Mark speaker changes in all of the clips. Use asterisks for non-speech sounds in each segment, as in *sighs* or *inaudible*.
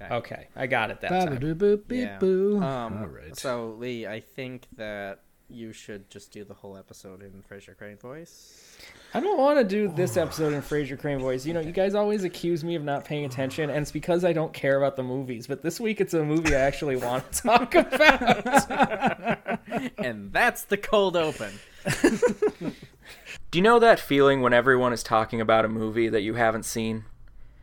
Speaker 1: Okay.
Speaker 2: Okay, I got it that time.
Speaker 3: Ba-ba-doo-boop, beep,
Speaker 1: Yeah.
Speaker 3: boo.
Speaker 1: Um,
Speaker 3: All right.
Speaker 1: So Lee, I think that you should just do the whole episode in Fraser Crane voice.
Speaker 2: I don't want to do this episode in Fraser Crane voice. You know, you guys always accuse me of not paying attention, and it's because I don't care about the movies. But this week, it's a movie I actually want to *laughs* talk about.
Speaker 1: and that's the cold *laughs* open.
Speaker 4: Do you know that feeling when everyone is talking about a movie that you haven't seen?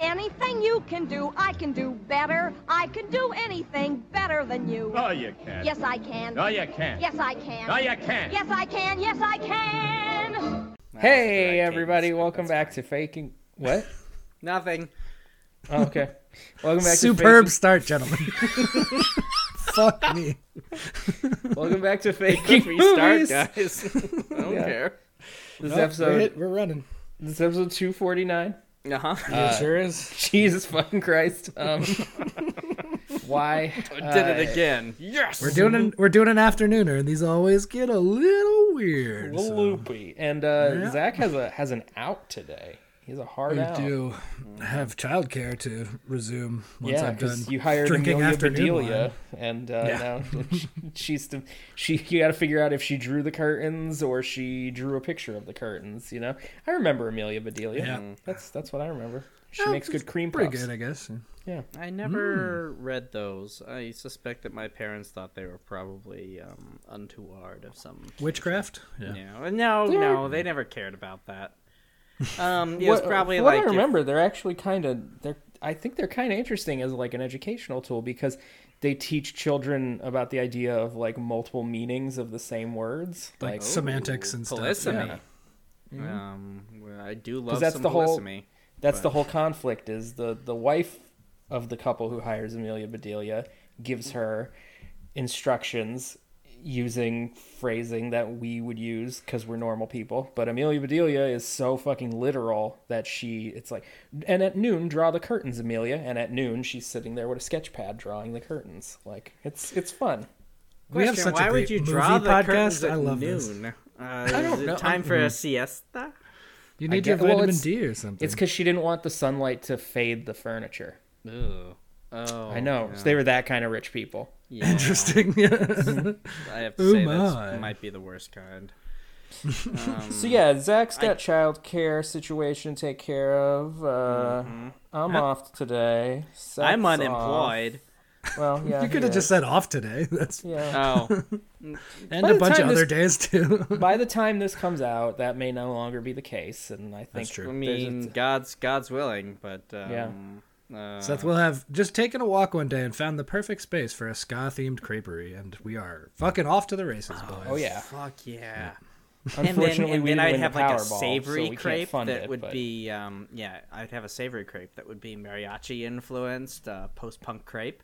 Speaker 5: Anything you can do, I can do better. I can do anything better than you.
Speaker 6: No, you can't.
Speaker 5: Yes, I Oh, can.
Speaker 6: No, you can't.
Speaker 5: Yes, I can.
Speaker 6: No, you can't.
Speaker 5: Yes, I can. Yes, I can.
Speaker 2: hey, everybody, welcome back to Faking. What?
Speaker 1: Nothing.
Speaker 2: Oh, okay. Welcome back
Speaker 3: Superb
Speaker 2: to
Speaker 3: start, gentlemen. *laughs* Fuck me.
Speaker 2: faking, Welcome back to
Speaker 1: Let's
Speaker 2: Faking
Speaker 1: restart,
Speaker 2: Movies.
Speaker 1: guys. *laughs* I don't
Speaker 2: Yeah.
Speaker 1: care.
Speaker 2: This
Speaker 3: Nope, we're,
Speaker 2: episode
Speaker 3: hit- we're running.
Speaker 2: this is episode 249.
Speaker 1: Uh-huh.
Speaker 3: it sure is.
Speaker 2: *laughs* Jesus fucking Christ.
Speaker 1: *laughs*
Speaker 2: Um Why uh,
Speaker 1: Did it again. Uh, Yes.
Speaker 3: We're doing an, we're doing an afternooner, and these always get a little weird.
Speaker 2: little
Speaker 3: so
Speaker 2: loopy. And uh Zach has a has an out today. He's a hard
Speaker 3: we
Speaker 2: out.
Speaker 3: do have childcare to resume once
Speaker 2: Yeah,
Speaker 3: I'm done
Speaker 2: because you hired
Speaker 3: drinking
Speaker 2: Amelia
Speaker 3: afternoon
Speaker 2: Bedelia,
Speaker 3: wine.
Speaker 2: and uh, now she's the, she. You got to figure out if she drew the curtains or she drew a picture of the curtains. You know, I remember Amelia Bedelia. Hmm,
Speaker 3: Yeah.
Speaker 2: That's that's what I remember. She
Speaker 3: Oh,
Speaker 2: makes good cream
Speaker 3: Pretty
Speaker 2: puffs.
Speaker 3: good, I guess.
Speaker 1: I never
Speaker 2: Hmm.
Speaker 1: read those. I suspect that my parents thought they were probably um, untoward of some.
Speaker 3: Witchcraft.
Speaker 1: Yeah. No, no, they never cared about that. Um, it was
Speaker 2: What-
Speaker 1: probably
Speaker 2: from what
Speaker 1: like
Speaker 2: I
Speaker 1: if-
Speaker 2: remember. They're actually kind of they're. I think they're kind of interesting as like an educational tool because they teach children about the idea of like multiple meanings of the same words.
Speaker 3: like
Speaker 2: Like
Speaker 3: semantics and stuff.
Speaker 1: polysemy.
Speaker 3: yeah.
Speaker 1: Um,
Speaker 3: Mm-hmm.
Speaker 1: well, I do love
Speaker 2: that's
Speaker 1: some
Speaker 2: the whole-
Speaker 1: polysemy.
Speaker 2: That's the whole conflict is the the wife of the couple who hires Amelia Bedelia gives her instructions using phrasing that we would use because we're normal people but amelia bedelia is so fucking literal that she it's like and at noon draw the curtains amelia and at noon she's sitting there with a sketch pad drawing the curtains like it's it's fun
Speaker 3: We have
Speaker 1: Question,
Speaker 3: such
Speaker 1: why
Speaker 3: a
Speaker 1: would
Speaker 3: great
Speaker 1: you
Speaker 3: movie
Speaker 1: draw the curtains
Speaker 3: podcast.
Speaker 1: at
Speaker 3: I love
Speaker 1: noon?
Speaker 3: this.
Speaker 1: Uh, is it time
Speaker 3: Mm-hmm.
Speaker 1: for a siesta?
Speaker 3: You need
Speaker 2: get-
Speaker 3: your
Speaker 2: well,
Speaker 3: vitamin
Speaker 2: it's-
Speaker 3: D or something.
Speaker 2: it's because she didn't want the sunlight to fade the furniture
Speaker 1: Ugh. Oh,
Speaker 2: i know so they were that kind of rich people
Speaker 1: Yeah,
Speaker 3: *laughs* interesting. Yeah.
Speaker 1: I have to say
Speaker 3: Oh my.
Speaker 1: that might be the worst kind.
Speaker 2: So yeah, Zach's got child care situation to take care of. Uh, I'm off today. Seth's
Speaker 1: Mm-hmm. I'm
Speaker 2: off.
Speaker 1: unemployed.
Speaker 3: *laughs*
Speaker 2: Well, *laughs* yeah.
Speaker 3: you could
Speaker 2: he
Speaker 3: have just
Speaker 2: is.
Speaker 3: said off today. *laughs* That's
Speaker 2: Yeah.
Speaker 1: Oh,
Speaker 3: and
Speaker 2: By
Speaker 3: a
Speaker 2: the
Speaker 3: bunch of
Speaker 2: time this-
Speaker 3: other days too. *laughs*
Speaker 2: By the time this comes out, that may no longer be the case, and I think
Speaker 3: That's true.
Speaker 1: I
Speaker 2: there's a-
Speaker 1: mean, God's God's willing, but um, uh,
Speaker 3: Seth will have just taken a walk one day and found the perfect space for a ska themed creperie, and we are fucking off to the races, boys.
Speaker 2: oh
Speaker 3: *laughs*
Speaker 2: *laughs* yeah.
Speaker 1: fuck yeah. And then,
Speaker 2: Unfortunately,
Speaker 1: and
Speaker 2: we
Speaker 1: then
Speaker 2: didn't
Speaker 1: I'd
Speaker 2: win
Speaker 1: have
Speaker 2: the
Speaker 1: like a
Speaker 2: Powerball, so
Speaker 1: savory
Speaker 2: we can't
Speaker 1: crepe
Speaker 2: fund
Speaker 1: that
Speaker 2: it,
Speaker 1: would
Speaker 2: but-
Speaker 1: be, um, yeah, I'd have a savory crepe that would be mariachi influenced, uh, post punk crepe.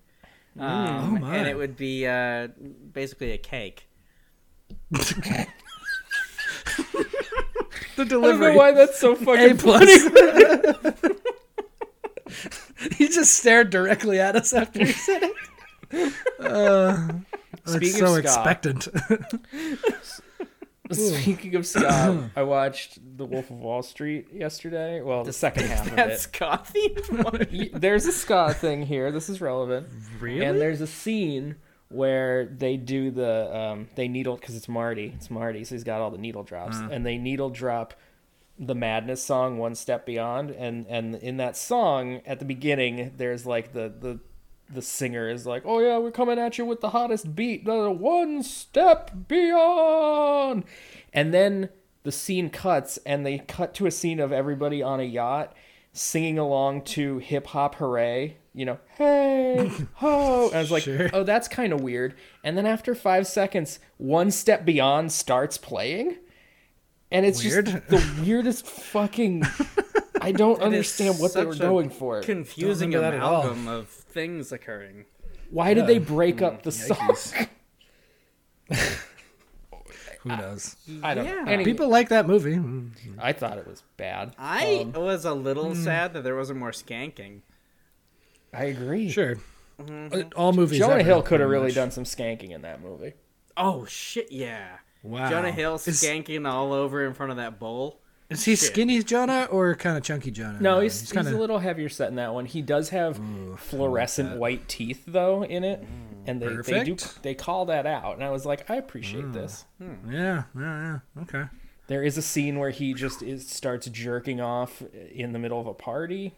Speaker 2: Mm.
Speaker 1: Um,
Speaker 3: Oh,
Speaker 1: And
Speaker 3: my.
Speaker 1: it would be uh, basically a cake.
Speaker 3: *laughs* the
Speaker 2: I don't know
Speaker 3: delivery. *laughs*
Speaker 2: why
Speaker 1: *laughs*
Speaker 2: that's so fucking
Speaker 3: A
Speaker 2: funny.
Speaker 3: plus. *laughs*
Speaker 2: *laughs*
Speaker 3: he just stared directly at us after he said it.
Speaker 2: *laughs*
Speaker 3: Uh, that's
Speaker 2: Speaking
Speaker 3: so
Speaker 2: of ska.
Speaker 3: expectant.
Speaker 2: *laughs*
Speaker 3: *laughs*
Speaker 2: Speaking
Speaker 1: *coughs*
Speaker 2: of Scott, I watched The Wolf of Wall Street yesterday. Well,
Speaker 1: *laughs*
Speaker 2: the second half of
Speaker 1: That's
Speaker 2: it. *laughs*
Speaker 1: coffee.
Speaker 2: Y- There's a Scott thing here. This is relevant.
Speaker 3: really?
Speaker 2: And there's a scene where they do the um, they needle because it's Marty. It's Marty, so he's got all the needle drops, and they needle drop the madness song one step beyond and and in that song at the beginning there's like the the the singer is like oh yeah we're coming at you with the hottest beat blah, blah, one step beyond and then the scene cuts and they cut to a scene of everybody on a yacht singing along to hip hop hooray you know hey ho and i was like
Speaker 3: Sure.
Speaker 2: oh that's kind of weird and then after five seconds one step beyond starts playing and it's
Speaker 3: Weird.
Speaker 2: just the weirdest fucking. I don't understand what they were
Speaker 1: such a
Speaker 2: going for.
Speaker 1: Confusing
Speaker 3: Don't remember that at all.
Speaker 1: amalgam of things occurring.
Speaker 2: Why did they break up the song?
Speaker 3: Who knows?
Speaker 2: *laughs* I don't
Speaker 1: Yeah.
Speaker 2: know. Any-
Speaker 3: People like that movie. Mm.
Speaker 2: I thought it was bad.
Speaker 1: I
Speaker 2: Um,
Speaker 1: was a little
Speaker 2: hmm.
Speaker 1: sad that there wasn't more skanking.
Speaker 2: I agree.
Speaker 3: Sure. Uh, All movies.
Speaker 2: Mm-hmm. Jonah
Speaker 3: ever,
Speaker 2: Hill could have
Speaker 3: pretty
Speaker 2: really
Speaker 3: much.
Speaker 2: done some skanking in that movie.
Speaker 1: Oh shit! Yeah.
Speaker 3: Wow.
Speaker 1: Jonah Hill
Speaker 3: Is-
Speaker 1: skanking all over in front of that bowl.
Speaker 3: Is he
Speaker 1: Shit.
Speaker 3: skinny Jonah or kind of chunky Jonah?
Speaker 2: No, he's, he's,
Speaker 3: kinda-
Speaker 2: a little heavier set in that one. He does have fluorescent white teeth though in it, and they, they do
Speaker 3: Perfect.
Speaker 2: they call that out. And I was like, I appreciate this.
Speaker 3: Yeah, yeah, yeah. Okay.
Speaker 2: There is a scene where he just is starts jerking off in the middle of a party.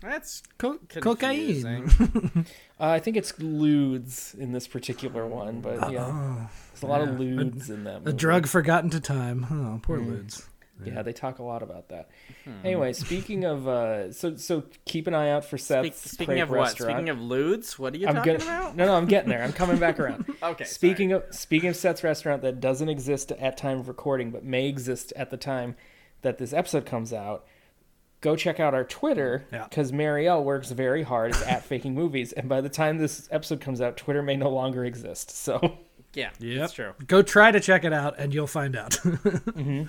Speaker 1: That's
Speaker 3: Co- cocaine.
Speaker 1: confusing.
Speaker 2: Uh, I think it's lewds in this particular one, but yeah, there's a lot of lewds in that.
Speaker 3: A
Speaker 2: Movie.
Speaker 3: drug forgotten to time. Oh, poor
Speaker 1: Mm.
Speaker 3: Ludes.
Speaker 2: Yeah, they talk a lot about that.
Speaker 1: Hmm.
Speaker 2: Anyway, speaking of, uh, so so keep an eye out for
Speaker 1: Speak,
Speaker 2: Seth's
Speaker 1: speaking
Speaker 2: crepe
Speaker 1: of what?
Speaker 2: restaurant.
Speaker 1: Speaking of lewds. What are you
Speaker 2: I'm
Speaker 1: talking
Speaker 2: gonna,
Speaker 1: about?
Speaker 2: no, no, I'm getting there. I'm coming back around.
Speaker 1: *laughs* Okay.
Speaker 2: Speaking of speaking of Seth's restaurant that doesn't exist at time of recording, but may exist at the time that this episode comes out, go check out our Twitter
Speaker 3: Yeah.
Speaker 2: because Marielle works very hard it's at *laughs* faking movies, and by the time this episode comes out, Twitter may no longer exist.
Speaker 3: *laughs*
Speaker 2: So
Speaker 1: *laughs* Yeah.
Speaker 3: Yep.
Speaker 1: That's true.
Speaker 3: Go try to check it out, and you'll find out. *laughs*
Speaker 2: Mm-hmm.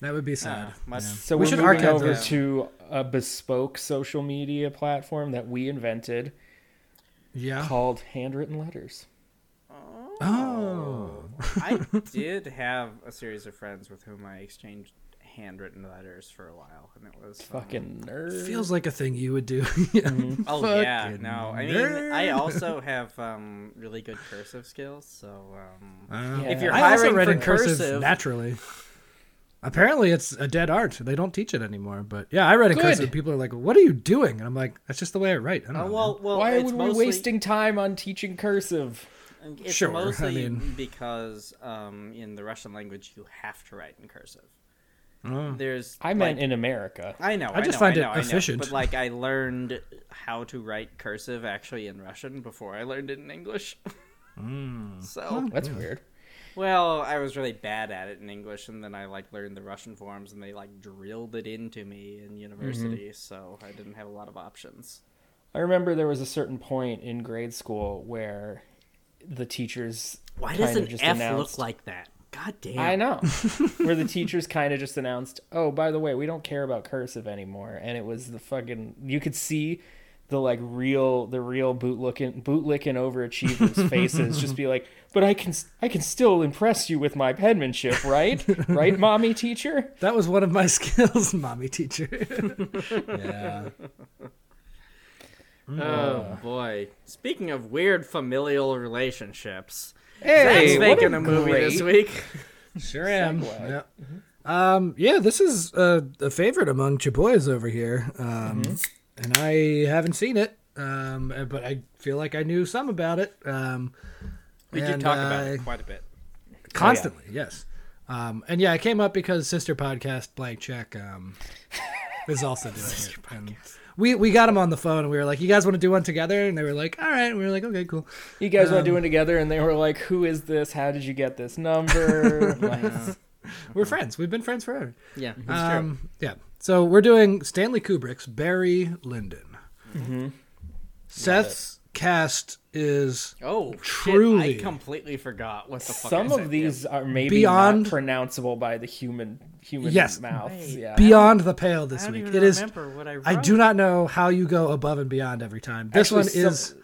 Speaker 3: That would be sad.
Speaker 1: Much-
Speaker 2: so
Speaker 3: We
Speaker 2: we are
Speaker 3: should
Speaker 2: moving
Speaker 3: archive
Speaker 2: over
Speaker 3: this.
Speaker 2: to a bespoke social media platform that we invented
Speaker 3: yeah.
Speaker 2: called Handwritten Letters.
Speaker 3: Oh.
Speaker 1: I
Speaker 2: *laughs*
Speaker 1: did have a series of friends with whom I exchanged handwritten letters for a while, and it was um,
Speaker 2: Fucking nerd.
Speaker 3: Feels like a thing you would do. *laughs* yeah.
Speaker 2: Mm-hmm.
Speaker 1: Oh yeah,
Speaker 3: Fucking
Speaker 1: no. I mean,
Speaker 3: nerd.
Speaker 1: I also have um, really good cursive skills, so um,
Speaker 3: Uh,
Speaker 2: If you're
Speaker 3: I also
Speaker 1: hiring
Speaker 3: read
Speaker 1: for
Speaker 3: in cursive,
Speaker 1: cursive-
Speaker 3: naturally. Apparently, it's a dead art. They don't teach it anymore. But yeah, I read in
Speaker 2: Good.
Speaker 3: cursive. People are like, "What are you doing?" And I'm like, "That's just the way I write." I don't
Speaker 1: uh,
Speaker 3: know.
Speaker 1: well, well,
Speaker 2: Why
Speaker 1: it's
Speaker 2: would we
Speaker 1: mostly,
Speaker 2: wasting time on teaching cursive?
Speaker 1: It's
Speaker 3: Sure, I
Speaker 1: mostly
Speaker 3: mean-
Speaker 1: because um, in the Russian language you have to write in cursive. There's
Speaker 2: Oh. I meant in America.
Speaker 1: I know.
Speaker 3: I just
Speaker 1: know,
Speaker 3: find
Speaker 1: I
Speaker 3: it
Speaker 1: know, I know.
Speaker 3: efficient.
Speaker 1: But like, I learned how to write cursive actually in Russian before I learned it in English. *laughs* so,
Speaker 2: That's weird.
Speaker 1: well, I was really bad at it in English, and then I like learned the Russian forms, and they like drilled it into me in university. So I didn't have a lot of options.
Speaker 2: I remember there was a certain point in grade school where the teachers
Speaker 1: Why
Speaker 2: kinda
Speaker 1: does an F
Speaker 2: just
Speaker 1: look
Speaker 2: announced-
Speaker 1: like that? God damn.
Speaker 2: I *laughs* know. where the teachers kind of just announced, "Oh, by the way, we don't care about cursive anymore." And it was the fucking you could see the like real the real boot looking boot licking *laughs* overachievers faces just be like, "But I can s- I can still impress you with my penmanship, right? right, mommy teacher?"
Speaker 3: That was one of my *laughs* skills, mommy teacher. *laughs* yeah.
Speaker 1: Oh boy. Speaking of weird familial relationships,
Speaker 2: Hey,
Speaker 1: Zach's
Speaker 2: what
Speaker 1: making a, movie
Speaker 2: great-
Speaker 1: this week.
Speaker 3: Sure am. Yeah. Um, yeah, this is uh, a favorite among your boys over here. Um,
Speaker 1: Mm-hmm.
Speaker 3: And I haven't seen it, um, but I feel like I knew some about it. Um,
Speaker 1: We did
Speaker 3: and
Speaker 1: talk about
Speaker 3: I-
Speaker 1: it quite a bit. Oh,
Speaker 3: constantly yes um and yeah i came up because sister podcast blank check um is also
Speaker 1: *laughs*
Speaker 3: doing it and we we got them on the phone and we were like you guys want to do one together and they were like all right and we were like okay cool
Speaker 2: You guys were doing together, and they were like, "Who is this? How did you get this number?" Like,
Speaker 3: we're friends we've been friends forever
Speaker 1: Yeah, that's true.
Speaker 3: um yeah so we're doing stanley kubrick's barry lyndon
Speaker 1: Mm-hmm.
Speaker 3: seth's cast is
Speaker 1: Oh,
Speaker 3: Truly.
Speaker 1: Shit, I completely forgot what the fuck. I
Speaker 2: Some
Speaker 1: said.
Speaker 2: of these are maybe
Speaker 3: Beyond-
Speaker 2: not pronounceable by the human human
Speaker 3: Yes.
Speaker 2: mouths. Yeah.
Speaker 3: beyond the pale this
Speaker 1: I don't
Speaker 3: week
Speaker 1: even
Speaker 3: it is
Speaker 1: remember what I wrote.
Speaker 3: i do not know how you go above and beyond every time this
Speaker 2: Actually,
Speaker 3: one
Speaker 2: some-
Speaker 3: is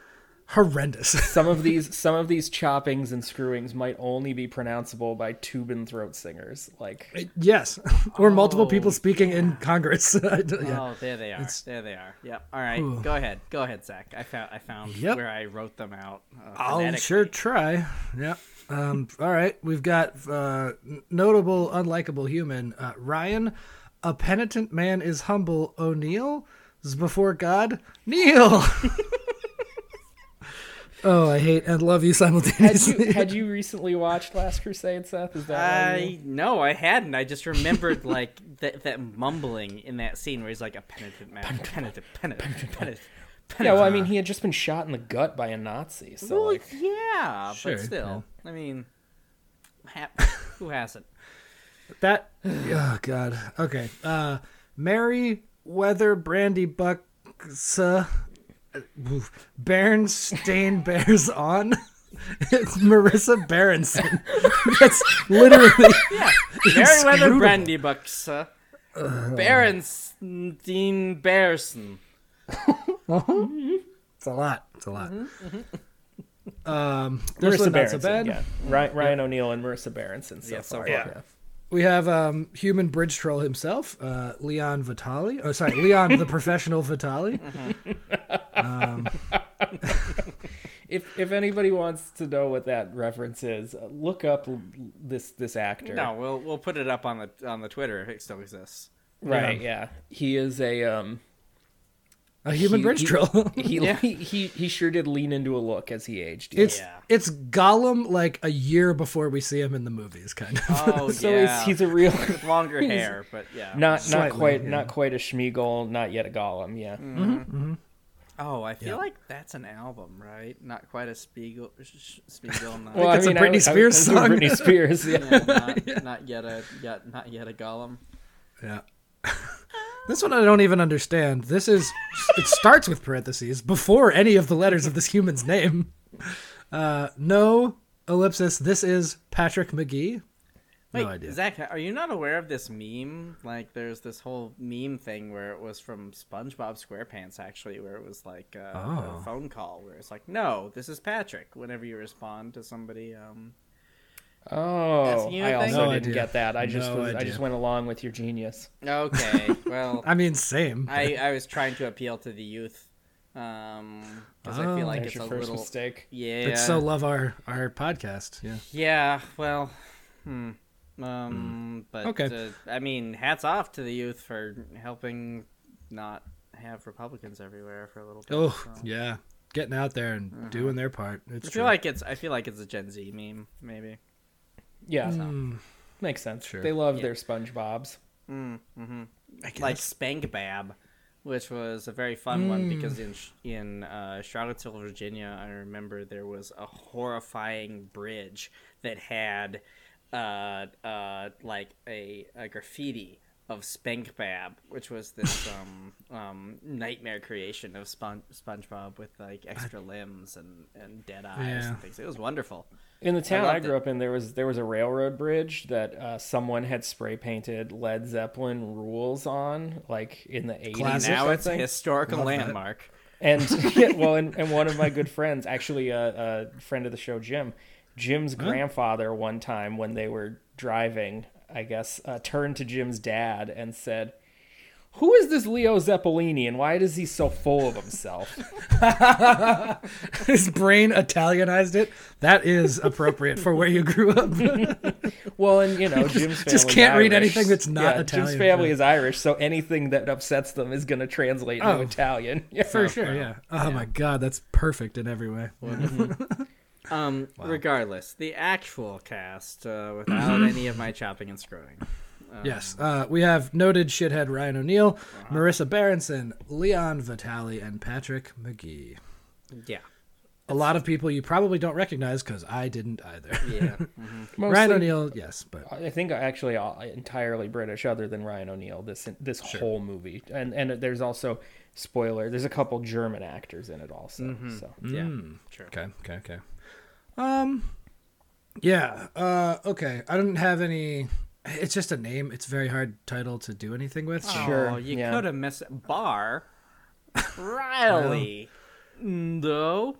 Speaker 3: horrendous *laughs*
Speaker 2: Some of these some of these choppings and screwings might only be pronounceable by tube and throat singers. Like
Speaker 3: Yes, *laughs* or multiple
Speaker 1: Oh,
Speaker 3: people speaking in Congress. *laughs* I don't- yeah.
Speaker 1: Oh, there they are. There they are. Yep. All right. Go ahead. Go ahead, Zach. I found. I found
Speaker 3: Yep.
Speaker 1: where I wrote them out. Uh,
Speaker 3: I'll
Speaker 1: phonetically.
Speaker 3: sure try. Yeah. Um, *laughs* all right, we've got uh, n- notable unlikable human uh, Ryan, a penitent man is humble. O'Neill is before God. Neil. *laughs* oh, I hate and love you
Speaker 2: had
Speaker 3: simultaneously.
Speaker 2: *laughs* you had you recently watched Last Crusade, Seth? Is that why you-
Speaker 1: I no, I hadn't. I just remembered *laughs* like that that mumbling in that scene where he's like a penitent man, penitent, penitent, penitent.
Speaker 2: Yeah, well I mean he had just been shot in the gut by a Nazi, so
Speaker 1: Well,
Speaker 2: like
Speaker 1: yeah,
Speaker 3: Sure,
Speaker 1: but still, I mean, ha- *laughs* who hasn't?
Speaker 3: that. *sighs* Oh God. Okay. Uh, Mary Weather Brandy Buck. Sa- Bairn Stain *laughs* Bears on. It's Marissa Berenson. *laughs* That's literally
Speaker 1: *laughs* Meriwether Brandy Bucks. Uh, Berenstein Bearson.
Speaker 3: it's a lot. It's a lot. Um,
Speaker 2: Mm-hmm,
Speaker 3: this
Speaker 2: Marissa
Speaker 3: one not so
Speaker 2: Berenson.
Speaker 3: bad.
Speaker 2: yeah. Ryan, Ryan O'Neill and Marissa Berenson. So
Speaker 1: Yeah, so
Speaker 2: far.
Speaker 1: far.
Speaker 2: Yeah.
Speaker 3: We have um, human bridge troll himself, uh, Leon Vitali. Oh, sorry, Leon the *laughs* professional Vitali.
Speaker 2: Mm-hmm. If if anybody wants to know what that reference is, uh, look up l- this this actor.
Speaker 1: No, we'll we'll put it up on the on the Twitter if it still exists.
Speaker 2: Right. Yeah. He is a um.
Speaker 3: A human
Speaker 2: he-
Speaker 3: bridge
Speaker 2: he-
Speaker 3: troll. *laughs*
Speaker 2: He,
Speaker 1: Yeah.
Speaker 2: he he he sure did lean into a look as he aged. yeah.
Speaker 3: it's
Speaker 1: Yeah.
Speaker 3: it's Gollum like a year before we see him in the movies, kind of.
Speaker 1: Oh
Speaker 2: *laughs* so
Speaker 1: yeah.
Speaker 2: he's he's a real
Speaker 1: with longer hair, but yeah.
Speaker 2: *laughs* not
Speaker 3: Slightly,
Speaker 2: not quite
Speaker 3: yeah.
Speaker 2: not quite a Schmiegel, not yet a Gollum. Yeah.
Speaker 1: Mm. Oh, I feel
Speaker 3: Yeah.
Speaker 1: like that's an album, right? Not quite a Spiegel. Sh-
Speaker 2: *laughs*
Speaker 1: Spiegel. Not,
Speaker 2: Well,
Speaker 3: that's a Britney
Speaker 2: was-
Speaker 3: Spears
Speaker 2: was doing
Speaker 3: song.
Speaker 2: Britney Spears. Yeah.
Speaker 3: *laughs*
Speaker 1: yeah, not, not yet a yet not yet a Gollum.
Speaker 3: *laughs* Yeah. this one I don't even understand. This is it starts with parentheses before any of the letters of this human's name. Uh, no ellipsis. This is Patrick McGee.
Speaker 1: Wait,
Speaker 3: no idea.
Speaker 1: Zach, are you not aware of this meme? Like, there's this whole meme thing where it was from SpongeBob SquarePants, actually, where it was like uh,
Speaker 3: Oh.
Speaker 1: a phone call where it's like, "No, this is Patrick." Whenever you respond to somebody, um,
Speaker 2: Oh,
Speaker 1: you
Speaker 2: I
Speaker 1: think?
Speaker 2: also
Speaker 3: No
Speaker 2: didn't
Speaker 3: idea.
Speaker 2: get that. I just
Speaker 3: No
Speaker 2: was, I
Speaker 3: idea.
Speaker 2: just went along with your genius.
Speaker 1: *laughs* okay, well,
Speaker 3: I mean, same.
Speaker 1: Oh. I I was trying to appeal to the youth, um, because I
Speaker 3: Oh.
Speaker 1: feel like
Speaker 2: There's
Speaker 1: it's a
Speaker 2: your first
Speaker 1: little,
Speaker 2: mistake.
Speaker 1: yeah,
Speaker 3: It's so love our our podcast. Yeah.
Speaker 1: Yeah, well, hmm. Um, but
Speaker 3: Okay.
Speaker 1: uh, I mean, hats off to the youth for helping not have Republicans everywhere for a little bit.
Speaker 3: Oh
Speaker 1: so.
Speaker 3: yeah, getting out there and doing their part. It's
Speaker 1: Uh-huh. I
Speaker 3: true.
Speaker 1: feel like it's I feel like it's a Gen Z meme, maybe.
Speaker 2: Yeah, makes sense.
Speaker 3: Hmm. Sure.
Speaker 2: They love their SpongeBob's.
Speaker 1: Like Spank Bab, which was a very fun
Speaker 3: Hmm.
Speaker 1: one because in Sh- in uh, Charlottesville, Virginia, I remember there was a horrifying bridge that had uh, uh, like a, a graffiti of Spank Bab, which was
Speaker 3: *laughs*
Speaker 1: this um, um, nightmare creation of Spon- SpongeBob with like extra limbs and, and dead eyes
Speaker 3: Yeah.
Speaker 1: and things. It was wonderful.
Speaker 2: In the town I,
Speaker 1: loved
Speaker 2: grew
Speaker 1: it.
Speaker 2: up in, there was there was a railroad bridge that uh, someone had spray painted Led Zeppelin rules on, like in the eighties.
Speaker 3: Classic.
Speaker 1: Now it's a
Speaker 2: something?
Speaker 1: historical
Speaker 3: Love that.
Speaker 1: landmark. *laughs*
Speaker 2: And yeah, well, and, and one of my good friends, actually a, a friend of the show, Jim. Jim's grandfather, one time when they were driving, I guess, uh, turned to Jim's dad and said, "Who is this Leo Zeppelini, and why is he so full of himself?"
Speaker 3: *laughs* his brain Italianized it. That is appropriate for where you
Speaker 1: *laughs*
Speaker 3: grew up.
Speaker 2: Well, and you know, Jim's family
Speaker 3: *laughs* just can't read
Speaker 2: Irish.
Speaker 3: anything that's not
Speaker 2: yeah,
Speaker 3: Italian,
Speaker 2: Jim's family
Speaker 3: yeah.
Speaker 2: is Irish, so anything that upsets them is going to translate into
Speaker 3: Oh.
Speaker 2: Italian. *laughs* Yeah.
Speaker 3: for sure. Yeah. Oh my god, that's perfect in every way.
Speaker 1: Um, regardless, the actual cast uh, without any of my chopping and screwing.
Speaker 3: Yes, uh, we have noted shithead Ryan O'Neill, Marissa Berenson, Leon Vitali, and Patrick McGee.
Speaker 1: Yeah,
Speaker 3: A lot of people you probably don't recognize because I didn't either. *laughs*
Speaker 1: yeah.
Speaker 2: Mostly,
Speaker 3: Ryan O'Neill, yes, but
Speaker 2: I think actually all, entirely British, other than Ryan O'Neill. This this whole movie, and and there's also spoiler. There's a couple German actors in it also.
Speaker 3: Mm-hmm.
Speaker 2: So
Speaker 1: Yeah, true.
Speaker 3: okay, okay, okay. Um, yeah, uh, okay. I didn't have any. It's just a name. It's very hard title to do anything with. So.
Speaker 2: Sure,
Speaker 1: Oh, you
Speaker 2: yeah.
Speaker 1: could have missed Bar Riley. no.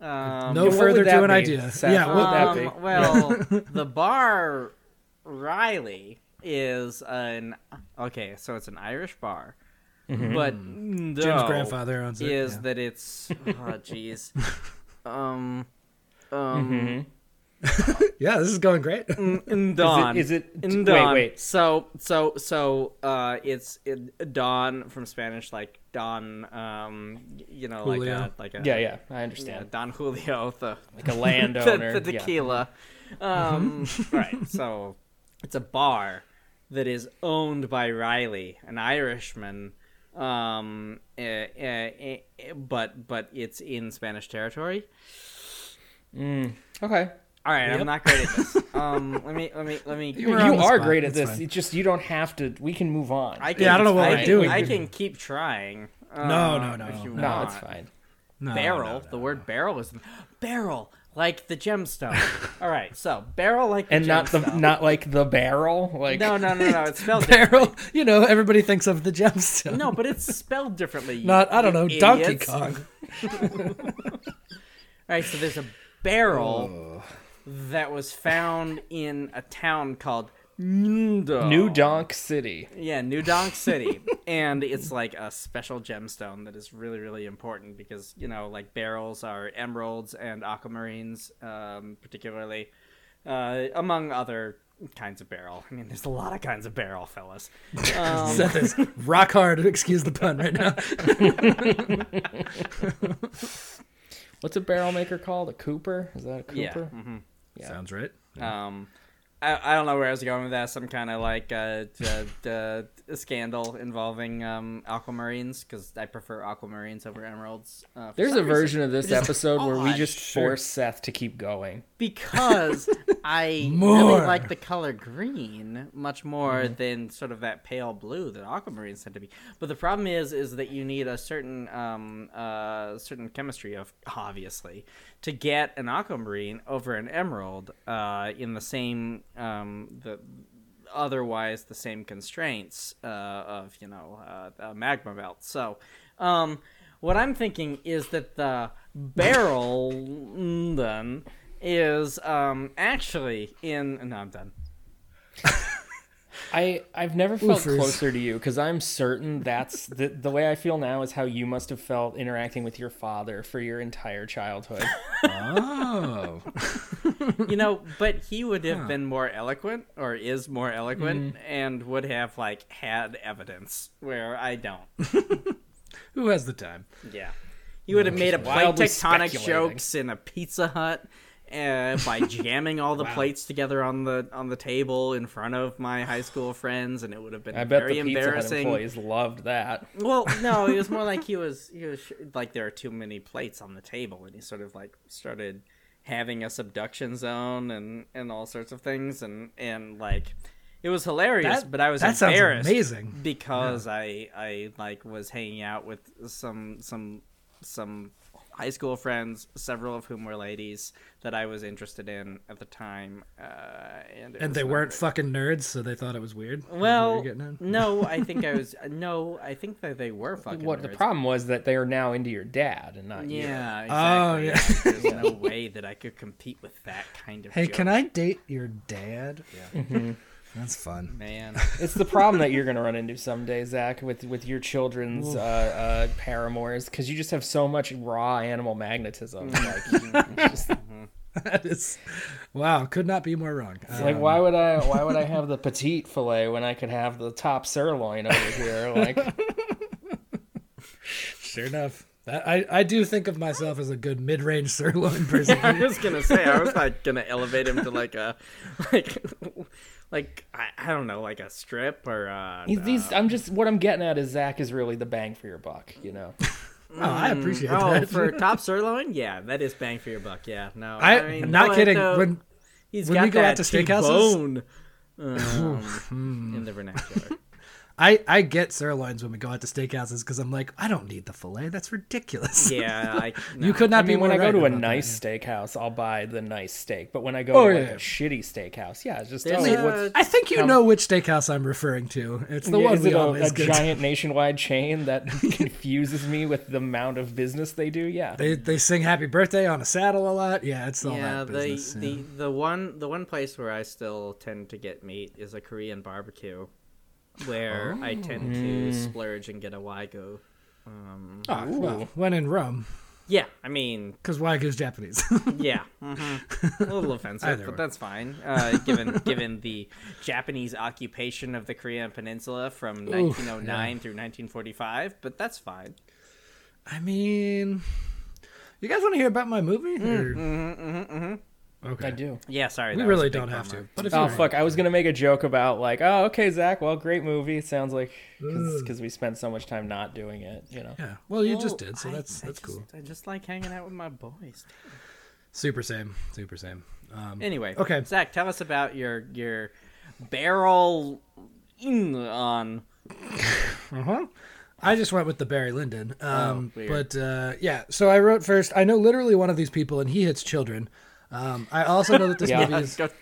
Speaker 1: Um,
Speaker 3: No
Speaker 2: would
Speaker 3: further
Speaker 2: that
Speaker 3: to an
Speaker 2: be,
Speaker 3: idea.
Speaker 2: Seth?
Speaker 3: Yeah,
Speaker 2: What would that
Speaker 3: well,
Speaker 1: um,
Speaker 2: be?
Speaker 1: well, the Bar Riley is an okay, so it's an Irish bar, but no
Speaker 3: Jim's grandfather owns it.
Speaker 1: is
Speaker 3: yeah.
Speaker 1: that it's oh jeez, um, um.
Speaker 3: yeah, this is going great.
Speaker 1: in Dawn.
Speaker 2: is it-
Speaker 1: in
Speaker 2: wait,
Speaker 1: Dawn?
Speaker 2: wait.
Speaker 1: So so so uh, it's it, Dawn from Spanish, like Don. Um, y- you know, like
Speaker 3: Julio.
Speaker 1: a, like a
Speaker 2: yeah, yeah, I
Speaker 1: yeah,
Speaker 2: understand.
Speaker 1: Don Julio, *laughs* the
Speaker 2: Like a
Speaker 1: the,
Speaker 2: landowner.
Speaker 1: the
Speaker 2: yeah.
Speaker 1: tequila. Um, right. So it's a bar that is owned by Riley, an Irishman. Um, eh, eh, eh, eh, but but it's in Spanish territory.
Speaker 2: Okay.
Speaker 1: All right, I'm not great at this. Um, let me let me let me.
Speaker 3: were We're
Speaker 2: you
Speaker 3: on the
Speaker 2: are
Speaker 3: spot,
Speaker 2: great at
Speaker 3: it's
Speaker 2: this.
Speaker 3: fine.
Speaker 2: It's just you don't have to. We can move on.
Speaker 1: I can,
Speaker 3: Yeah, I don't know what
Speaker 1: I
Speaker 3: we're
Speaker 1: can-
Speaker 3: doing.
Speaker 1: I can keep trying.
Speaker 3: No,
Speaker 1: uh,
Speaker 3: no, no,
Speaker 1: If you
Speaker 2: no,
Speaker 1: want.
Speaker 2: it's fine.
Speaker 3: No,
Speaker 1: Barrel.
Speaker 3: no, no.
Speaker 1: The word barrel is barrel. like the gemstone.
Speaker 3: *laughs*
Speaker 1: All right, so barrel like the
Speaker 2: and not the
Speaker 1: gemstone.
Speaker 2: not like the barrel. Like
Speaker 1: no no no no. It's spelled differently.
Speaker 3: Barrel, you know, everybody thinks of the gemstone.
Speaker 1: No, but it's spelled differently. you
Speaker 3: Not, I don't know, Donkey
Speaker 1: idiots.
Speaker 3: Kong.
Speaker 1: All right, so there's a barrel that was found in a town called Nundo.
Speaker 2: New Donk City.
Speaker 1: Yeah, New Donk City. and it's like a special gemstone that is really, really important because, you know, like barrels are emeralds and aquamarines, um, particularly, uh, among other kinds of barrel. I mean, there's a lot of kinds of barrel, fellas. *laughs* Um,
Speaker 3: Seth is rock hard, excuse the pun right now.
Speaker 2: What's a barrel maker called? A Cooper? Is that a Cooper?
Speaker 1: yeah. mhm.
Speaker 3: Sounds right.
Speaker 1: Um, I, I don't know where I was going with that. Some kind of like uh, d- uh, scandal involving um, aquamarines because I prefer aquamarines over emeralds. Uh, for
Speaker 2: There's
Speaker 1: some
Speaker 2: a
Speaker 1: reason.
Speaker 2: version of this episode where we
Speaker 1: odd,
Speaker 2: just
Speaker 3: sure.
Speaker 2: force Seth to keep going.
Speaker 1: because I really
Speaker 3: More.
Speaker 1: like the color green much more than sort of that pale blue that aquamarines tend to be. But the problem is, is that you need a certain, um, uh, certain chemistry of obviously to get an aquamarine over an emerald uh, in the same um, the otherwise the same constraints uh, of you know uh, a magma belt. So, um, what I'm thinking is that the barrel *laughs* then is um, actually in. No, I'm done.
Speaker 2: I I've never felt
Speaker 3: Oofers.
Speaker 2: closer to you because I'm certain that's *laughs* the the way I feel now is how you must have felt interacting with your father for your
Speaker 1: *laughs*
Speaker 2: entire childhood.
Speaker 3: Oh.
Speaker 1: You know, but he would have been more eloquent, or is more eloquent, and would have like had evidence where I don't.
Speaker 3: Who has the time?
Speaker 1: Yeah. He would have made a plate
Speaker 2: wildly
Speaker 1: tectonic
Speaker 2: speculating.
Speaker 1: jokes in a Pizza Hut uh,
Speaker 2: *laughs*
Speaker 1: by jamming all the plates together on the on the table in front of my high school friends, and it would have been
Speaker 2: I bet
Speaker 1: very
Speaker 2: the Pizza Hut
Speaker 1: embarrassing.
Speaker 2: employees loved that.
Speaker 1: Well, no, it was more
Speaker 2: *laughs*
Speaker 1: like he was he was sh- like there are too many plates on the table, and he sort of like started having a subduction zone and and all sorts of things, and and like it was hilarious,
Speaker 3: That-
Speaker 1: but I was
Speaker 3: that sounds
Speaker 1: embarrassed
Speaker 3: amazing.
Speaker 1: *laughs* because I I like was hanging out with some some some high school friends, several of whom were ladies that I was interested in at the time, uh, and it
Speaker 3: And
Speaker 1: was
Speaker 3: they
Speaker 1: not
Speaker 3: weren't
Speaker 1: great.
Speaker 3: fucking nerds, so they thought it was weird. Is what you're
Speaker 1: Well,
Speaker 3: getting at? *laughs*
Speaker 1: no, I think I was no, I think that they were fucking.
Speaker 2: What the
Speaker 1: nerds.
Speaker 2: problem was that they are now into your dad and not you.
Speaker 1: Yeah,
Speaker 3: Oh,
Speaker 1: exactly. Oh, yeah. There's no
Speaker 3: *laughs*
Speaker 1: way that I could compete with that kind of
Speaker 3: Hey,
Speaker 1: joke.
Speaker 3: can I date your
Speaker 1: *laughs*
Speaker 3: dad? Yeah.
Speaker 1: Mm-hmm.
Speaker 3: That's fun. *laughs*
Speaker 1: Man.
Speaker 2: It's the problem that you're going to run into someday, Zach, with with your children's uh, uh, paramours, because you just have so much raw animal magnetism. Like, you just-
Speaker 3: That is, wow, could not be more wrong. Uh,
Speaker 2: like, why would I? Why would I have the petite fillet when I could have the top sirloin over here? Like,
Speaker 3: sure enough. That, I, I do think of myself as a good mid range
Speaker 1: *laughs*
Speaker 3: sirloin person.
Speaker 1: *laughs* I was gonna say I was like gonna elevate him to like a *laughs* like like I, I don't know, like a strip or uh
Speaker 2: *laughs* these- these, I'm just what I'm getting at is Zach is really the bang for your buck. You know,
Speaker 3: oh, I appreciate
Speaker 1: Oh,
Speaker 3: that.
Speaker 1: for top sirloin? Yeah, that is bang for your buck. Yeah, no,
Speaker 3: I,
Speaker 1: I mean,
Speaker 3: am not
Speaker 1: but,
Speaker 3: kidding.
Speaker 1: uh,
Speaker 3: when
Speaker 1: he's
Speaker 3: when
Speaker 1: got
Speaker 3: we go out
Speaker 1: that
Speaker 3: to steakhouses-
Speaker 1: T-bone, um, in the
Speaker 3: Hmm.
Speaker 1: vernacular.
Speaker 3: I, I get sirloins when we go out to steakhouses because I'm like, I don't need the filet. That's ridiculous.
Speaker 1: Yeah, I,
Speaker 3: *laughs* you
Speaker 1: no.
Speaker 3: could not
Speaker 2: I mean,
Speaker 3: be
Speaker 2: when
Speaker 3: more
Speaker 2: I go
Speaker 3: right
Speaker 2: to a
Speaker 3: about that.
Speaker 2: nice steakhouse, I'll buy the nice steak. But when I go
Speaker 3: Oh,
Speaker 2: to like
Speaker 3: yeah.
Speaker 2: a shitty steakhouse, yeah, it's just
Speaker 1: There's
Speaker 2: oh,
Speaker 1: a-
Speaker 3: *laughs*
Speaker 2: what's-
Speaker 3: I think you know which steakhouse I'm referring to. It's the
Speaker 2: Yeah,
Speaker 3: one
Speaker 2: is
Speaker 3: we
Speaker 2: it a,
Speaker 3: always
Speaker 2: a
Speaker 3: go to.
Speaker 2: *laughs* giant nationwide chain *laughs* that confuses me with the amount of business they do? Yeah.
Speaker 3: *laughs* They, they sing happy birthday on a saddle a lot. Yeah, it's all
Speaker 1: yeah,
Speaker 3: that business.
Speaker 1: the,
Speaker 3: yeah.
Speaker 1: the the one the one place where I still tend to get meat is a Korean barbecue, where I tend
Speaker 3: Hmm.
Speaker 1: to splurge and get a wagyu.
Speaker 2: Ah,
Speaker 3: Oh, well, when in Rome,
Speaker 1: Yeah, I mean,
Speaker 3: because Wagyu's Japanese. *laughs*
Speaker 1: yeah, mhm. a little offensive,
Speaker 3: Either
Speaker 1: but
Speaker 3: way.
Speaker 1: that's fine. Uh, given
Speaker 3: *laughs*
Speaker 1: given the Japanese occupation of the Korean Peninsula from 1909 through 1945, but that's fine.
Speaker 3: I mean, you guys want to hear about my movie?
Speaker 1: Mm,
Speaker 3: or-
Speaker 1: mm-hmm,
Speaker 3: Okay.
Speaker 2: I do.
Speaker 1: Yeah, sorry,
Speaker 3: We
Speaker 1: that was a
Speaker 3: really
Speaker 1: big
Speaker 3: don't have
Speaker 1: bummer.
Speaker 3: to. But if
Speaker 2: Oh
Speaker 3: you
Speaker 2: fuck! I was gonna make a joke about like, oh, okay, Zach. Well, great movie. Sounds like because we spent so much time not doing it, you know.
Speaker 3: Yeah. Well, you just
Speaker 1: Well,
Speaker 3: did, so
Speaker 1: I-
Speaker 3: that's
Speaker 1: I
Speaker 3: that's
Speaker 1: just-
Speaker 3: cool.
Speaker 1: I just like hanging out with my boys.
Speaker 3: Super same. Super same. Um,
Speaker 1: Anyway,
Speaker 3: Okay.
Speaker 1: Zach, tell us about your your barrel in- on.
Speaker 3: uh-huh. I just went with the Barry Lyndon. Um,
Speaker 1: Oh, weird.
Speaker 3: but uh, yeah, so I wrote first. I know literally one of these people, and he hits children. Um, I also know that
Speaker 2: *laughs*
Speaker 3: this
Speaker 2: Yeah.
Speaker 3: movie is
Speaker 1: *laughs* Good,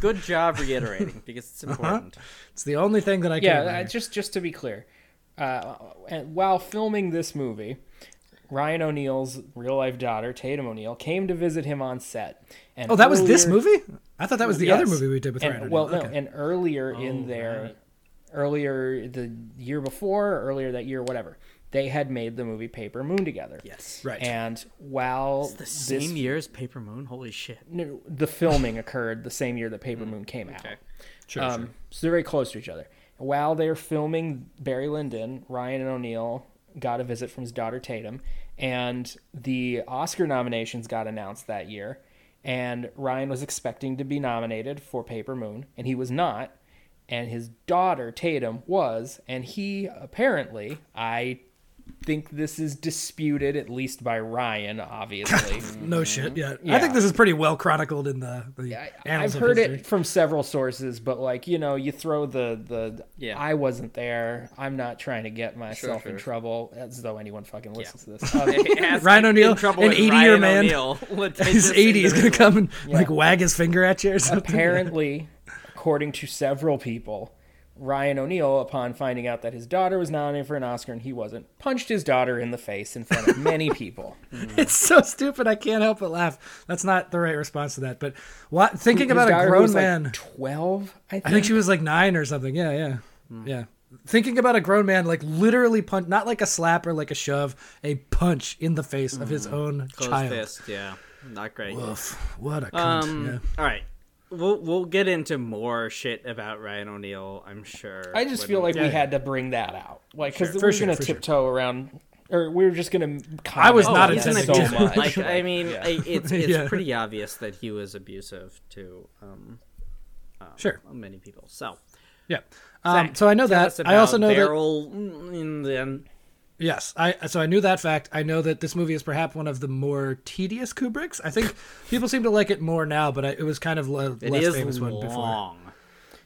Speaker 1: good job reiterating because
Speaker 3: *laughs* Uh-huh.
Speaker 1: it's important.
Speaker 3: it's the only thing that I can.
Speaker 2: yeah, uh,
Speaker 3: remember.
Speaker 2: just just to be clear, uh, and while filming this movie, Ryan O'Neill's real life daughter Tatum O'Neill came to visit him on set. And
Speaker 3: Oh, that was this
Speaker 2: earlier-
Speaker 3: movie? I thought that was the other
Speaker 2: Yes.
Speaker 3: movie we did with
Speaker 2: and,
Speaker 3: Ryan. Oh,
Speaker 2: Well,
Speaker 3: O'Neal.
Speaker 2: no, and earlier in their, earlier the year before, or earlier that year, whatever, they had made the movie Paper Moon together.
Speaker 1: Yes.
Speaker 3: Right.
Speaker 2: And while
Speaker 1: The
Speaker 2: this-
Speaker 1: same year as Paper Moon. Holy shit.
Speaker 2: no, the filming occurred the same year that Paper Moon came out.
Speaker 3: Sure,
Speaker 2: um,
Speaker 3: sure.
Speaker 2: So they're very close to each other. While they're filming Barry Lyndon, Ryan and O'Neill got a visit from his daughter Tatum, and the Oscar nominations got announced that year. And Ryan was expecting to be nominated for Paper Moon, and he was not. And his daughter Tatum was, and he apparently, I think this is disputed at least by Ryan, obviously.
Speaker 3: no shit. Yeah. I
Speaker 2: Yeah.
Speaker 3: think this is pretty well chronicled in the, the
Speaker 2: I, I've
Speaker 3: annals of
Speaker 2: heard
Speaker 3: history.
Speaker 2: it from several sources, but like you know, you throw the the
Speaker 1: Yeah.
Speaker 2: I wasn't there. I'm not trying to get myself in
Speaker 1: sure. trouble,"
Speaker 2: trouble, as though anyone fucking listens to this. Um,
Speaker 1: *laughs*
Speaker 3: Ryan O'Neal, an 80-year man. *laughs* He's
Speaker 1: He's
Speaker 3: 80. He's going to come and like wag his finger
Speaker 2: *laughs*
Speaker 3: at you or something.
Speaker 2: apparently, according to several people, Ryan O'Neill, upon finding out that his daughter was nominated for an Oscar and he wasn't, punched his daughter in the face in front of
Speaker 3: *laughs*
Speaker 2: many people.
Speaker 3: It's so stupid. I can't help but laugh. That's not the right response to that. But what, thinking about
Speaker 2: his daughter
Speaker 3: a
Speaker 2: who
Speaker 3: grown
Speaker 2: was, like,
Speaker 3: man.
Speaker 2: twelve, I think.
Speaker 3: I think she was like nine or something. Yeah, yeah,
Speaker 1: Hmm.
Speaker 3: yeah. Thinking about a grown man, like literally punch, not like a slap or like a shove, a punch in the face of his own
Speaker 1: Close
Speaker 3: child.
Speaker 1: Hmm. fist. Yeah. Not great.
Speaker 3: Oof, what a cunt.
Speaker 1: um.
Speaker 3: yeah.
Speaker 1: All right. We'll we'll get into more shit about Ryan O'Neal. I'm sure.
Speaker 2: I just
Speaker 1: when-
Speaker 2: feel like
Speaker 3: yeah.
Speaker 2: we had to bring that out, like because
Speaker 3: For
Speaker 2: we were
Speaker 3: sure,
Speaker 2: gonna
Speaker 3: for sure.
Speaker 2: tiptoe around, or we were just gonna.
Speaker 3: I was
Speaker 2: comment on
Speaker 3: not
Speaker 1: Oh, he's
Speaker 2: this
Speaker 1: an
Speaker 2: so
Speaker 3: intending to. *laughs*
Speaker 1: abusive.
Speaker 2: much.
Speaker 1: Like I mean, I, it's it's
Speaker 3: Yeah.
Speaker 1: pretty obvious that he was abusive to um,
Speaker 3: Sure.
Speaker 1: many people. So
Speaker 3: Yeah. Um, so I know
Speaker 1: tell us
Speaker 3: that. I also
Speaker 1: about
Speaker 3: know that.
Speaker 1: Beryl mm, in the
Speaker 3: Yes, I so I knew that fact. I know that this movie is perhaps one of the more tedious Kubricks. I think people seem to like it more now, but I, it was kind of a
Speaker 1: it
Speaker 3: less
Speaker 1: is
Speaker 3: famous one before.
Speaker 1: long.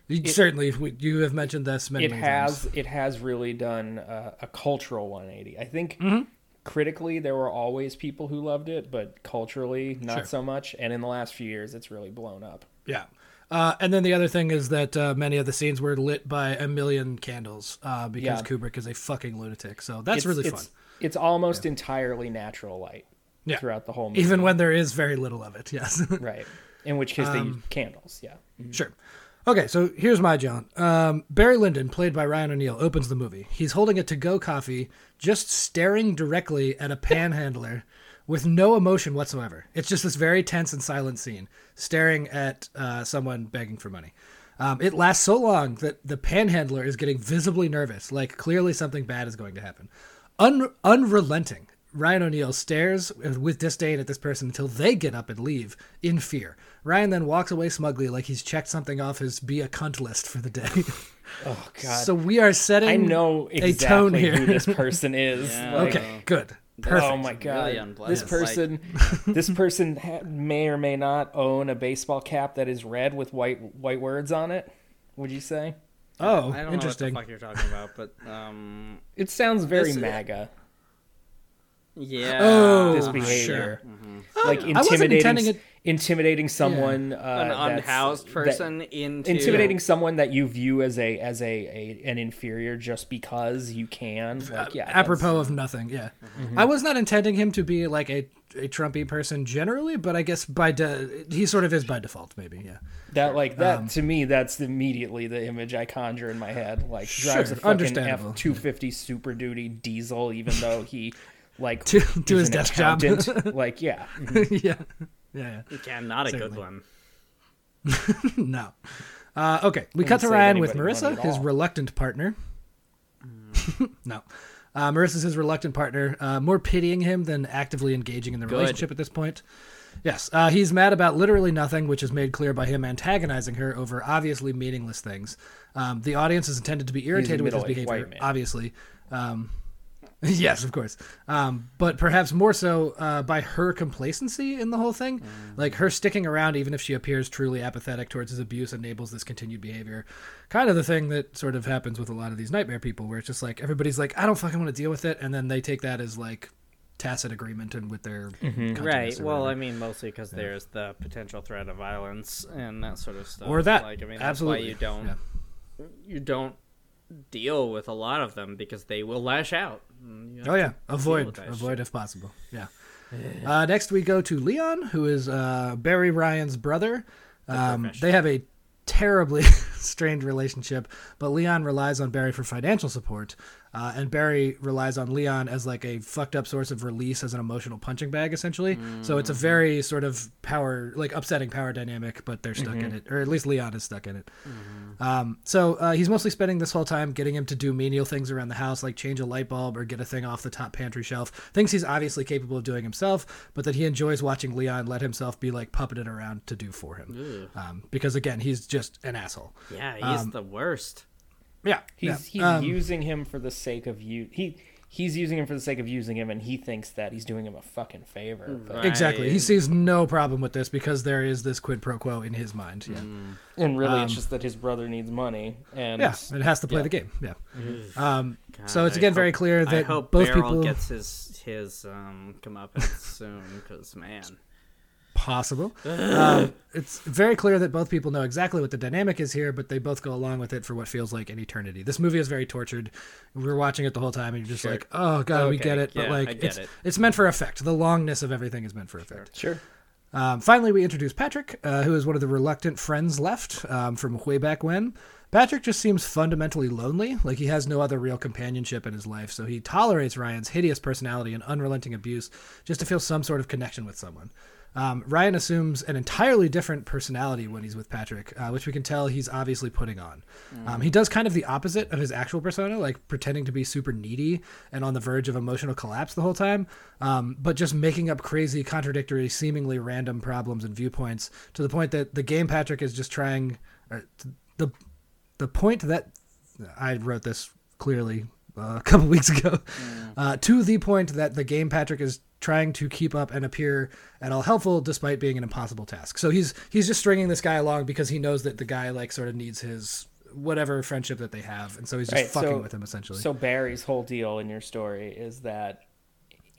Speaker 3: You, certainly, we, you have mentioned this many,
Speaker 2: it
Speaker 3: many
Speaker 2: has
Speaker 3: times.
Speaker 2: it has really done uh, a cultural 180 i think
Speaker 3: Mm-hmm.
Speaker 2: critically there were always people who loved it but culturally not
Speaker 3: Sure.
Speaker 2: so much and in the last few years it's really blown up
Speaker 3: Yeah. Uh, and then the other thing is that uh, many of the scenes were lit by a million candles uh, because
Speaker 2: Yeah.
Speaker 3: Kubrick is a fucking lunatic. So that's really fun.
Speaker 2: it's, it's almost entirely natural light
Speaker 3: Yeah.
Speaker 2: throughout the whole movie
Speaker 3: Even when there is very little of it, *laughs* yes.
Speaker 2: right in which case they
Speaker 3: Um,
Speaker 2: use candles yeah
Speaker 3: Mm-hmm. Sure. Okay, so here's my John. Um, Barry Lyndon, played by Ryan O'Neal, opens the movie. He's holding a to-go coffee, just staring directly at a panhandler with no emotion whatsoever. It's just this very tense and silent scene, staring at uh, someone begging for money. Um, it lasts so long that the panhandler is getting visibly nervous, like clearly something bad is going to happen. Un- unrelenting, Ryan O'Neal stares with disdain at this person until they get up and leave in fear. Ryan then walks away smugly, like he's checked something off his be a cunt list for the day.
Speaker 2: oh god
Speaker 3: so we are setting
Speaker 2: i know
Speaker 3: a tone
Speaker 2: exactly
Speaker 3: here.
Speaker 2: who this person is
Speaker 3: *laughs*
Speaker 2: like,
Speaker 3: okay, good, perfect.
Speaker 2: Oh my
Speaker 1: really
Speaker 2: god!
Speaker 1: unpleasant.
Speaker 2: this
Speaker 1: Like-
Speaker 2: person,
Speaker 3: *laughs*
Speaker 2: this person ha- may or may not own a baseball cap that is red with white white words on it. Would you say
Speaker 3: oh,
Speaker 1: I don't
Speaker 3: interesting.
Speaker 1: know what the fuck you're talking about, but um,
Speaker 2: it sounds very
Speaker 1: This- Uh-huh.
Speaker 2: MAGA?
Speaker 1: yeah.
Speaker 3: Oh,
Speaker 2: This behavior,
Speaker 1: Mm-hmm.
Speaker 2: like
Speaker 3: I wasn't
Speaker 2: intimidating,
Speaker 3: intending it-
Speaker 2: intimidating someone, uh,
Speaker 1: an
Speaker 2: that's-
Speaker 1: unhoused
Speaker 2: that-
Speaker 1: person into
Speaker 2: intimidating someone that you view as a as a, a an inferior just because you can. Like, yeah,
Speaker 3: Uh, apropos of nothing. Yeah, I was not intending him to be like a a Trumpy person generally, but I guess by de- he sort of is by default. Maybe yeah.
Speaker 2: that's- that like that
Speaker 3: Um,
Speaker 2: to me, that's immediately the image I conjure in my head. Like drives
Speaker 3: Sure,
Speaker 2: a fucking
Speaker 3: understandable.
Speaker 2: F two fifty Super Duty diesel, even though he like
Speaker 3: To-
Speaker 2: is
Speaker 3: to his
Speaker 2: an
Speaker 3: desk job. *laughs*
Speaker 2: accountant. like yeah,
Speaker 3: yeah, yeah, yeah.
Speaker 1: Yeah, not a
Speaker 3: Certainly.
Speaker 1: good one.
Speaker 3: *laughs* No. Uh, okay, we cut to
Speaker 2: save
Speaker 3: Ryan with
Speaker 2: anybody money
Speaker 3: Marissa,
Speaker 2: at
Speaker 3: his
Speaker 2: all.
Speaker 3: reluctant partner. *laughs* no. Uh, Marissa's his reluctant partner, uh, more pitying him than actively engaging in the relationship at this point. Yes, uh, he's mad about literally nothing, which is made clear by him antagonizing her over obviously meaningless things. Um, the audience is intended to be irritated with his
Speaker 2: middle-aged
Speaker 3: behavior,
Speaker 2: white man.
Speaker 3: obviously. Um, *laughs* yes, of course. Um, but perhaps more so uh, by her complacency in the whole thing. Like her sticking around, even if she appears truly apathetic towards his abuse, enables this continued behavior. Kind of the thing that sort of happens with a lot of these nightmare people, where it's just like everybody's like, I don't fucking want to deal with it. And then they take that as like tacit agreement and with their
Speaker 1: Right. Well, I mean, mostly because there's the potential threat of violence and that sort of stuff.
Speaker 3: Or that.
Speaker 1: Like, I mean,
Speaker 3: Absolutely.
Speaker 1: that's why you don't
Speaker 3: Yeah.
Speaker 1: you don't deal with a lot of them because they will lash out. And you
Speaker 3: Oh
Speaker 1: have
Speaker 3: yeah,
Speaker 1: to deal with
Speaker 3: avoid
Speaker 1: that
Speaker 3: avoid if possible. Yeah. Uh, next we go to Leon, who is uh, Barry Ryan's brother. Um,
Speaker 1: professional.
Speaker 3: they have a terribly *laughs* strained relationship, but Leon relies on Barry for financial support, uh, and Barry relies on Leon as like a fucked up source of release as an emotional punching bag, essentially. So it's a very sort of power, like upsetting power dynamic, but they're stuck in it, or at least Leon is stuck in it. Um, so uh, he's mostly spending this whole time getting him to do menial things around the house, like change a light bulb or get a thing off the top pantry shelf. Things he's obviously capable of doing himself, but that he enjoys watching Leon let himself be like puppeted around to do for him. Um, because again, he's just an asshole.
Speaker 1: shit. Yeah,
Speaker 3: Um,
Speaker 1: he's the worst.
Speaker 3: Yeah,
Speaker 2: He's
Speaker 3: yeah.
Speaker 2: he's using him for the sake of you. He he's using him for the sake of using him, and he thinks that he's doing him a fucking favor. But
Speaker 3: exactly. He
Speaker 1: Right.
Speaker 3: sees no problem with this because there is this quid pro quo in his mind. Yeah.
Speaker 2: and really, it's just that his brother needs money, and
Speaker 3: Um, Yeah, it has to play the game. Yeah. Um, so it's
Speaker 1: I
Speaker 3: again very
Speaker 1: hope-
Speaker 3: clear
Speaker 1: I
Speaker 3: that
Speaker 1: hope
Speaker 3: both
Speaker 1: Beryl
Speaker 3: people
Speaker 1: gets his his um comeuppance *laughs* soon because man,
Speaker 3: possible. um, it's very clear that both people know exactly what the dynamic is here, but they both go along with it for what feels like an eternity. This movie is very tortured. We were watching it the whole time, and you're just like, "Oh god, we
Speaker 2: Okay,
Speaker 3: get it." But
Speaker 1: yeah,
Speaker 3: like,
Speaker 1: I get
Speaker 3: it's
Speaker 1: it.
Speaker 3: it's meant for effect. The longness of everything is meant for effect.
Speaker 2: sure,
Speaker 3: Um, finally, we introduce Patrick, uh, who is one of the reluctant friends left um, from way back when. Patrick just seems fundamentally lonely, like he has no other real companionship in his life, so he tolerates Ryan's hideous personality and unrelenting abuse just to feel some sort of connection with someone. Um, Ryan assumes an entirely different personality when he's with Patrick, uh, which we can tell he's obviously putting on. Um, he does kind of the opposite of his actual persona, like pretending to be super needy and on the verge of emotional collapse the whole time, um, but just making up crazy, contradictory, seemingly random problems and viewpoints to the point that the game Patrick is just trying. Or the the point that I wrote this clearly uh, *laughs* a couple weeks ago, uh, to the point that the game Patrick is trying to keep up and appear at all helpful despite being an impossible task. So he's he's just stringing this guy along because he knows that the guy like sort of needs his whatever friendship that they have, and so he's just
Speaker 2: Right,
Speaker 3: fucking
Speaker 2: so-
Speaker 3: with him essentially.
Speaker 2: So Barry's whole deal in your story is that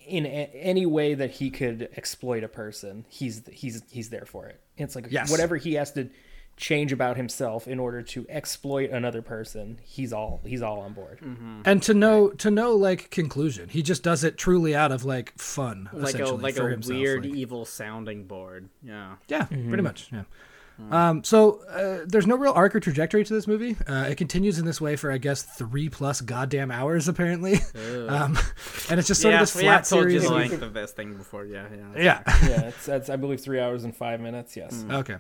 Speaker 2: in a- any way that he could exploit a person, he's he's he's there for it. It's like
Speaker 3: Yes.
Speaker 2: whatever he has to change about himself in order to exploit another person, he's all he's all on board.
Speaker 1: Mm-hmm.
Speaker 3: and to no to no like conclusion, he just does it truly out of like fun,
Speaker 1: like a
Speaker 3: essentially,
Speaker 1: like
Speaker 3: for
Speaker 1: a
Speaker 3: himself,
Speaker 1: weird e-
Speaker 3: like-
Speaker 1: evil sounding board. Yeah.
Speaker 3: Yeah, pretty much. Yeah. Um, so uh, there's no real arc or trajectory to this movie. Uh, it continues in this way for I guess three plus goddamn hours apparently, um, and it's just sort
Speaker 1: yeah,
Speaker 3: of this flat
Speaker 1: yeah, I told you
Speaker 3: series.
Speaker 1: the
Speaker 3: of-
Speaker 1: length of this thing before. Yeah, yeah.
Speaker 3: yeah.
Speaker 2: yeah, it's, that's I believe three hours and five minutes. Yes.
Speaker 1: Mm.
Speaker 3: Okay.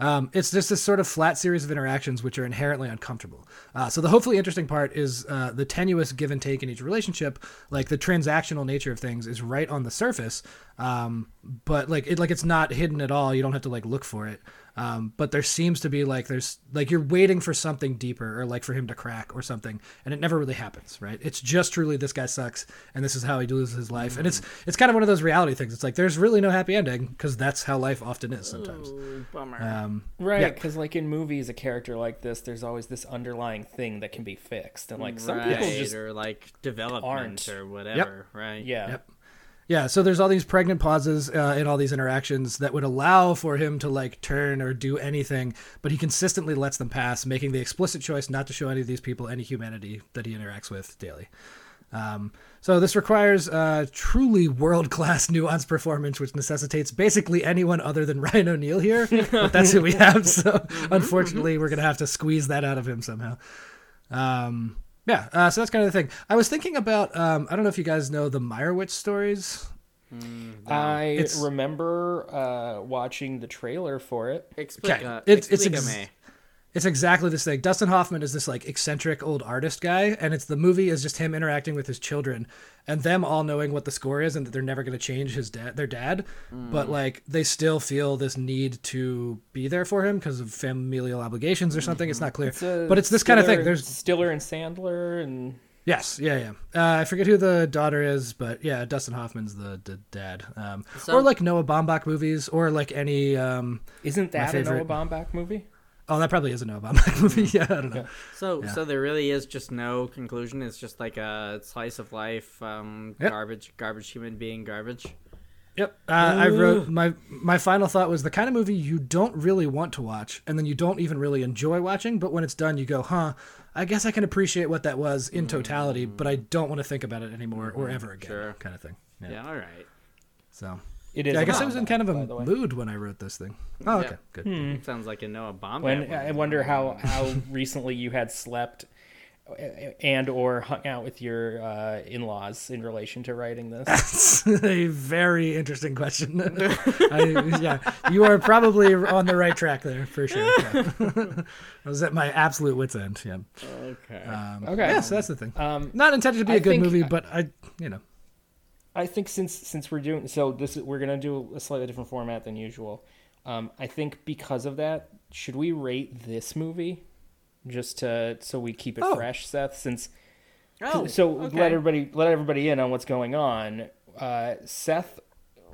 Speaker 3: Um, it's just this sort of flat series of interactions which are inherently uncomfortable. Uh, so the hopefully interesting part is uh, the tenuous give and take in each relationship, like the transactional nature of things is right on the surface, um, but like it like it's not hidden at all. You don't have to like look for it. Um, but there seems to be like there's like you're waiting for something deeper or like for him to crack or something, and it never really happens, right? It's just truly this guy sucks and this is how he loses his life, and it's it's kind of one of those reality things. It's like there's really no happy ending because that's how life often is sometimes.
Speaker 1: Bummer.
Speaker 3: Um,
Speaker 2: Right,
Speaker 3: Yeah.
Speaker 2: because like in movies, a character like this, there's always this underlying thing that can be fixed, and like some people
Speaker 1: Right,
Speaker 2: just
Speaker 1: or like development
Speaker 2: aren't.
Speaker 1: or whatever, right?
Speaker 2: yeah,
Speaker 3: Yep. Yeah, so there's all these pregnant pauses uh, in all these interactions that would allow for him to like turn or do anything, but he consistently lets them pass, making the explicit choice not to show any of these people any humanity that he interacts with daily. Um, so this requires uh, truly world-class *laughs* nuanced performance, which necessitates basically anyone other than *laughs* Ryan O'Neal here. But that's who we have, so unfortunately, we're gonna have to squeeze that out of him somehow. Um, yeah, uh, so that's kind of the thing. I was thinking about. Um, I don't know if you guys know the Meyerowitz stories.
Speaker 2: I
Speaker 3: It's-
Speaker 2: remember uh, watching the trailer for it.
Speaker 1: Explica,
Speaker 3: It's- it's
Speaker 1: explica
Speaker 3: ex-
Speaker 1: me.
Speaker 3: It's exactly this thing. Dustin Hoffman is this like eccentric old artist guy, and it's the movie is just him interacting with his children and them all knowing what the score is and that they're never going to change his dad, their dad, but like they still feel this need to be there for him because of familial obligations or something. Mm-hmm. It's not clear,
Speaker 2: Uh,
Speaker 3: but it's this kind of
Speaker 2: Stiller-
Speaker 3: thing. There's
Speaker 2: Stiller and Sandler, and
Speaker 3: Yes, yeah, yeah. Uh, I forget who the daughter is, but yeah, Dustin Hoffman's the, the dad. Um,
Speaker 1: So-
Speaker 3: or like Noah Baumbach movies, or like any. Um,
Speaker 2: Isn't that a Noah
Speaker 3: favorite-
Speaker 2: Baumbach movie?
Speaker 3: oh, that probably is a Noah Baumbach *laughs* movie. Mm. Yeah, I don't know.
Speaker 1: So, so there really is just no conclusion. It's just like a slice of life, um,
Speaker 3: Yep.
Speaker 1: garbage, garbage, human being, garbage.
Speaker 3: Yep. Uh, I wrote my my final thought was the kind of movie you don't really want to watch, and then you don't even really enjoy watching. But when it's done, you go, "Huh, I guess I can appreciate what that was in totality,
Speaker 2: Mm.
Speaker 3: but I don't want to think about it anymore
Speaker 2: Mm-hmm.
Speaker 3: or ever again."
Speaker 1: Sure.
Speaker 3: Kind of thing. Yeah.
Speaker 1: Yeah, all right.
Speaker 3: So
Speaker 2: It is.
Speaker 3: yeah, I
Speaker 2: a
Speaker 3: guess I was in
Speaker 2: Baumbach,
Speaker 3: kind of
Speaker 2: by
Speaker 3: a
Speaker 2: the way. Mm, Hmm.
Speaker 3: mood when I wrote this thing. Oh,
Speaker 1: Yeah.
Speaker 3: okay, good.
Speaker 1: Sounds like a Noah bomb.
Speaker 2: When uh, I wonder how how *laughs* recently you had slept eh, and or hung out with your uh, in-laws in relation to writing this.
Speaker 3: *laughs* That's a very interesting question. *laughs*
Speaker 2: *laughs*
Speaker 3: I, yeah, you are probably on the right track there for sure. Yeah. *laughs* I was at my absolute wits end. Yeah.
Speaker 1: Okay.
Speaker 2: uh,
Speaker 3: Um,
Speaker 2: Okay.
Speaker 3: Yeah, so that's the thing.
Speaker 2: Um,
Speaker 3: Not intended to be a
Speaker 2: I
Speaker 3: good
Speaker 2: think-
Speaker 3: movie, but I, you know,
Speaker 2: I think since since we're doing so this we're gonna do a slightly different format than usual. Um, I think because of that, should we rate this movie just to so we keep it
Speaker 3: Oh.
Speaker 2: fresh, Seth? Since
Speaker 1: oh,
Speaker 2: so
Speaker 1: okay.
Speaker 2: let everybody let everybody in on what's going on. Uh, Seth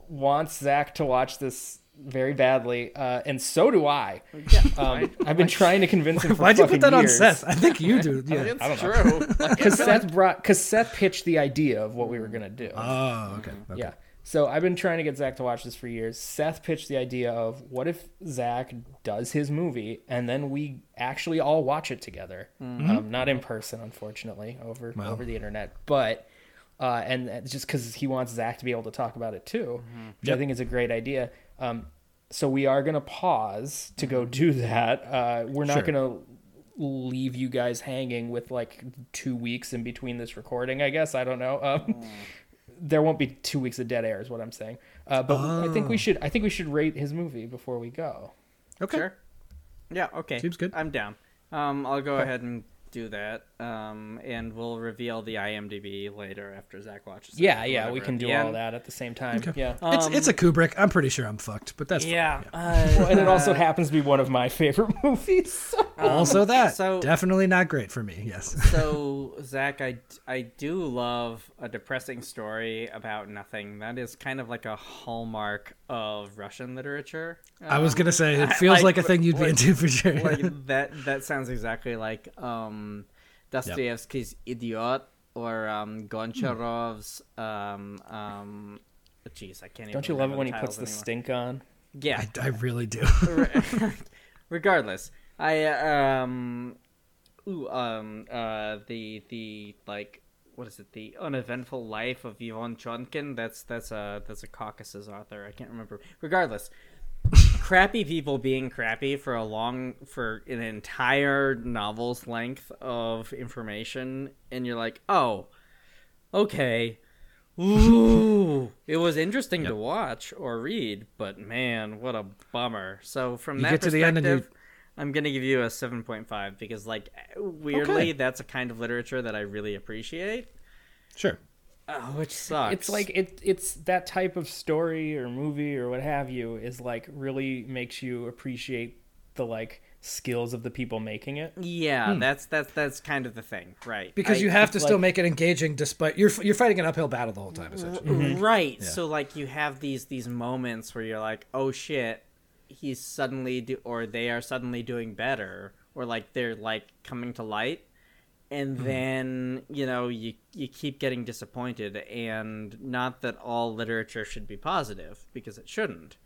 Speaker 2: wants Zach to watch this very badly, uh, and so do I. Um, I've been trying to convince him. For
Speaker 3: why'd you
Speaker 2: fucking
Speaker 3: put that on
Speaker 2: years. *laughs*
Speaker 3: Seth? I think you do. Yeah.
Speaker 1: It's true. Like,
Speaker 2: Because Seth brought because Seth pitched the idea of what we were gonna do.
Speaker 3: Oh, okay. okay.
Speaker 2: Mm, Yeah. So I've been trying to get Zach to watch this for years. Seth pitched the idea of what if Zach does his movie and then we actually all watch it together,
Speaker 3: Mm-hmm.
Speaker 2: um, not in person, unfortunately, over over the internet, but uh, and that's just because he wants Zach to be able to talk about it too,
Speaker 3: Mm-hmm.
Speaker 2: which I think is a great idea. Um, so we are gonna pause to go do that. Uh, we're not
Speaker 3: Mm-hmm. Sure.
Speaker 2: gonna leave you guys hanging with like two weeks in between this recording. I guess I don't know. Um, there won't be two weeks of dead air is what I'm saying. Uh, but I think we should I think we should rate his movie before we go.
Speaker 3: Okay.
Speaker 1: sure. Yeah. Okay.
Speaker 3: Seems good.
Speaker 1: I'm down. Um, I'll go ahead and do that. Um, and we'll reveal the IMDb later after Zach watches. it
Speaker 2: Yeah,
Speaker 1: or
Speaker 2: yeah,
Speaker 1: whatever
Speaker 2: we
Speaker 1: at
Speaker 2: can do
Speaker 1: the
Speaker 2: all
Speaker 1: end.
Speaker 2: that at the same time. Yeah. um,
Speaker 3: It's it's a Kubrick. I'm pretty sure I'm fucked, but that's
Speaker 1: Yeah.
Speaker 3: Fine.
Speaker 1: Uh,
Speaker 2: Oh, and it also happens to be one of my *laughs* favorite movies. so- um,
Speaker 3: also, that
Speaker 1: so-
Speaker 3: definitely not great for me. Yes.
Speaker 1: so zach I, I do love a depressing story about nothing that is kind of like a hallmark of russian literature
Speaker 3: I was
Speaker 1: Um,
Speaker 3: gonna say
Speaker 2: Uh, *laughs*
Speaker 3: it feels
Speaker 1: like-
Speaker 3: like, a thing you'd
Speaker 1: like-
Speaker 3: be into for sure. *laughs*
Speaker 1: like that that sounds exactly like um dostoevsky's idiot or um goncharov's um um jeez i can't even
Speaker 2: *laughs* Don't you love it
Speaker 1: remember
Speaker 2: when he
Speaker 1: the
Speaker 2: puts the
Speaker 1: titles
Speaker 2: stink on?
Speaker 1: anymore. yeah
Speaker 3: I, I
Speaker 2: *laughs*
Speaker 3: really do.
Speaker 1: *laughs* regardless i um ooh um uh the the like what is it the uneventful life of yvonne chonkin that's that's a that's a caucasus author i can't remember regardless crappy people being crappy for a long for an entire novel's length of information and you're like oh okay Ooh, it was interesting to watch or read, but man, what a bummer. So from that
Speaker 3: get to the
Speaker 1: perspective,
Speaker 3: end and you-
Speaker 1: I'm gonna give you a 7.5 because, like, weirdly,
Speaker 3: Okay.
Speaker 1: that's a kind of literature that I really appreciate,
Speaker 3: sure.
Speaker 1: uh, which sucks.
Speaker 2: It's like it it's that type of story or movie or what have you is like really makes you appreciate the like skills of the people making it.
Speaker 1: yeah, that's that's that's kind of the thing, right?
Speaker 3: hmm. Because
Speaker 1: I-
Speaker 3: you have to still
Speaker 2: like-
Speaker 3: make it engaging, despite you're you're fighting an uphill battle the whole time.
Speaker 2: Mm-hmm.
Speaker 3: Essentially,
Speaker 1: Mm-hmm. right so like you have these these moments where you're like oh shit he's suddenly do- or they are suddenly doing better or like they're like coming to light and
Speaker 3: Mm-hmm.
Speaker 1: then you know you you keep getting disappointed and not that all literature should be positive because it shouldn't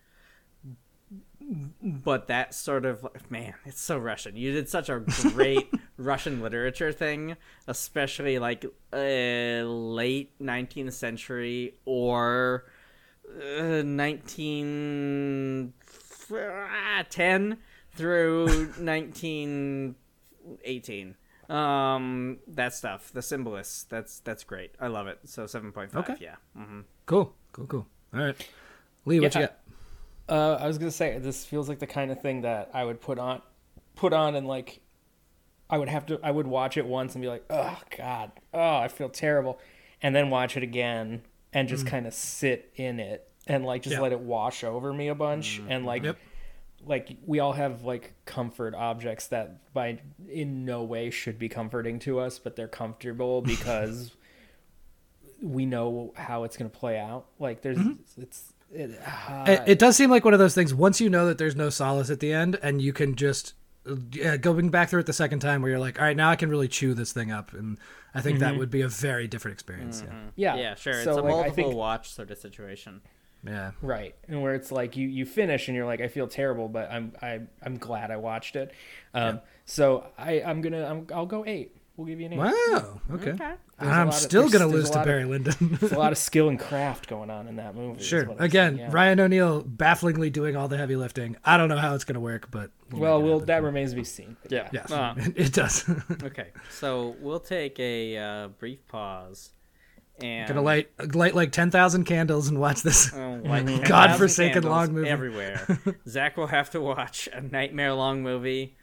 Speaker 1: but that sort of man it's so russian you did such a great russian literature thing especially like uh, late 19th century or uh, 1910 ah, through 1918 um that stuff the symbolists that's that's great i love it so 7.5
Speaker 3: Okay.
Speaker 1: yeah hmm
Speaker 3: cool, cool, cool. All right, Lee, what you
Speaker 2: Yeah.
Speaker 3: got?
Speaker 2: Uh, I was gonna say this feels like the kind of thing that I would put on, put on, and like, I would have to, I would watch it once and be like, oh god, oh I feel terrible, and then watch it again and just kind of sit in it and like just
Speaker 3: Yeah.
Speaker 2: let it wash over me a bunch and like, like we all have like comfort objects that by in no way should be comforting to us, but they're comfortable because we know how it's going to play out. Like there's it's it, ah,
Speaker 3: It, it does seem like one of those things. Once you know that there's no solace at the end, and you can just uh, yeah, going back through it the second time, where you're like, all right, now I can really chew this thing up, and I think
Speaker 2: Mm-hmm.
Speaker 3: that would be a very different experience.
Speaker 2: yeah
Speaker 1: Yeah, sure. It's
Speaker 2: So,
Speaker 1: a
Speaker 2: like, I
Speaker 1: multiple
Speaker 2: think-
Speaker 1: watch sort of situation.
Speaker 3: Yeah, yeah.
Speaker 2: right and where it's like you you finish and you're like i feel terrible but i'm I, i'm glad i watched it um so i i'm gonna I'm, i'll go eight we'll give you an eight
Speaker 3: Wow. Okay.
Speaker 2: There's a lot
Speaker 3: I'm
Speaker 2: of-
Speaker 3: still
Speaker 2: there's-
Speaker 3: gonna
Speaker 2: there's a
Speaker 3: lose to
Speaker 2: lot of-
Speaker 3: Barry Lyndon. *laughs*
Speaker 2: There's *laughs* a lot of skill and craft going on in that movie is
Speaker 3: sure.
Speaker 2: what I'm
Speaker 3: Again,
Speaker 2: saying, yeah.
Speaker 3: Ryan O'Neill bafflingly doing all the heavy lifting. I don't know how it's gonna work, but
Speaker 2: well well uh, that remains to be seen
Speaker 1: Yeah.
Speaker 3: yes, *laughs* it does.
Speaker 1: okay, so we'll take a uh, brief pause and *laughs*
Speaker 3: gonna light light like ten thousand candles and watch this.
Speaker 1: Oh, like
Speaker 3: *laughs*
Speaker 1: 10,000
Speaker 3: Godforsaken
Speaker 1: candles
Speaker 3: long movie. *laughs*
Speaker 1: everywhere. Zach will have to watch a nightmare long movie.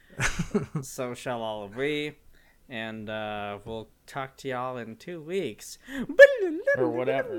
Speaker 1: so shall all of we. And uh, we'll talk to y'all in two weeks.
Speaker 2: Or whatever.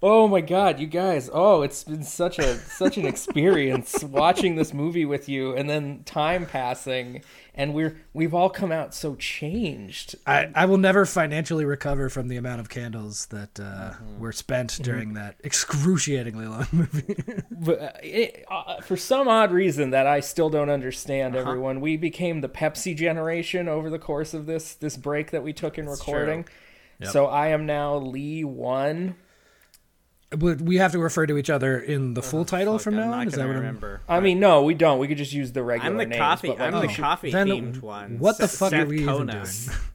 Speaker 2: Oh my god, you guys. Oh, it's been such a such
Speaker 1: *laughs*
Speaker 2: an experience watching this movie with you and then time passing and we're we've all come out so changed.
Speaker 3: I, I will never financially recover from the amount of candles that uh,
Speaker 1: Mm-hmm.
Speaker 3: were spent during that excruciatingly long *laughs* movie.
Speaker 2: But, uh, it, uh, for some odd reason that I still don't understand
Speaker 1: Uh-huh.
Speaker 2: everyone, we became the Pepsi generation over the course of this this break that we took in recording. So I am now Lee 1.
Speaker 3: Would we have to refer to each other in the full title
Speaker 1: Look,
Speaker 3: from
Speaker 1: Uh-huh. I'm
Speaker 3: now
Speaker 1: not
Speaker 3: on? Is that
Speaker 1: gonna
Speaker 3: what I'm-
Speaker 1: remember.
Speaker 2: I mean, no, we don't. We could just use the regular
Speaker 1: I'm the
Speaker 2: names,
Speaker 1: coffee.
Speaker 2: but, like,
Speaker 1: I'm the
Speaker 3: Oh,
Speaker 1: coffee
Speaker 3: then
Speaker 1: themed one.
Speaker 3: what the
Speaker 1: Seth-
Speaker 3: fuck are
Speaker 1: Seth
Speaker 3: we even
Speaker 1: Kona.
Speaker 3: doing?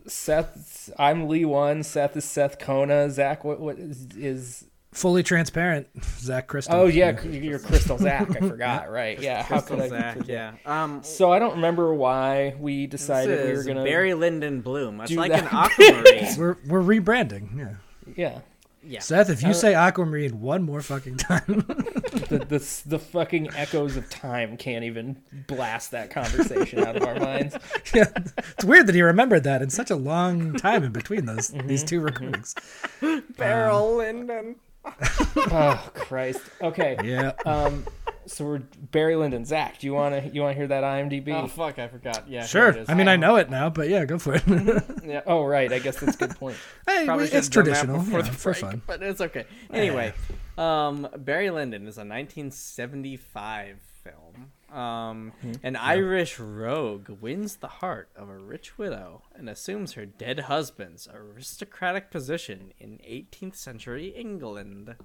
Speaker 2: Seth. I'm Lee one. Seth is Seth Kona. Zach. What what is? is
Speaker 3: Fully transparent, *laughs* Zach Crystal.
Speaker 2: oh yeah, c- you're Crystal Zach. I
Speaker 1: *laughs*
Speaker 2: forgot. Right. Yeah. How could I?
Speaker 1: Zach,
Speaker 2: forget?
Speaker 1: yeah. Um,
Speaker 2: So I don't remember why we
Speaker 1: this
Speaker 2: decided we were
Speaker 1: is
Speaker 2: gonna.
Speaker 1: Barry Lyndon Bloom. It's
Speaker 2: do
Speaker 1: like
Speaker 2: *laughs* that.
Speaker 1: an aquamarine.
Speaker 3: We're we're rebranding. Yeah.
Speaker 2: Yeah.
Speaker 1: yeah.
Speaker 3: Seth, if you
Speaker 1: Oh.
Speaker 3: say Aquamarine one more fucking *laughs* time,
Speaker 1: *laughs*
Speaker 2: The, the s- the fucking echoes of time can't even blast that conversation out of
Speaker 1: *laughs*
Speaker 2: our minds.
Speaker 3: yeah. it's weird that he remembered that in such a long time in between those
Speaker 1: Mm-hmm.
Speaker 3: these
Speaker 1: *laughs*
Speaker 3: two recordings.
Speaker 2: Um,
Speaker 1: Barrel Lyndon.
Speaker 2: Oh Christ. Okay.
Speaker 3: Yeah,
Speaker 1: Oh,
Speaker 2: Um. So we're Barry Lyndon. Zach. Do you wanna you wanna hear that IMDb?
Speaker 6: Oh fuck, I forgot. Yeah, here
Speaker 3: sure.
Speaker 6: it is.
Speaker 3: I mean, I know it now, but yeah, go for it. *laughs*
Speaker 2: oh right. I guess that's a good point.
Speaker 3: hey,
Speaker 1: Probably
Speaker 3: it's
Speaker 1: should've done that
Speaker 3: traditional
Speaker 1: before
Speaker 3: yeah,
Speaker 1: the
Speaker 3: for
Speaker 1: break,
Speaker 3: fun.
Speaker 1: but it's
Speaker 2: *laughs*
Speaker 1: okay. Anyway, um, Barry Lyndon is a 1975 film. Um,
Speaker 2: Hmm.
Speaker 1: An Irish rogue wins the heart of a rich widow and assumes her dead husband's aristocratic position in 18th century England.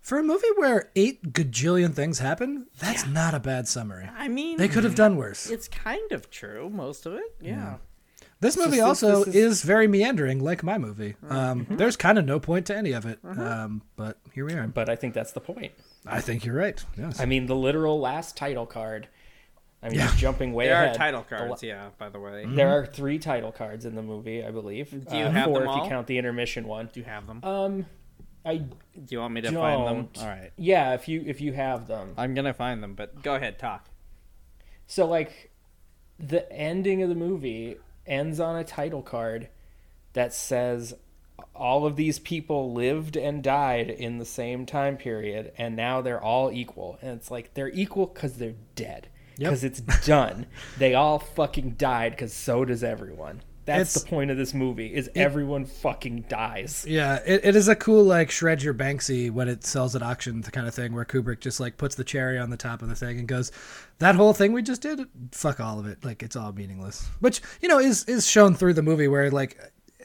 Speaker 3: For a movie where eight gajillion things happen, that's not a bad summary.
Speaker 1: I mean,
Speaker 3: They could have done worse.
Speaker 1: It's kind of true, most of it. Yeah.
Speaker 2: Hmm.
Speaker 3: This movie also is... very meandering, like my movie. Um, There's kind of no point to any of it, um, but here we are.
Speaker 2: But I think that's the point.
Speaker 3: I think you're right. Yes.
Speaker 2: I mean, the literal last title card. I mean,
Speaker 3: Yeah.
Speaker 2: jumping way
Speaker 1: There
Speaker 2: ahead.
Speaker 1: are title
Speaker 2: The la-
Speaker 1: cards, yeah, by the way.
Speaker 2: There are three title cards in the movie, I believe. Do
Speaker 1: you have
Speaker 2: four
Speaker 1: them
Speaker 2: if
Speaker 1: all?
Speaker 2: you count the intermission one?
Speaker 1: Do you have them?
Speaker 2: Um, I
Speaker 1: Do you want me to find them?
Speaker 2: don't.
Speaker 1: All right.
Speaker 2: yeah. If you if you have them,
Speaker 1: I'm going to find them, but go ahead, talk.
Speaker 2: so like, the ending of the movie ends on a title card that says all of these people lived and died in the same time period and now they're all equal and it's like they're equal because they're dead because it's done they all fucking died because so does everyone that's
Speaker 3: It's-
Speaker 2: the point of this movie is everyone fucking dies
Speaker 3: Yeah, it, it is a cool like shred your Banksy when it sells at auction kind of thing where Kubrick just like puts the cherry on the top of the thing and goes, "That whole thing we just did, fuck all of it. Like it's all meaningless." Which you know is is shown through the movie where like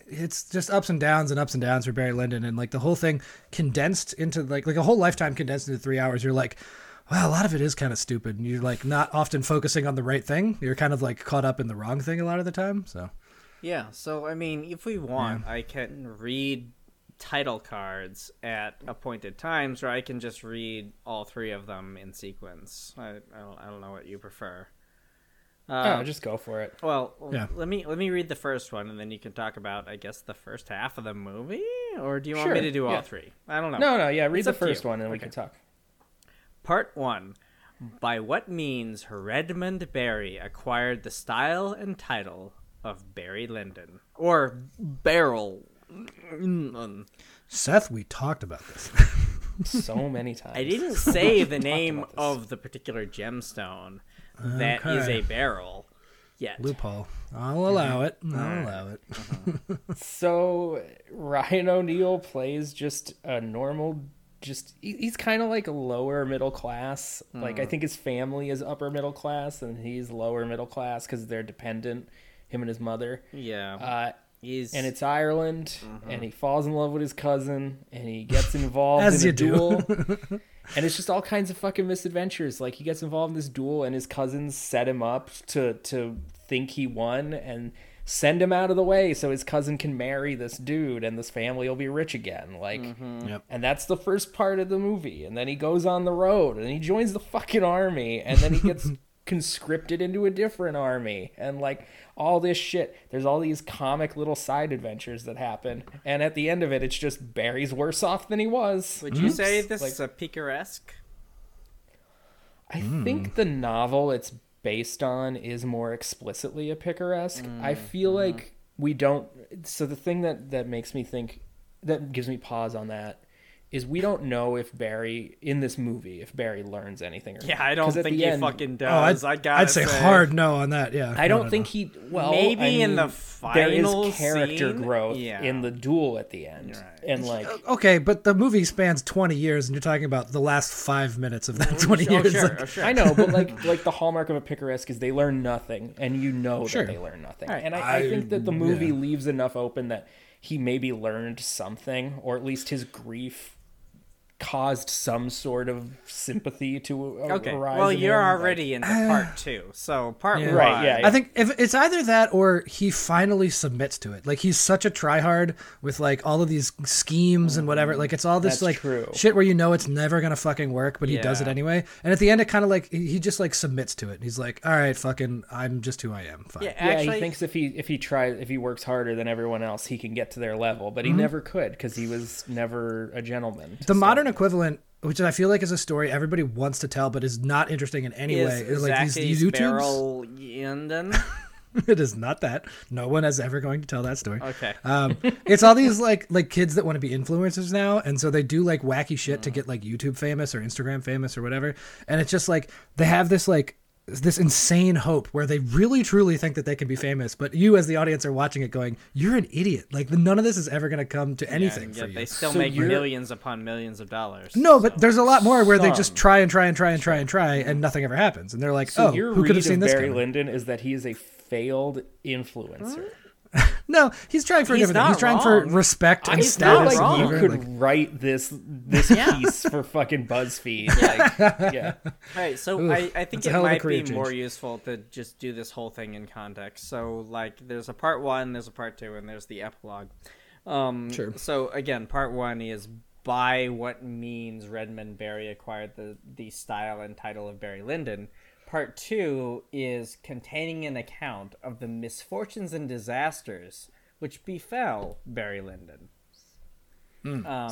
Speaker 3: it's just ups and downs and ups and downs for Barry Lyndon and like the whole thing condensed into like like a whole lifetime condensed into three hours. You're like. Wow, a lot of it is kind of stupid, and you're like not often focusing on the right thing. You're kind of like caught up in the wrong thing a lot of the time. So
Speaker 1: Yeah, so I mean, if we want, I can read title cards at appointed times, or I can just read all three of them in sequence. I, I, don't, I don't know what you prefer. Um,
Speaker 2: oh, just go for it
Speaker 1: Well,
Speaker 3: Yeah.
Speaker 1: let me let me read the first one, and then you can talk about, I guess, the first half of the movie. Or do you want me
Speaker 2: Sure,
Speaker 1: to do all
Speaker 2: yeah.
Speaker 1: three? I don't know.
Speaker 2: no no yeah read
Speaker 1: It's
Speaker 2: the
Speaker 1: up to
Speaker 2: first
Speaker 1: you.
Speaker 2: one and we
Speaker 1: Okay.
Speaker 2: can talk
Speaker 1: Part 1 By what means Redmond Barry acquired the style and title of Barry Lyndon? Or Barrel Mm,
Speaker 3: Seth, we talked about this.
Speaker 2: so many
Speaker 1: *laughs*
Speaker 2: times.
Speaker 1: I didn't say the name of the particular gemstone that is
Speaker 3: Okay.
Speaker 1: a barrel yet.
Speaker 3: Loophole. I'll
Speaker 2: Mm-hmm.
Speaker 3: allow it. I'll allow it.
Speaker 2: So Ryan O'Neal plays just a normal, just he- he's kind of like a lower middle class. Like I think his family is upper middle class and he's lower middle class because they're dependent, him and his mother.
Speaker 1: Yeah.
Speaker 2: Uh,
Speaker 1: He's
Speaker 2: and it's Ireland, and he falls in love with his cousin, and he gets involved
Speaker 3: As
Speaker 2: in a
Speaker 3: you do. *laughs*
Speaker 2: duel. and it's just all kinds of fucking misadventures. Like he gets involved in this duel, and his cousins set him up to to think he won and send him out of the way so his cousin can marry this dude, and this family will be rich again. Like.
Speaker 3: Yep.
Speaker 2: And that's the first part of the movie. And then he goes on the road and he joins the fucking army and then he gets conscripted into a different army and like all this shit. There's all these comic little side adventures that happen. And at the end of it, it's just Barry's worse off than he was.
Speaker 1: Would you say this
Speaker 2: Like-
Speaker 1: is a picaresque?
Speaker 2: I
Speaker 1: Hmm.
Speaker 2: think the novel it's based on is more explicitly a picaresque.
Speaker 1: Hmm.
Speaker 2: I feel
Speaker 1: Uh-huh.
Speaker 2: like we don't. So the thing that that makes me think that gives me pause on that is we don't know if Barry in this movie if Barry learns anything or
Speaker 1: Yeah,
Speaker 2: not.
Speaker 1: I don't
Speaker 2: 'Cause at
Speaker 1: think
Speaker 2: the
Speaker 1: he
Speaker 2: end-
Speaker 1: fucking
Speaker 3: Oh, I'd,
Speaker 1: does. I got.
Speaker 3: I'd say, hard no on that. Yeah.
Speaker 2: I don't think he. Well,
Speaker 1: Maybe
Speaker 2: I
Speaker 1: in the
Speaker 2: mean, there
Speaker 1: final
Speaker 2: is character
Speaker 1: scene?
Speaker 2: growth
Speaker 1: Yeah.
Speaker 2: in the duel at the end, and like
Speaker 3: Okay, but the movie spans 20 years, and you're talking about the last five minutes of
Speaker 1: *laughs*
Speaker 3: that 20
Speaker 1: Oh
Speaker 3: years.
Speaker 1: sure,
Speaker 3: Like, *laughs*
Speaker 1: oh, sure.
Speaker 2: I know, but like *laughs* like the hallmark of a picaresque is they learn nothing, and you know
Speaker 3: Sure.
Speaker 2: that they learn nothing.
Speaker 1: Right.
Speaker 2: And I, I,
Speaker 3: I-
Speaker 2: think that the
Speaker 3: yeah.
Speaker 2: movie leaves enough open that he maybe learned something, or at least his grief caused some sort of sympathy to a-
Speaker 1: Okay.
Speaker 2: arise.
Speaker 1: Well,
Speaker 2: in
Speaker 1: you're
Speaker 2: him, like-
Speaker 1: already in the part two, so part one.
Speaker 2: Right, yeah,
Speaker 3: I think if it's either that or he finally submits to it. Like he's such a tryhard with like all of these schemes and whatever. Like it's all this
Speaker 2: That's
Speaker 3: like
Speaker 2: true.
Speaker 3: shit where you know it's never gonna fucking work, but he does it
Speaker 1: Yeah.
Speaker 3: anyway. And at the end, it kind of like he he just like submits to it. He's like, all right, fucking, I'm just who I am. Fine.
Speaker 1: Yeah,
Speaker 2: yeah,
Speaker 1: actually,
Speaker 2: he thinks if he if he tries if he works harder than everyone else, he can get to their level, but he never could because he was never a gentleman.
Speaker 3: Mm-hmm. The modern equivalent, which I feel like is a story everybody wants to tell, but is not interesting in any
Speaker 1: is
Speaker 3: way. is, like these,
Speaker 1: Zaki's
Speaker 3: these YouTubes,
Speaker 1: barrel Yenden.
Speaker 3: *laughs* it is not that. No one is ever going to tell that story.
Speaker 1: Okay. *laughs*
Speaker 3: um, it's all these like like kids that want to be influencers now, and so they do like wacky shit
Speaker 1: Mm.
Speaker 3: to get like YouTube famous or Instagram famous or whatever. And it's just like they have this like this insane hope where they really truly think that they can be famous, but you as the audience are watching it going, "You're an idiot!" Like none of this is ever going to come to anything
Speaker 1: Yeah,
Speaker 3: for you.
Speaker 1: they still
Speaker 2: So
Speaker 1: make
Speaker 2: you're-
Speaker 1: millions upon millions of dollars.
Speaker 3: no, but there's a lot more where they just
Speaker 2: Some.
Speaker 3: try and try and try and try and try, and nothing ever happens. And they're like,
Speaker 2: So
Speaker 3: "Oh,
Speaker 2: your
Speaker 3: who
Speaker 2: read
Speaker 3: could have seen
Speaker 2: of
Speaker 3: this?"
Speaker 2: Barry
Speaker 3: coming?"
Speaker 2: Lyndon is that he is a failed influencer.
Speaker 3: No, he's trying for a
Speaker 1: He's
Speaker 3: different. thing. He's
Speaker 1: not
Speaker 3: trying for
Speaker 1: wrong.
Speaker 3: respect and
Speaker 1: He's
Speaker 2: not
Speaker 1: not
Speaker 3: status.
Speaker 2: like
Speaker 3: and
Speaker 1: wrong.
Speaker 2: you
Speaker 3: whatever,
Speaker 2: could
Speaker 3: like-
Speaker 2: write this this piece for
Speaker 1: *laughs*
Speaker 2: fucking BuzzFeed. Like, yeah,
Speaker 1: All right, so
Speaker 3: Oof,
Speaker 1: I, I think
Speaker 3: that's a
Speaker 1: it
Speaker 3: hell of a
Speaker 1: might be
Speaker 3: career change.
Speaker 1: more useful to just do this whole thing in context. So, like, there's a part one, there's a part two, and there's the epilogue. Um,
Speaker 3: Sure.
Speaker 1: So, again, part one is by what means Redmond Barry acquired the, the style and title of Barry Lyndon. Part two is containing an account of the misfortunes and disasters which befell Barry Lyndon.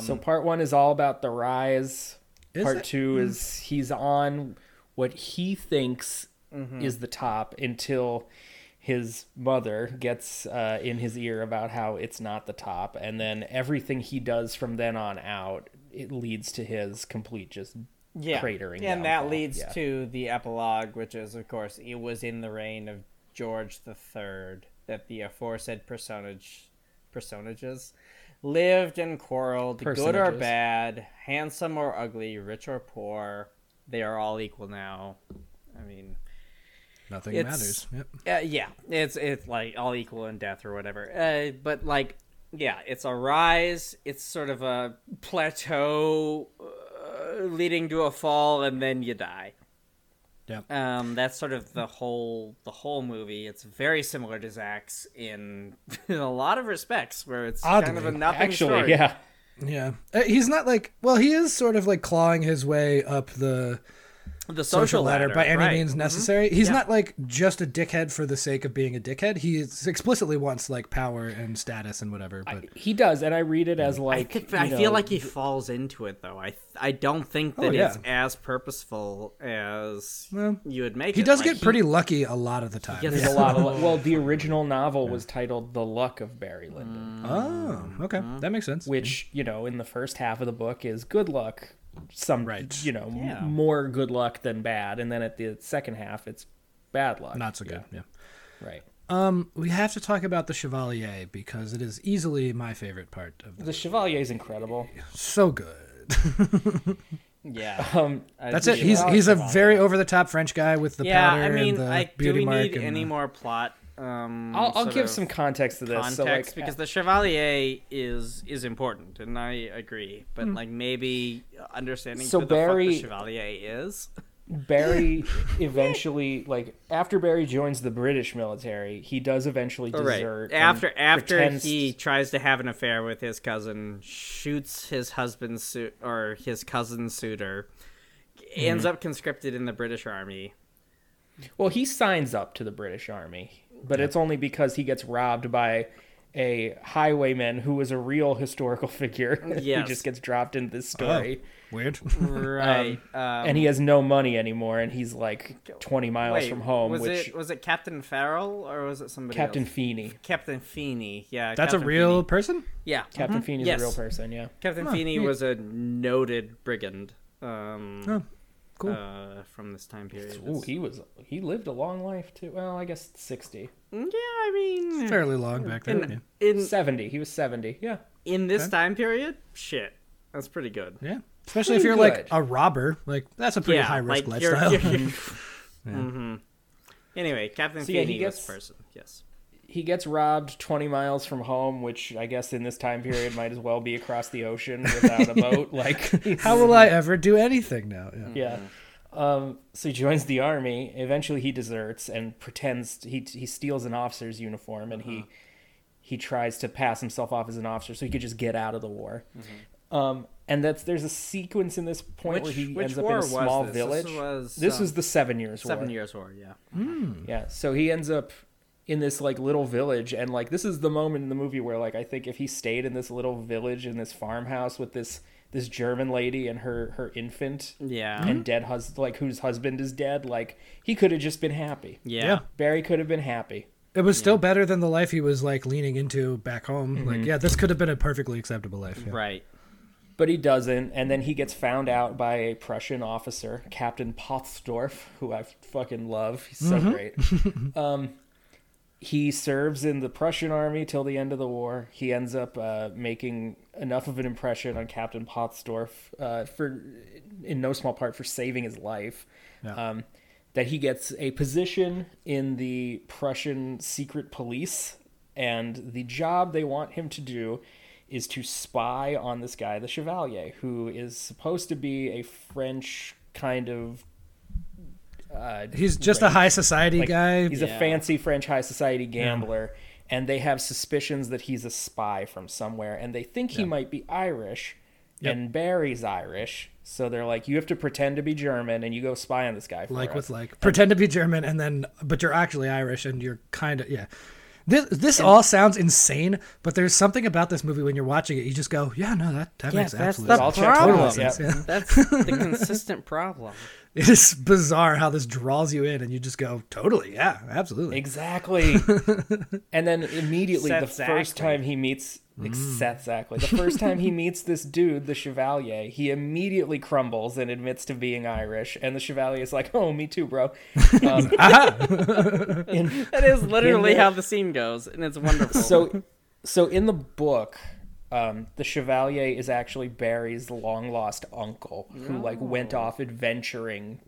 Speaker 2: so part one is all about the rise.
Speaker 3: Is
Speaker 2: part
Speaker 3: it?
Speaker 2: two is he's on what he thinks
Speaker 3: Mm-hmm.
Speaker 2: is the top until his mother gets uh, in his ear about how it's not the top, and then everything he does from then on out it leads to his complete just cratering,
Speaker 1: And
Speaker 2: downfall.
Speaker 1: that leads
Speaker 2: Yeah.
Speaker 1: to the epilogue, which is, of course, it was in the reign of George the Third that the aforesaid personage, personages lived and quarreled, good or
Speaker 2: Personages.
Speaker 1: bad, handsome or ugly, rich or poor. They are all equal now. I mean,
Speaker 3: Nothing
Speaker 1: It's-
Speaker 3: matters. Yep.
Speaker 1: uh, yeah, it's it's like all equal in death or whatever. Uh, but like, yeah, it's a rise. It's sort of a plateau uh, leading to a fall, and then you die.
Speaker 3: Yep.
Speaker 1: Um, that's sort of the whole the whole movie. It's very similar to Zack's in, *laughs* in a lot of respects, where it's kind of a
Speaker 3: Oddly,
Speaker 1: nothing
Speaker 2: actually,
Speaker 1: story.
Speaker 2: yeah.
Speaker 3: Yeah. Uh, He's not like well, he is sort of like clawing his way up the
Speaker 1: the social ladder,
Speaker 3: by any
Speaker 1: right. Mm-hmm.
Speaker 3: means necessary. He's
Speaker 1: Yeah.
Speaker 3: not like just a dickhead for the sake of being a dickhead. He is- explicitly wants like power and status and whatever. But
Speaker 2: He does, and I read it as
Speaker 1: I,
Speaker 2: like
Speaker 1: think-
Speaker 2: you
Speaker 1: I
Speaker 2: know,
Speaker 1: feel like he falls into it though. I th- I don't think that
Speaker 3: Oh, yeah.
Speaker 1: it's as purposeful as
Speaker 3: Well,
Speaker 1: you would make.
Speaker 3: he
Speaker 1: it.
Speaker 3: does
Speaker 1: Like,
Speaker 3: get pretty lucky a lot of the time.
Speaker 1: gets
Speaker 2: there's a
Speaker 3: *laughs*
Speaker 2: lot of well, the original novel was titled "The Luck of Barry
Speaker 1: Mm.
Speaker 2: Lyndon,"
Speaker 3: Oh, okay,
Speaker 1: Mm-hmm.
Speaker 3: that makes sense.
Speaker 2: which you know in the first half of the book is good luck, some
Speaker 3: Right.
Speaker 2: you know m-
Speaker 1: Yeah.
Speaker 2: more good luck than bad, and then at the second half it's bad luck,
Speaker 3: Not so good. Yeah.
Speaker 2: right?
Speaker 3: Um, we have to talk about the Chevalier because it is easily my favorite part of the.
Speaker 2: The Chevalier is
Speaker 3: *laughs*
Speaker 2: incredible.
Speaker 3: So good.
Speaker 1: Yeah.
Speaker 2: Um,
Speaker 3: That's it. He's he's a very over the top French guy with the
Speaker 1: yeah.
Speaker 3: powder
Speaker 1: I mean,
Speaker 3: and the
Speaker 1: like, do
Speaker 3: beauty
Speaker 1: we
Speaker 3: mark.
Speaker 1: need
Speaker 3: and
Speaker 1: any
Speaker 3: the-
Speaker 1: more plot? Um,
Speaker 2: I'll, I'll
Speaker 1: sort
Speaker 2: give
Speaker 1: of
Speaker 2: some context to this.
Speaker 1: context
Speaker 2: so like,
Speaker 1: because the Chevalier is is important, and I agree. But
Speaker 3: Hmm.
Speaker 1: like maybe understanding
Speaker 2: So
Speaker 1: who the,
Speaker 2: Barry-
Speaker 1: fuck the Chevalier is.
Speaker 2: *laughs*
Speaker 1: *laughs*
Speaker 2: Barry eventually, like after Barry joins the British military, he does eventually desert. and
Speaker 1: Oh, After after
Speaker 2: pretends-
Speaker 1: he tries to have an affair with his cousin, shoots his husband's suit or his cousin's suitor,
Speaker 2: Hmm.
Speaker 1: ends up conscripted in the British
Speaker 2: *laughs*
Speaker 1: army.
Speaker 2: well, he signs up to the British army, but it's only because he gets robbed by a highwayman who is a real historical *laughs* figure.
Speaker 1: Yes.
Speaker 2: who just gets dropped into this story,
Speaker 1: *laughs*
Speaker 3: Weird.
Speaker 1: Right. Um,
Speaker 2: and he has no money anymore, and he's like twenty miles
Speaker 1: wait,
Speaker 2: from home,
Speaker 1: Was
Speaker 2: which
Speaker 1: it Uh-huh. was it Captain Farrell or was it somebody
Speaker 2: Captain
Speaker 1: else?
Speaker 2: Feeney.
Speaker 1: Captain Feeney, yeah.
Speaker 3: *laughs* That's a
Speaker 1: Captain
Speaker 3: real
Speaker 1: Feeney.
Speaker 3: person.
Speaker 1: Yeah.
Speaker 2: Captain
Speaker 1: mhm,
Speaker 2: Feeney's
Speaker 1: yes.
Speaker 2: a real person, yeah.
Speaker 1: Captain Feeney was a noted brigand. Um
Speaker 3: Oh, cool.
Speaker 1: uh, from this time period.
Speaker 2: Ooh, he was he lived a long life too. Well, I guess sixty.
Speaker 1: Mm, yeah, I mean
Speaker 3: Fairly long back then.
Speaker 1: in, in
Speaker 2: 70 he was 70 yeah
Speaker 1: in this time period, shit, that's pretty good.
Speaker 3: yeah. yeah. Especially if
Speaker 2: pretty
Speaker 3: you're like
Speaker 2: good.
Speaker 3: a robber, like that's a pretty high risk
Speaker 1: like,
Speaker 3: lifestyle.
Speaker 1: You're, you're, *laughs* hmm Anyway, Captain
Speaker 2: So, yeah, he
Speaker 1: Feeney was
Speaker 2: gets-
Speaker 1: the person. Yes.
Speaker 2: he gets robbed 20 miles from home which i guess in this time period might as well be across the
Speaker 1: *laughs*
Speaker 2: ocean without a boat like
Speaker 3: *laughs* How will I ever do anything now? Yeah.
Speaker 2: yeah um, so he joins the army eventually he deserts and pretends he he steals an officer's uniform and
Speaker 1: Uh-huh.
Speaker 2: he he tries to pass himself off as an officer so he could just get out of the war um, and that's there's a sequence in this point where
Speaker 1: Mm-hmm. Which-
Speaker 2: he
Speaker 1: which
Speaker 2: ends up
Speaker 1: war
Speaker 2: in a
Speaker 1: was
Speaker 2: small
Speaker 1: this? This
Speaker 2: village
Speaker 1: was,
Speaker 2: this
Speaker 1: um,
Speaker 2: was the seven years war
Speaker 1: Seven Years War, yeah.
Speaker 2: Yeah, so he ends up in this like little village and like this is the moment in the movie where like I think if he stayed in this little village in this farmhouse with this this German lady and her her infant
Speaker 1: Yeah.
Speaker 2: and dead husband like whose husband is dead, like he could have just been happy.
Speaker 1: yeah.
Speaker 3: Yeah.
Speaker 2: Barry could have been happy.
Speaker 3: It was still better than the life he was like leaning into back home.
Speaker 1: Mm-hmm.
Speaker 3: Like, yeah, this could have been a perfectly acceptable life. Yeah.
Speaker 1: Right.
Speaker 2: But he doesn't, and then he gets found out by a Prussian officer, Captain Potzdorf, who I fucking love. He's so great. um, he serves in the Prussian army till the end of the war. He ends up uh, making enough of an impression on Captain Potzdorf uh, for, in no small part, for saving his life. Um, that he gets a position in the Prussian secret police, and the job they want him to do is to spy on this guy, the Chevalier, who is supposed to be a French kind of. Uh,
Speaker 3: He's just a high society
Speaker 2: like,
Speaker 3: guy.
Speaker 2: He's
Speaker 1: Yeah.
Speaker 2: a fancy French high society gambler, and they have suspicions that he's a spy from somewhere, and they think he might be Irish, and Barry's Irish, so they're like, "You have to pretend to be German, and you go spy on this guy." For
Speaker 3: like with
Speaker 2: us."
Speaker 3: like pretend to be German and then but you're actually Irish and you're kind of yeah. This this all sounds insane, but there's something about this movie when you're watching it, you just go, yeah, no, that that makes
Speaker 1: that's
Speaker 3: absolute
Speaker 1: the
Speaker 2: all
Speaker 3: sense.
Speaker 2: checks out.
Speaker 1: problem.
Speaker 2: Yeah.
Speaker 3: Yeah.
Speaker 1: That's
Speaker 3: *laughs*
Speaker 1: the consistent problem.
Speaker 3: It is bizarre how this draws you in and you just go, totally, yeah, absolutely.
Speaker 2: Exactly. and then immediately, the
Speaker 1: Seth
Speaker 2: first
Speaker 1: Zachley.
Speaker 2: time he meets exactly the first time he meets this dude, the Chevalier, he immediately crumbles and admits to being Irish. And the Chevalier is like, "Oh, me too, bro." Um, *laughs* in-
Speaker 1: That is literally
Speaker 2: In the-
Speaker 1: how the scene goes, and it's wonderful.
Speaker 2: so, so in the book. Um, the Chevalier is actually Barry's long lost uncle who like went off adventuring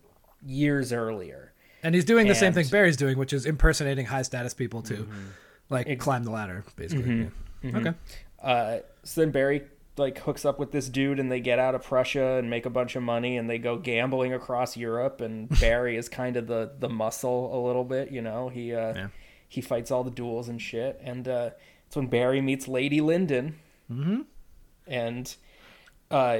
Speaker 2: years earlier.
Speaker 3: And he's doing the same
Speaker 2: And-
Speaker 3: thing Barry's doing, which is impersonating high status people to
Speaker 1: Mm-hmm.
Speaker 3: like climb the ladder, basically. yeah. Okay. *laughs*
Speaker 2: Uh, so then Barry like hooks up with this dude and they get out of Prussia and make a bunch of money and they go gambling across Europe and Barry is kind of the the muscle a little bit, you know. He uh he fights all the duels and shit and uh it's when Barry meets Lady Lyndon. Mm-hmm. And uh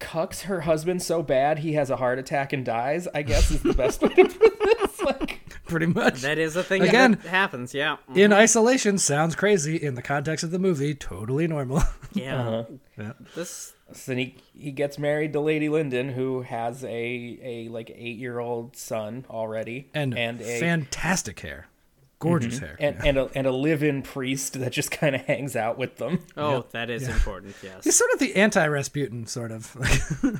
Speaker 2: cucks her husband so bad he has a heart attack and dies. I guess is the best way to put this. *laughs* Like,
Speaker 3: pretty much.
Speaker 1: That is a thing
Speaker 3: Again.
Speaker 1: that happens. Yeah.
Speaker 3: in isolation, sounds crazy. In the context of the movie, totally normal. *laughs*
Speaker 1: Yeah.
Speaker 3: Yeah.
Speaker 1: This
Speaker 2: so then he he gets married to Lady Lyndon, who has a a like eight year old son already,
Speaker 3: and
Speaker 2: and a Mm-hmm.
Speaker 3: fantastic hair, gorgeous hair.
Speaker 2: and, and a and a live in priest that just kind of hangs out with them.
Speaker 1: oh, that is important.
Speaker 3: he's
Speaker 1: Yes.
Speaker 3: sort of the anti-Rasputin, sort of.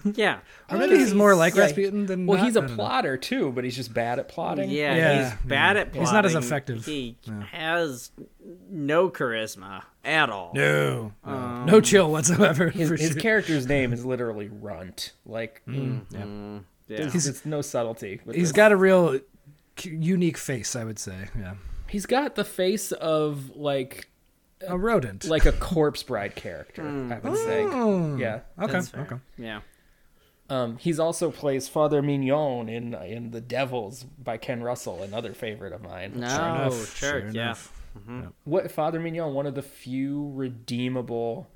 Speaker 3: *laughs*
Speaker 1: Yeah.
Speaker 3: or maybe he's more like
Speaker 2: Oh, Yeah.
Speaker 3: Rasputin than.
Speaker 2: Well,
Speaker 3: not.
Speaker 2: he's a
Speaker 3: I don't know.
Speaker 2: plotter too, but he's just bad at plotting.
Speaker 1: Yeah,
Speaker 3: Yeah,
Speaker 1: he's bad at plotting.
Speaker 3: He's not as effective.
Speaker 1: He has no charisma at all.
Speaker 3: No, no,
Speaker 1: Oh.
Speaker 3: no chill whatsoever.
Speaker 2: His,
Speaker 3: for
Speaker 2: his
Speaker 3: sure.
Speaker 2: character's name is literally Runt. Like,
Speaker 1: Yeah.
Speaker 2: there's, it's no subtlety. with
Speaker 3: He's
Speaker 2: this.
Speaker 3: got a real c- unique face, I would say. Yeah,
Speaker 2: he's got the face of like
Speaker 3: a rodent.
Speaker 2: Uh,
Speaker 3: Hmm.
Speaker 2: like a corpse bride character. I would say, yeah.
Speaker 3: okay,
Speaker 1: That's fair.
Speaker 3: okay.
Speaker 1: Yeah.
Speaker 2: Um, he's also plays Father Mignon in in The Devils by Ken Russell, another favorite of mine.
Speaker 1: No,
Speaker 3: enough,
Speaker 1: sure.
Speaker 3: sure
Speaker 1: Oh, yeah.
Speaker 3: enough.
Speaker 2: what Father Mignon, one of the few redeemable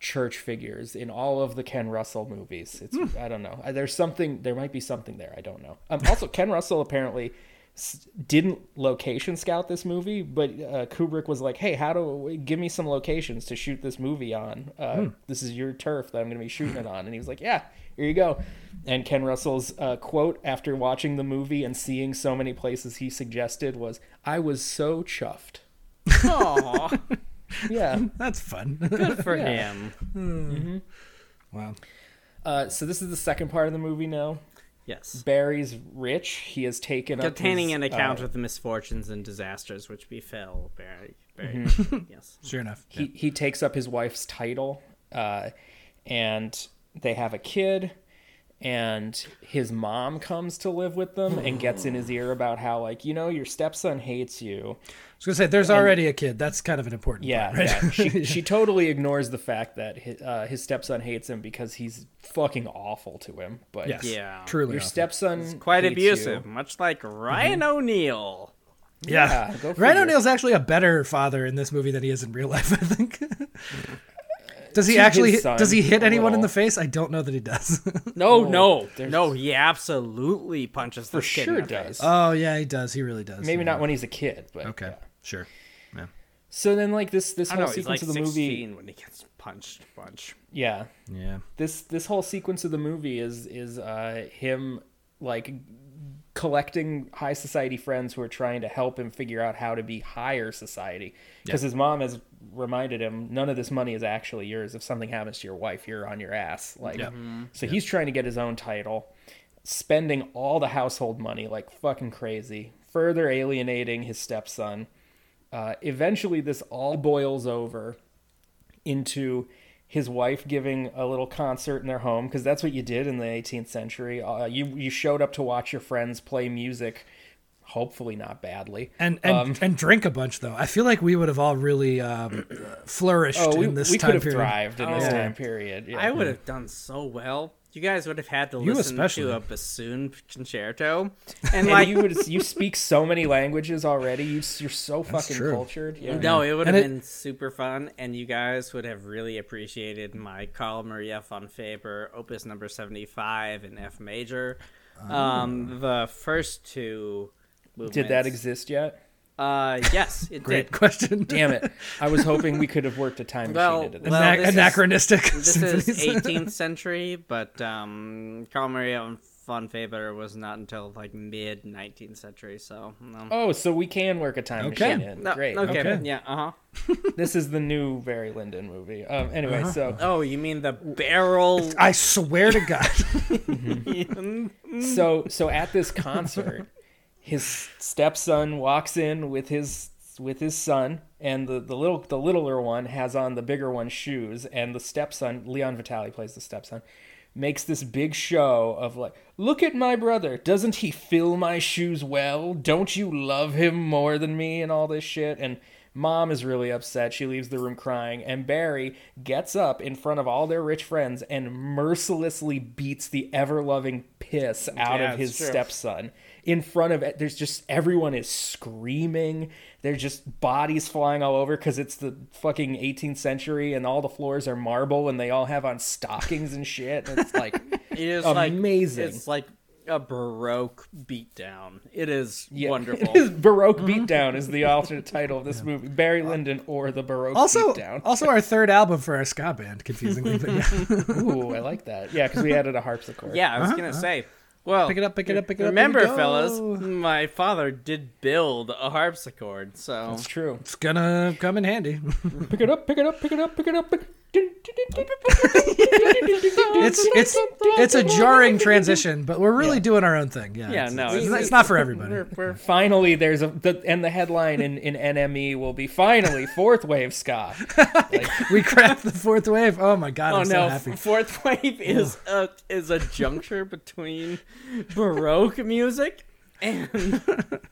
Speaker 2: church figures in all of the Ken Russell movies. It's I don't know. Uh, There's something. There might be something there. I don't know. Um, also, Ken Russell apparently s- didn't location scout this movie, but uh, Kubrick was like, "Hey, how do give me some locations to shoot this movie on? Uh, This is your turf that I'm going to be shooting it on." And he was like, "Yeah." Here you go. And Ken Russell's uh, quote after watching the movie and seeing so many places he suggested was, I was so chuffed.
Speaker 1: *laughs* Aw,
Speaker 2: Yeah.
Speaker 3: That's fun. *laughs*
Speaker 1: good for him.
Speaker 3: wow.
Speaker 2: *laughs* Uh, so this is the second part of the movie now.
Speaker 1: Yes.
Speaker 2: Barry's rich. He has taken up
Speaker 1: Containing
Speaker 2: his,
Speaker 1: an account
Speaker 2: uh,
Speaker 1: of the misfortunes and disasters which befell Barry. Barry. yes.
Speaker 3: Sure enough.
Speaker 2: he he takes up his wife's title, uh, and they have a kid. And his mom comes to live with them and gets in his ear about how like you know your stepson hates you.
Speaker 3: I was gonna say, there's already a kid. That's kind of an important.
Speaker 2: Yeah,
Speaker 3: part, right?
Speaker 2: yeah.
Speaker 3: *laughs*
Speaker 2: She she totally ignores the fact that his, uh, his stepson hates him because he's fucking awful to him. But
Speaker 3: Yes.
Speaker 1: Yeah.
Speaker 3: Truly.
Speaker 2: your
Speaker 3: awful.
Speaker 1: *laughs*
Speaker 2: stepson
Speaker 1: Quite
Speaker 2: hates you.
Speaker 1: abusive, much like Ryan O'Neal.
Speaker 3: Yeah.
Speaker 2: Yeah, go
Speaker 3: Ryan
Speaker 2: figure.
Speaker 3: O'Neal's actually a better father in this movie than he is in real life, *laughs* I think. does he actually
Speaker 2: his
Speaker 3: hit- does he
Speaker 2: son,
Speaker 3: hit
Speaker 2: a
Speaker 3: anyone in
Speaker 2: little.
Speaker 3: the face? I don't know that he does. *laughs*
Speaker 1: No, no,
Speaker 2: Oh, there's-
Speaker 1: no. He absolutely punches the
Speaker 2: For sure
Speaker 1: kid. in the face.
Speaker 2: does.
Speaker 3: oh yeah, he does. He really does.
Speaker 2: Maybe
Speaker 3: Yeah.
Speaker 2: not when he's a kid, but
Speaker 3: Okay.
Speaker 2: yeah.
Speaker 3: Sure. Yeah.
Speaker 2: So then, like this this
Speaker 1: I
Speaker 2: whole
Speaker 1: don't know. He's
Speaker 2: sequence
Speaker 1: like
Speaker 2: of the
Speaker 1: 16
Speaker 2: movie,
Speaker 1: when he gets punched. Punch.
Speaker 2: yeah,
Speaker 3: Yeah.
Speaker 2: this this whole sequence of the movie is is uh, him like collecting high society friends who are trying to help him figure out how to be higher society because his mom has reminded him none of this money is actually yours if something happens to your wife you're on your ass like
Speaker 3: Yep.
Speaker 2: so he's trying to get his own title spending all the household money like fucking crazy further alienating his stepson uh, eventually this all boils over into his wife giving a little concert in their home because that's what you did in the 18th century. Uh, you you showed up to watch your friends play music, hopefully not
Speaker 3: *laughs*
Speaker 2: badly.
Speaker 3: And and,
Speaker 2: Um,
Speaker 3: and drink a bunch though. I feel like we would have all really um, flourished
Speaker 2: oh, we,
Speaker 3: in this
Speaker 2: we
Speaker 3: time
Speaker 2: could have
Speaker 3: period.
Speaker 2: thrived in this
Speaker 1: Oh.
Speaker 2: time period. Yeah.
Speaker 1: I would have done so well. You guys would have had to listen
Speaker 3: especially.
Speaker 1: to a bassoon concerto, and
Speaker 2: And
Speaker 1: like
Speaker 2: you would you speak so many languages already. You, you're so fucking
Speaker 3: true.
Speaker 2: cultured. Yeah.
Speaker 1: no, it would
Speaker 3: And
Speaker 1: have
Speaker 3: it-
Speaker 1: been super fun, and you guys would have really appreciated my Carl Maria von Faber opus number seventy-five in F major. Um, the first two. Movements.
Speaker 2: Did that exist yet?
Speaker 1: Uh, yes, it
Speaker 3: Great *laughs*
Speaker 1: did.
Speaker 3: question.
Speaker 2: Damn it! I was hoping we could have worked a time machine
Speaker 1: Well,
Speaker 2: into this.
Speaker 1: well-
Speaker 3: Ana-
Speaker 1: this is-
Speaker 3: anachronistic.
Speaker 1: this
Speaker 3: *laughs*
Speaker 1: is
Speaker 3: symphonies.
Speaker 1: 18th century, but um, Carl Maria von Faber was not until like mid 19th century. So no.
Speaker 2: Oh, so we can work a time
Speaker 3: Okay.
Speaker 2: machine in.
Speaker 1: No,
Speaker 2: Great.
Speaker 1: Okay.
Speaker 3: Okay.
Speaker 1: Yeah. Uh huh.
Speaker 2: This is the new Barry Lyndon movie. Um, anyway, so
Speaker 1: Oh, you mean the barrel?
Speaker 3: I swear
Speaker 2: *laughs*
Speaker 3: to God.
Speaker 2: so so at this concert his stepson walks in with his with his son and the, the little the littler one has on the bigger one's shoes and the stepson leon vitali plays the stepson makes this big show of like look at my brother doesn't he fill my shoes well don't you love him more than me and all this shit and mom is really upset she leaves the room crying and barry gets up in front of all their rich friends and mercilessly beats the ever-loving piss out
Speaker 1: Yeah,
Speaker 2: of
Speaker 1: it's
Speaker 2: his
Speaker 1: true.
Speaker 2: stepson in front of it. There's just everyone is screaming. There's just bodies flying all over because it's the fucking 18th century and all the floors are marble and they all have on stockings and shit. And it's like
Speaker 1: It is
Speaker 2: Amazing.
Speaker 1: Like, it's like a baroque beatdown. It is
Speaker 2: yeah.
Speaker 3: *laughs*
Speaker 1: wonderful.
Speaker 2: It is Baroque Beatdown is the alternate title of this movie. Barry Lyndon or the Baroque
Speaker 3: Also,
Speaker 2: Beatdown.
Speaker 3: also our third album for our ska band, confusingly. But
Speaker 2: *laughs*
Speaker 3: yeah.
Speaker 2: Ooh, I like that. Yeah, because we added a harpsichord.
Speaker 1: Yeah, I was gonna say. Well,
Speaker 3: Uh-huh, Pick it up, pick it up, pick it up,
Speaker 1: Remember,
Speaker 3: here we go.
Speaker 1: fellas, my father did build a harpsichord, so
Speaker 2: It's true.
Speaker 3: It's gonna come in handy.
Speaker 2: Pick it up, pick it up, pick it up, pick it up. Pick...
Speaker 3: It's it's it's a jarring transition, but we're really doing our own thing. Yeah,
Speaker 1: Yeah,
Speaker 3: it's,
Speaker 1: no,
Speaker 3: it's,
Speaker 1: it's-
Speaker 3: it's not for everybody. *laughs*
Speaker 1: we're, we're
Speaker 2: Finally, there's a the, and the headline in, in NME will be finally fourth wave
Speaker 3: *laughs*
Speaker 2: ska.
Speaker 3: we cracked the fourth wave. Oh my god,
Speaker 1: Oh
Speaker 3: I'm
Speaker 1: no!
Speaker 3: so happy.
Speaker 1: *laughs* Fourth
Speaker 3: *laughs*
Speaker 1: wave is a is a juncture between *laughs* baroque music and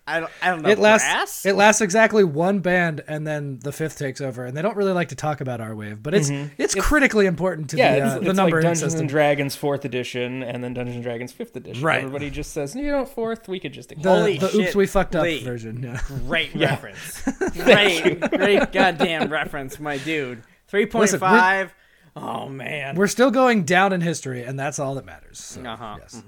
Speaker 1: I don't, I don't know.
Speaker 3: It lasts.
Speaker 1: brass?
Speaker 3: It lasts exactly one band, and then the fifth takes over. And they don't really like to talk about our wave, but it's it's critically important to
Speaker 2: Yeah,
Speaker 3: the, uh,
Speaker 2: it's,
Speaker 3: the
Speaker 2: it's like
Speaker 3: numbering
Speaker 2: Dungeons
Speaker 3: system.
Speaker 2: and Dragons fourth edition, and then Dungeons and Dragons fifth edition.
Speaker 3: Right.
Speaker 2: Everybody just says, you know, fourth. We could just
Speaker 3: the,
Speaker 1: Holy
Speaker 3: the oops
Speaker 1: shit,
Speaker 3: we fucked up
Speaker 1: Lee.
Speaker 3: version. Yeah. *laughs*
Speaker 1: great reference. *laughs* Great, great goddamn reference, my dude. Three point five. Oh man.
Speaker 3: We're still going down in history, and that's all that matters. So,
Speaker 1: Uh-huh,
Speaker 3: yes.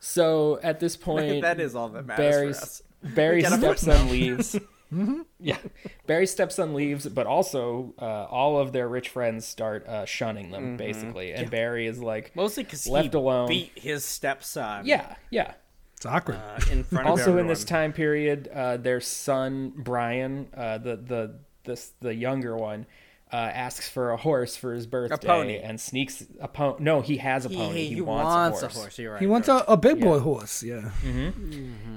Speaker 2: So at this
Speaker 1: *laughs*
Speaker 2: point,
Speaker 1: That is all that matters for
Speaker 2: Barry's
Speaker 1: us.
Speaker 2: Barry
Speaker 1: gotta vote *laughs*
Speaker 2: stepson leaves.
Speaker 1: Mm-hmm.
Speaker 2: Yeah, Barry's stepson leaves, but also uh, all of their rich friends start uh, shunning
Speaker 3: Mm-hmm.
Speaker 2: them basically, and Barry is like,
Speaker 1: Mostly because he
Speaker 2: Left alone.
Speaker 1: beat his stepson.
Speaker 2: yeah, yeah.
Speaker 3: It's awkward.
Speaker 1: uh, in front of
Speaker 2: Also in this
Speaker 1: everyone.
Speaker 2: time period, uh, their son Brian, uh, the the this the younger one. Uh, asks for a horse for his birthday
Speaker 1: pony.
Speaker 2: and sneaks a pony. No, he has a pony. Oh, He, wants, a horse.
Speaker 1: You're right.
Speaker 3: he wants
Speaker 1: you're
Speaker 3: a, a big boy horse. Yeah.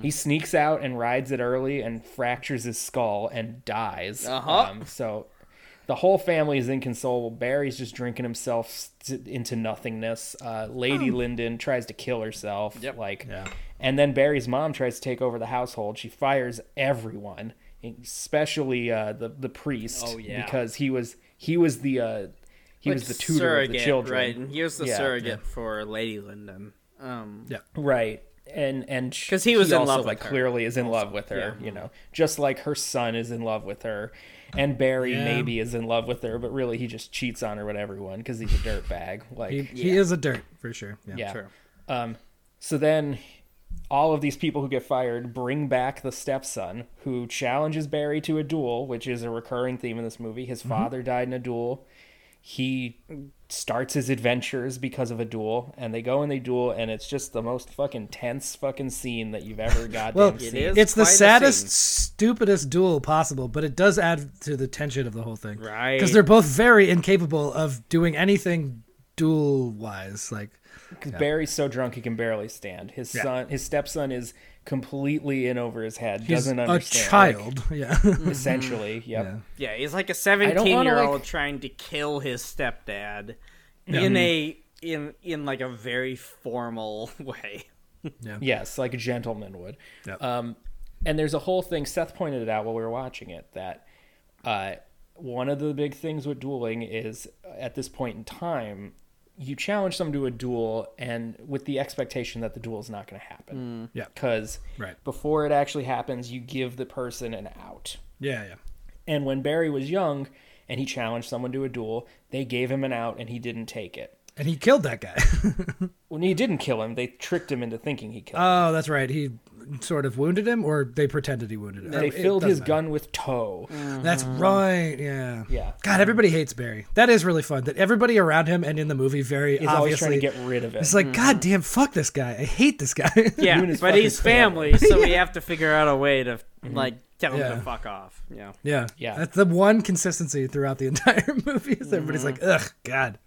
Speaker 2: He sneaks out and rides it early and fractures his skull and dies. Um,
Speaker 1: Uh-huh.
Speaker 2: so the whole family is inconsolable. Barry's just drinking himself st- into nothingness. Uh, Lady Lyndon tries to kill herself.
Speaker 1: Hmm. Yep.
Speaker 2: Like,
Speaker 3: Yeah.
Speaker 2: and then Barry's mom tries to take over the household. She fires everyone, especially uh, the the priest,
Speaker 1: Oh, yeah.
Speaker 2: because he was he was the uh, he was the tutor of the children,
Speaker 1: right? And he was the
Speaker 2: Yeah.
Speaker 1: surrogate for Lady Lyndon. Um,
Speaker 2: right and and
Speaker 1: 'Cause he was in love
Speaker 2: like
Speaker 1: with her.
Speaker 2: clearly is in love with her you know just like her son is in love with her and barry maybe is in love with her but really he just cheats on her with everyone because he's a dirtbag like
Speaker 3: He, he is a dirt for sure. Yeah.
Speaker 2: yeah
Speaker 1: True.
Speaker 2: um so then all of these people who get fired bring back the stepson who challenges barry to a duel which is a recurring theme in this movie
Speaker 3: Mm-hmm.
Speaker 2: his father died in a duel he starts his adventures because of a duel and they go and they duel and it's just the most fucking tense fucking scene that you've
Speaker 3: *laughs*
Speaker 2: ever goddamn
Speaker 3: Well,
Speaker 2: seen.
Speaker 1: is
Speaker 3: it's the
Speaker 1: quite a
Speaker 3: saddest,
Speaker 1: scene.
Speaker 3: stupidest duel possible, but it does add to the tension of the whole thing.
Speaker 1: Right.
Speaker 3: Because they're both very incapable of doing anything duel wise. Like,
Speaker 2: Because Barry's so drunk he can barely stand. His
Speaker 3: Yeah.
Speaker 2: son, his stepson, is completely in over his head.
Speaker 3: he's
Speaker 2: doesn't
Speaker 3: a
Speaker 2: understand. Mm-hmm.
Speaker 3: child. *laughs* Mm-hmm. Yeah.
Speaker 2: like, essentially. Yep.
Speaker 1: Yeah, he's like a
Speaker 2: wanna,
Speaker 1: seventeen-year-old
Speaker 2: like-
Speaker 1: trying to kill his stepdad in a in in like a very formal *laughs* way.
Speaker 2: Yes, like a gentleman would.
Speaker 3: Yeah.
Speaker 2: Um, and there's a whole thing. Seth pointed it out while we were watching it that uh, one of the big things with dueling is uh, at this point in time, you challenge someone to a duel, and with the expectation that the duel is not going to happen.
Speaker 3: Yeah.
Speaker 2: Because
Speaker 3: Right.
Speaker 2: before it actually happens, you give the person an out.
Speaker 3: yeah. Yeah.
Speaker 2: And when Barry was young and he challenged someone to a duel, they gave him an out and he didn't take it.
Speaker 3: And he killed
Speaker 2: *laughs*
Speaker 3: that guy. *laughs*
Speaker 2: When he didn't kill him, they tricked him into thinking he killed him.
Speaker 3: oh, that's right. He sort of wounded him, or they pretended he wounded him. Oh,
Speaker 2: They
Speaker 3: It
Speaker 2: filled his
Speaker 3: doesn't matter.
Speaker 2: gun with tow.
Speaker 3: That's right. Yeah.
Speaker 2: Yeah.
Speaker 3: God, everybody hates Barry. That is really fun. That everybody around him and in the movie very
Speaker 2: He's always
Speaker 3: obviously
Speaker 2: trying to get rid of it.
Speaker 3: It's like, God damn, fuck this guy. I hate this guy.
Speaker 1: Yeah,
Speaker 3: *laughs*
Speaker 2: and his
Speaker 1: but
Speaker 2: fucking
Speaker 1: he's family, so we have to figure out a way to like tell him
Speaker 3: Yeah.
Speaker 1: to fuck off. Yeah,
Speaker 3: yeah.
Speaker 2: Yeah.
Speaker 3: That's the one consistency throughout the *laughs* entire movie is everybody's
Speaker 2: Mm-hmm.
Speaker 3: like, ugh, God.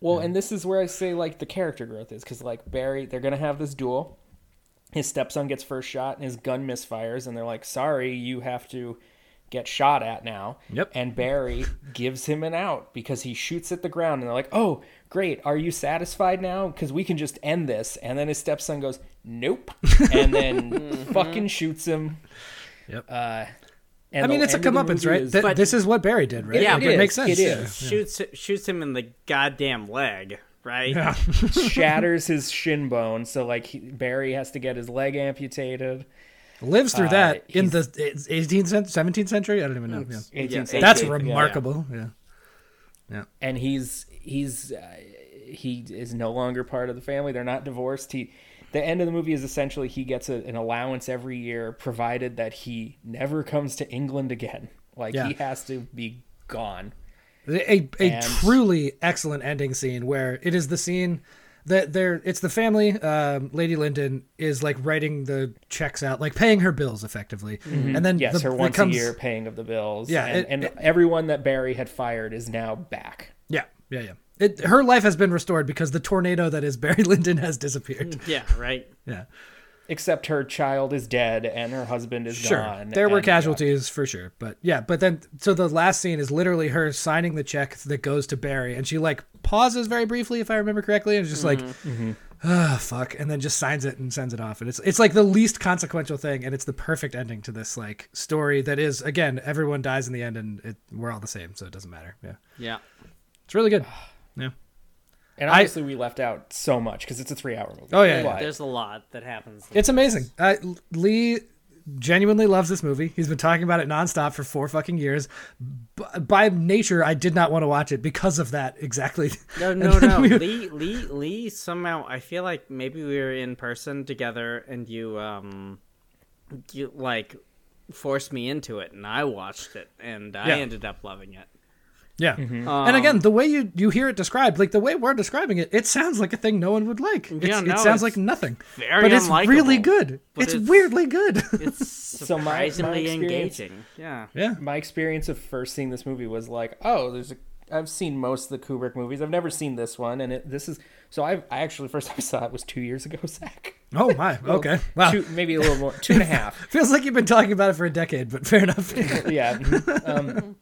Speaker 2: Well, and this is where I say like the character growth is because like Barry, they're gonna have this duel. His stepson gets first shot, and his gun misfires, and they're like, "Sorry, you have to get shot at now."
Speaker 3: Yep.
Speaker 2: And Barry *laughs* gives him an out because he shoots at the ground, and they're like, "Oh, great, are you satisfied now? Because we can just end this." And then his stepson goes,
Speaker 3: *laughs*
Speaker 2: "Nope," and then fucking shoots him.
Speaker 3: Yep.
Speaker 2: Uh, and
Speaker 3: I mean,
Speaker 2: the
Speaker 3: it's a
Speaker 2: end of the
Speaker 3: comeuppance,
Speaker 2: movie
Speaker 3: right?
Speaker 2: is-
Speaker 3: Th-
Speaker 1: But-
Speaker 3: this is what Barry did, right?
Speaker 1: Yeah,
Speaker 3: Like,
Speaker 2: it
Speaker 3: it,
Speaker 2: is.
Speaker 3: makes sense.
Speaker 2: It is.
Speaker 1: shoots shoots him in the goddamn leg. right?
Speaker 2: shatters his shin bone, so like he, Barry has to get his leg amputated.
Speaker 3: Lives
Speaker 2: Uh,
Speaker 3: through that in the 18th, cent- 17th century. I don't even know. Yeah.
Speaker 2: 18th
Speaker 1: Yeah,
Speaker 2: century.
Speaker 3: That's
Speaker 1: yeah.
Speaker 3: remarkable. Yeah.
Speaker 2: and he's he's uh, he is no longer part of the family. They're not divorced. He the end of the movie is essentially he gets a, an allowance every year, provided that he never comes to England again. Like
Speaker 3: Yeah.
Speaker 2: he has to be gone.
Speaker 3: a, a
Speaker 2: And-
Speaker 3: truly excellent ending scene where it is the scene that they're it's the family um, lady linden is like writing the checks out like paying her bills effectively and then
Speaker 2: Mm-hmm. Yes,
Speaker 3: the,
Speaker 2: her
Speaker 3: it
Speaker 2: once
Speaker 3: comes-
Speaker 2: a year paying of the bills.
Speaker 3: Yeah,
Speaker 2: and,
Speaker 3: it-
Speaker 2: and
Speaker 3: it-
Speaker 2: everyone that Barry had fired is now back.
Speaker 3: yeah yeah yeah it, her life has been restored because the tornado that is barry *laughs* linden has
Speaker 2: Hmm.
Speaker 3: disappeared
Speaker 1: yeah, right.
Speaker 3: yeah
Speaker 2: Except her child is dead and her husband is
Speaker 3: sure
Speaker 2: gone.
Speaker 3: there were
Speaker 2: and, yeah.
Speaker 3: casualties for sure but yeah but then so the last scene is literally her signing the check that goes to barry and she like pauses very briefly if i remember correctly and is just like
Speaker 2: Mm-hmm,
Speaker 3: ah fuck and then just signs it and sends it off and it's it's like the least consequential thing and it's the perfect ending to this like story that is again everyone dies in the end and it, we're all the same so it doesn't matter yeah
Speaker 1: Yeah.
Speaker 3: it's really good yeah
Speaker 2: And
Speaker 3: I-
Speaker 2: obviously we left out so much because it's a three hour movie.
Speaker 3: Oh, yeah, yeah.
Speaker 2: But-
Speaker 1: There's a lot that happens.
Speaker 3: it's amazing uh, lee genuinely loves this movie he's been talking about it nonstop for four fucking years B- by nature i did not want to watch it because of that exactly
Speaker 1: No,
Speaker 3: *laughs* And
Speaker 1: no,
Speaker 3: then
Speaker 1: no.
Speaker 3: we were-
Speaker 1: Lee, Lee, Lee. Somehow, I feel like maybe we were in person together, and you, um, you like forced me into it, and I watched it, and I
Speaker 3: Yeah.
Speaker 1: ended up loving *laughs* it.
Speaker 3: yeah and
Speaker 1: Um,
Speaker 3: again the way you you hear it described like the way we're describing it it sounds like a thing no one would like It's-
Speaker 1: Yeah, no,
Speaker 3: it
Speaker 1: it's
Speaker 3: sounds like nothing
Speaker 1: very
Speaker 3: but it's
Speaker 1: unlikable,
Speaker 3: really good
Speaker 1: but
Speaker 3: it's,
Speaker 1: it's-
Speaker 3: weirdly good *laughs*
Speaker 1: It's
Speaker 2: my- my
Speaker 1: surprisingly
Speaker 2: experience-
Speaker 1: engaging. Yeah.
Speaker 3: yeah
Speaker 2: my experience of first seeing this movie was like, oh, there's a. I've seen most of the Kubrick movies. I've never seen this one, and it, this is so. I I actually first *laughs* time I saw it was two years ago, *laughs* Zach.
Speaker 3: oh my okay wow
Speaker 2: Two, maybe a little more, two and a
Speaker 3: *laughs*
Speaker 2: half.
Speaker 3: feels like you've been talking about it for a decade but fair enough *laughs*
Speaker 2: Yeah, because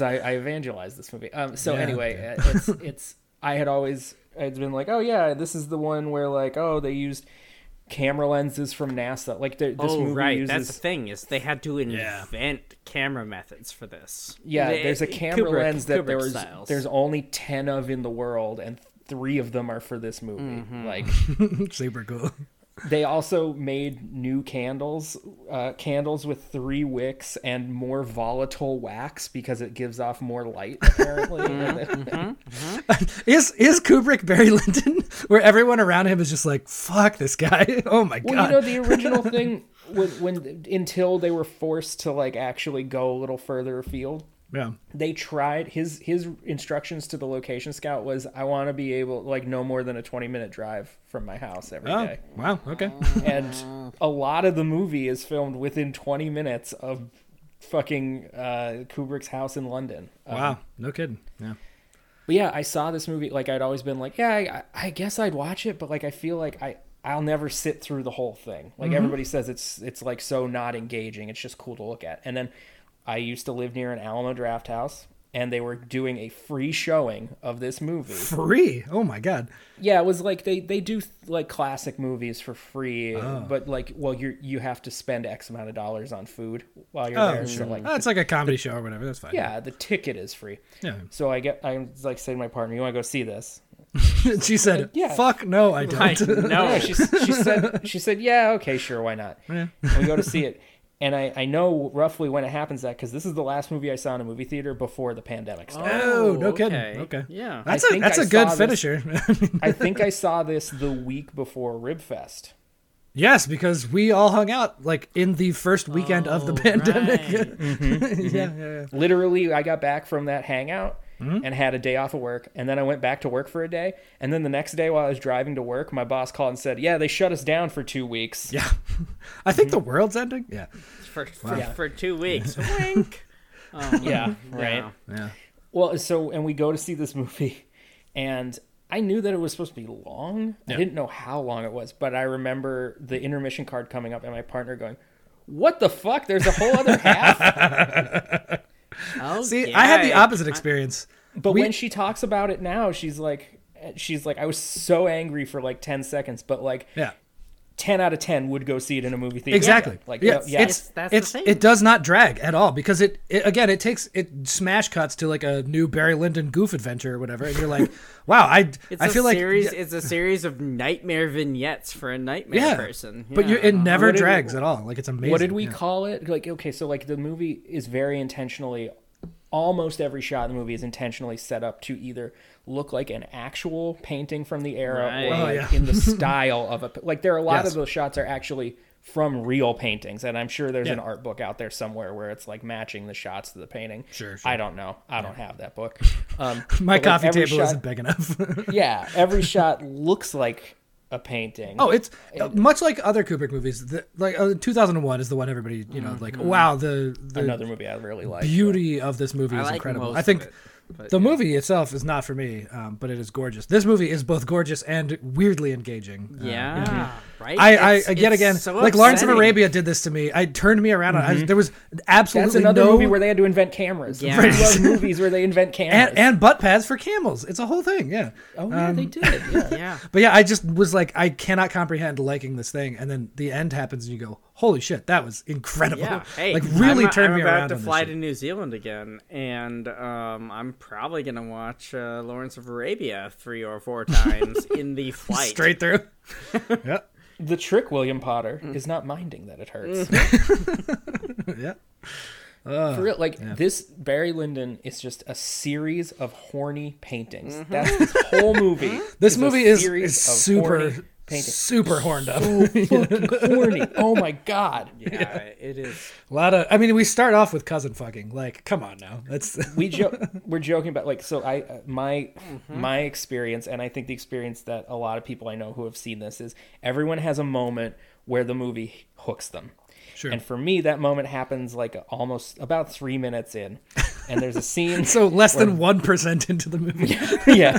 Speaker 2: I, I evangelized this movie. Um, so
Speaker 3: Yeah.
Speaker 2: anyway, uh,
Speaker 3: *laughs*
Speaker 2: it's it's. I had always it's been like, oh yeah, this is the one where like, oh, they used camera lenses from NASA. Like the- this
Speaker 1: oh
Speaker 2: movie
Speaker 1: right,
Speaker 2: uses
Speaker 1: that's the thing is they had to
Speaker 3: Yeah.
Speaker 1: invent camera methods for this.
Speaker 2: Yeah,
Speaker 1: They-
Speaker 2: there's a camera
Speaker 1: Kubrick-
Speaker 2: lens that there
Speaker 1: Kubrick
Speaker 2: was
Speaker 1: styles. *laughs*
Speaker 2: there's only ten of in the world, and three of them are for this movie.
Speaker 1: Mm-hmm.
Speaker 2: Like
Speaker 3: super cool
Speaker 2: they also made new candles, uh, candles with three wicks and more volatile wax because it gives off more
Speaker 1: *laughs*
Speaker 2: light. Apparently,
Speaker 1: Mm-hmm.
Speaker 3: Is is Kubrick Barry Lyndon, *laughs* where everyone around him is just like, "Fuck this guy! *laughs* Oh my
Speaker 2: *laughs* well,
Speaker 3: god!"
Speaker 2: you know the original thing when, when until they were forced to like actually go a little further afield.
Speaker 3: yeah,
Speaker 2: they tried his his instructions to the location scout was I want to be able like no more than a 20 minute drive from my house every
Speaker 3: Oh,
Speaker 2: day.
Speaker 3: wow. Okay.
Speaker 2: Um, And a lot of the movie is filmed within 20 minutes of fucking uh, Kubrick's house in London. Um,
Speaker 3: *laughs* Wow. No kidding. Yeah.
Speaker 2: but yeah, I saw this movie like I'd always been like, yeah, I, I guess I'd watch it, but like I feel like I I'll never sit through the whole thing. Like everybody says it's it's like so not engaging. It's just cool to look at. And then I used to live near an Alamo Draft House and they were doing a free showing of this movie.
Speaker 3: Free. Oh my god.
Speaker 2: Yeah, it was like they they do like classic movies for free,
Speaker 3: Oh.
Speaker 2: but like well you you have to spend x amount of dollars on food while you're
Speaker 3: Oh,
Speaker 2: there.
Speaker 3: sure.
Speaker 2: So like
Speaker 3: oh, it's like a comedy show or whatever. That's fine.
Speaker 2: yeah, the ticket is free.
Speaker 3: Yeah. *laughs*
Speaker 2: So I get I like say to my partner, "You want to go see this?"
Speaker 3: she said,
Speaker 2: Yeah.
Speaker 3: "Fuck no,
Speaker 2: *laughs*
Speaker 3: I don't."
Speaker 1: Right,
Speaker 2: No,
Speaker 1: no.
Speaker 2: she, she said she said yeah okay sure why not And we go to see it and I, I know roughly when it happens that because this is the last movie I saw in a movie theater before the pandemic started.
Speaker 3: *laughs* Oh, no kidding. Okay.
Speaker 1: Yeah.
Speaker 3: That's
Speaker 2: I
Speaker 3: a
Speaker 2: think
Speaker 3: that's
Speaker 2: I
Speaker 3: a good
Speaker 2: saw this-
Speaker 3: finisher. *laughs* Oh.
Speaker 2: I think I saw this the week before Ribfest.
Speaker 3: yes, because we all hung out like in the first weekend
Speaker 2: Oh,
Speaker 3: of the pandemic.
Speaker 1: Right.
Speaker 3: yeah, yeah, yeah.
Speaker 2: Literally, I got back from that hangout
Speaker 3: Mm-hmm.
Speaker 2: and had a day off of work, and then I went back to work for a day, and then the next day while I was driving to work, my boss called and said, "Yeah, they shut us down for two weeks."
Speaker 3: *laughs* Yeah. *laughs* I think the world's ending. Yeah.
Speaker 1: for for, for two weeks. *laughs* Wink.
Speaker 2: yeah right.
Speaker 1: Yeah.
Speaker 3: Yeah.
Speaker 2: Well, so and we go to see this *laughs* movie, and I knew that it was supposed to be long. I didn't know how long it was, but I remember the intermission card coming up and my partner going, "What the fuck? There's a whole other
Speaker 3: *laughs*
Speaker 2: half."
Speaker 3: *laughs* See, I had the
Speaker 1: Okay.
Speaker 3: opposite experience.
Speaker 2: But
Speaker 3: We-
Speaker 2: when she talks about eh, it now, she's like, she's like, I was so angry for like ten seconds, but like
Speaker 3: Yeah.
Speaker 2: ten out of ten would go see it in a movie theater.
Speaker 3: Exactly.
Speaker 2: Like
Speaker 3: yeah,
Speaker 2: yeah, yeah.
Speaker 3: it's
Speaker 1: that's the
Speaker 3: it's
Speaker 1: thing.
Speaker 3: it does not drag at all because it, it again it takes it smash cuts to like a new Barry Lyndon goof adventure or whatever, and
Speaker 1: *laughs*
Speaker 3: you're like, wow, I
Speaker 1: It's
Speaker 3: I
Speaker 1: a
Speaker 3: feel like
Speaker 1: series.
Speaker 3: yeah,
Speaker 1: It's a series of nightmare vignettes for a nightmare
Speaker 3: yeah.
Speaker 1: person.
Speaker 3: but you
Speaker 1: Yeah.
Speaker 3: it never
Speaker 2: What did we-
Speaker 3: drags at all. Like it's amazing.
Speaker 2: what did we
Speaker 3: yeah.
Speaker 2: call it? Like okay, so like the movie is very intentionally almost every shot in the movie is intentionally set up to either look like an actual painting from the era or
Speaker 1: Right.
Speaker 3: Oh,
Speaker 2: like,
Speaker 3: yeah. *laughs*
Speaker 2: in the style of a like there are a lot
Speaker 3: Yes.
Speaker 2: of those shots are actually from real paintings and i'm sure there's an
Speaker 3: Yeah.
Speaker 2: art book out there somewhere where it's like matching the shots to the painting
Speaker 3: Sure, sure.
Speaker 2: i don't know i don't have that
Speaker 3: *laughs*
Speaker 2: book um
Speaker 3: My
Speaker 2: but, like,
Speaker 3: coffee
Speaker 2: every
Speaker 3: table
Speaker 2: shot-
Speaker 3: isn't big enough. *laughs*
Speaker 2: yeah every shot looks like a painting
Speaker 1: *laughs*
Speaker 3: Oh, it's uh, much like other Kubrick movies. The, like uh, 2001 is the one everybody, you know, like
Speaker 1: Mm-hmm.
Speaker 3: wow, the the
Speaker 2: another movie i really like
Speaker 3: beauty of this movie
Speaker 1: I
Speaker 3: is
Speaker 1: like
Speaker 3: incredible.
Speaker 1: most
Speaker 3: I
Speaker 1: of
Speaker 3: think
Speaker 1: it, but
Speaker 3: the
Speaker 1: yeah.
Speaker 3: movie itself is not for me, um, but it is gorgeous. This movie is both gorgeous and weirdly engaging. Uh,
Speaker 1: Yeah, right.
Speaker 3: I, I
Speaker 1: It's-
Speaker 3: yet
Speaker 1: it's
Speaker 3: again,
Speaker 1: so
Speaker 3: like Lawrence of
Speaker 1: upsetting.
Speaker 3: Arabia did this to me. I turned me around. I was, there was
Speaker 2: Mm-hmm. That's
Speaker 3: absolutely
Speaker 2: another
Speaker 3: no
Speaker 2: movie where they had to invent cameras.
Speaker 1: Yeah.
Speaker 2: Yeah. I love movies where they *laughs* invent cameras.
Speaker 3: and, and butt pads for camels. It's a whole thing. Yeah.
Speaker 2: oh yeah, they did. Yeah.
Speaker 1: *laughs* Yeah,
Speaker 3: But yeah, I just was like, I cannot comprehend liking this thing, and then the end happens, and you go, "Holy shit, that was incredible!" *laughs*
Speaker 1: yeah. Hey,
Speaker 3: like really
Speaker 1: I'm,
Speaker 3: turned
Speaker 1: I'm
Speaker 3: me
Speaker 1: about
Speaker 3: around.
Speaker 1: to
Speaker 3: on this
Speaker 1: fly
Speaker 3: shit.
Speaker 1: to New Zealand again, and um, I'm probably gonna watch uh, Lawrence of Arabia three or four
Speaker 3: *laughs*
Speaker 1: times in the flight. *laughs*
Speaker 3: straight through. *laughs* yeah,
Speaker 2: *laughs* the trick, William Potter, is not minding that it hurts.
Speaker 3: yeah.
Speaker 2: For real, like this Barry Lyndon is just a series of horny paintings. That's this whole movie.
Speaker 3: This
Speaker 2: a
Speaker 3: movie is,
Speaker 2: series
Speaker 3: is
Speaker 2: of
Speaker 3: super,
Speaker 2: horny paintings.
Speaker 3: super
Speaker 2: *laughs*
Speaker 3: horned up.
Speaker 2: horny. Oh my *laughs* god.
Speaker 3: *laughs*
Speaker 1: Yeah, Uh, it is.
Speaker 3: A lot of, I mean, we start off with cousin fucking. Like, come on now, that's *laughs*
Speaker 2: we joke we're joking about like so i uh, my my experience and i think the experience that a lot of people i know who have seen this is everyone has a moment where the movie hooks them
Speaker 3: Sure.
Speaker 2: and for me that moment happens like almost about three minutes in and there's a
Speaker 3: *laughs*
Speaker 2: scene
Speaker 3: so less than one percent into the movie.
Speaker 2: *laughs*
Speaker 1: *laughs*
Speaker 2: yeah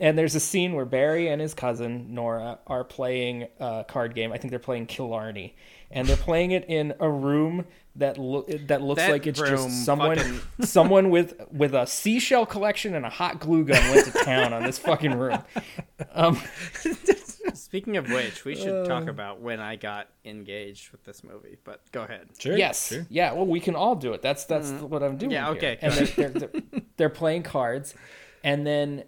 Speaker 2: and there's a scene where barry and his cousin nora are playing a card game i think they're playing killarney and they're playing it in a room that look that looks
Speaker 1: That
Speaker 2: like it's
Speaker 1: room
Speaker 2: just someone
Speaker 1: fucking-
Speaker 2: *laughs* someone with with a seashell collection and a hot glue gun went to town on this fucking room Um,
Speaker 1: Speaking of which, we should talk
Speaker 3: Uh.
Speaker 1: about when I got engaged with this movie. But go ahead.
Speaker 3: Sure.
Speaker 2: yes yeah well we can all do it that's that's what i'm doing
Speaker 1: Mm. Yeah,
Speaker 2: here.
Speaker 1: okay,
Speaker 2: and
Speaker 1: go *laughs*
Speaker 2: they're, they're, they're, they're playing cards and then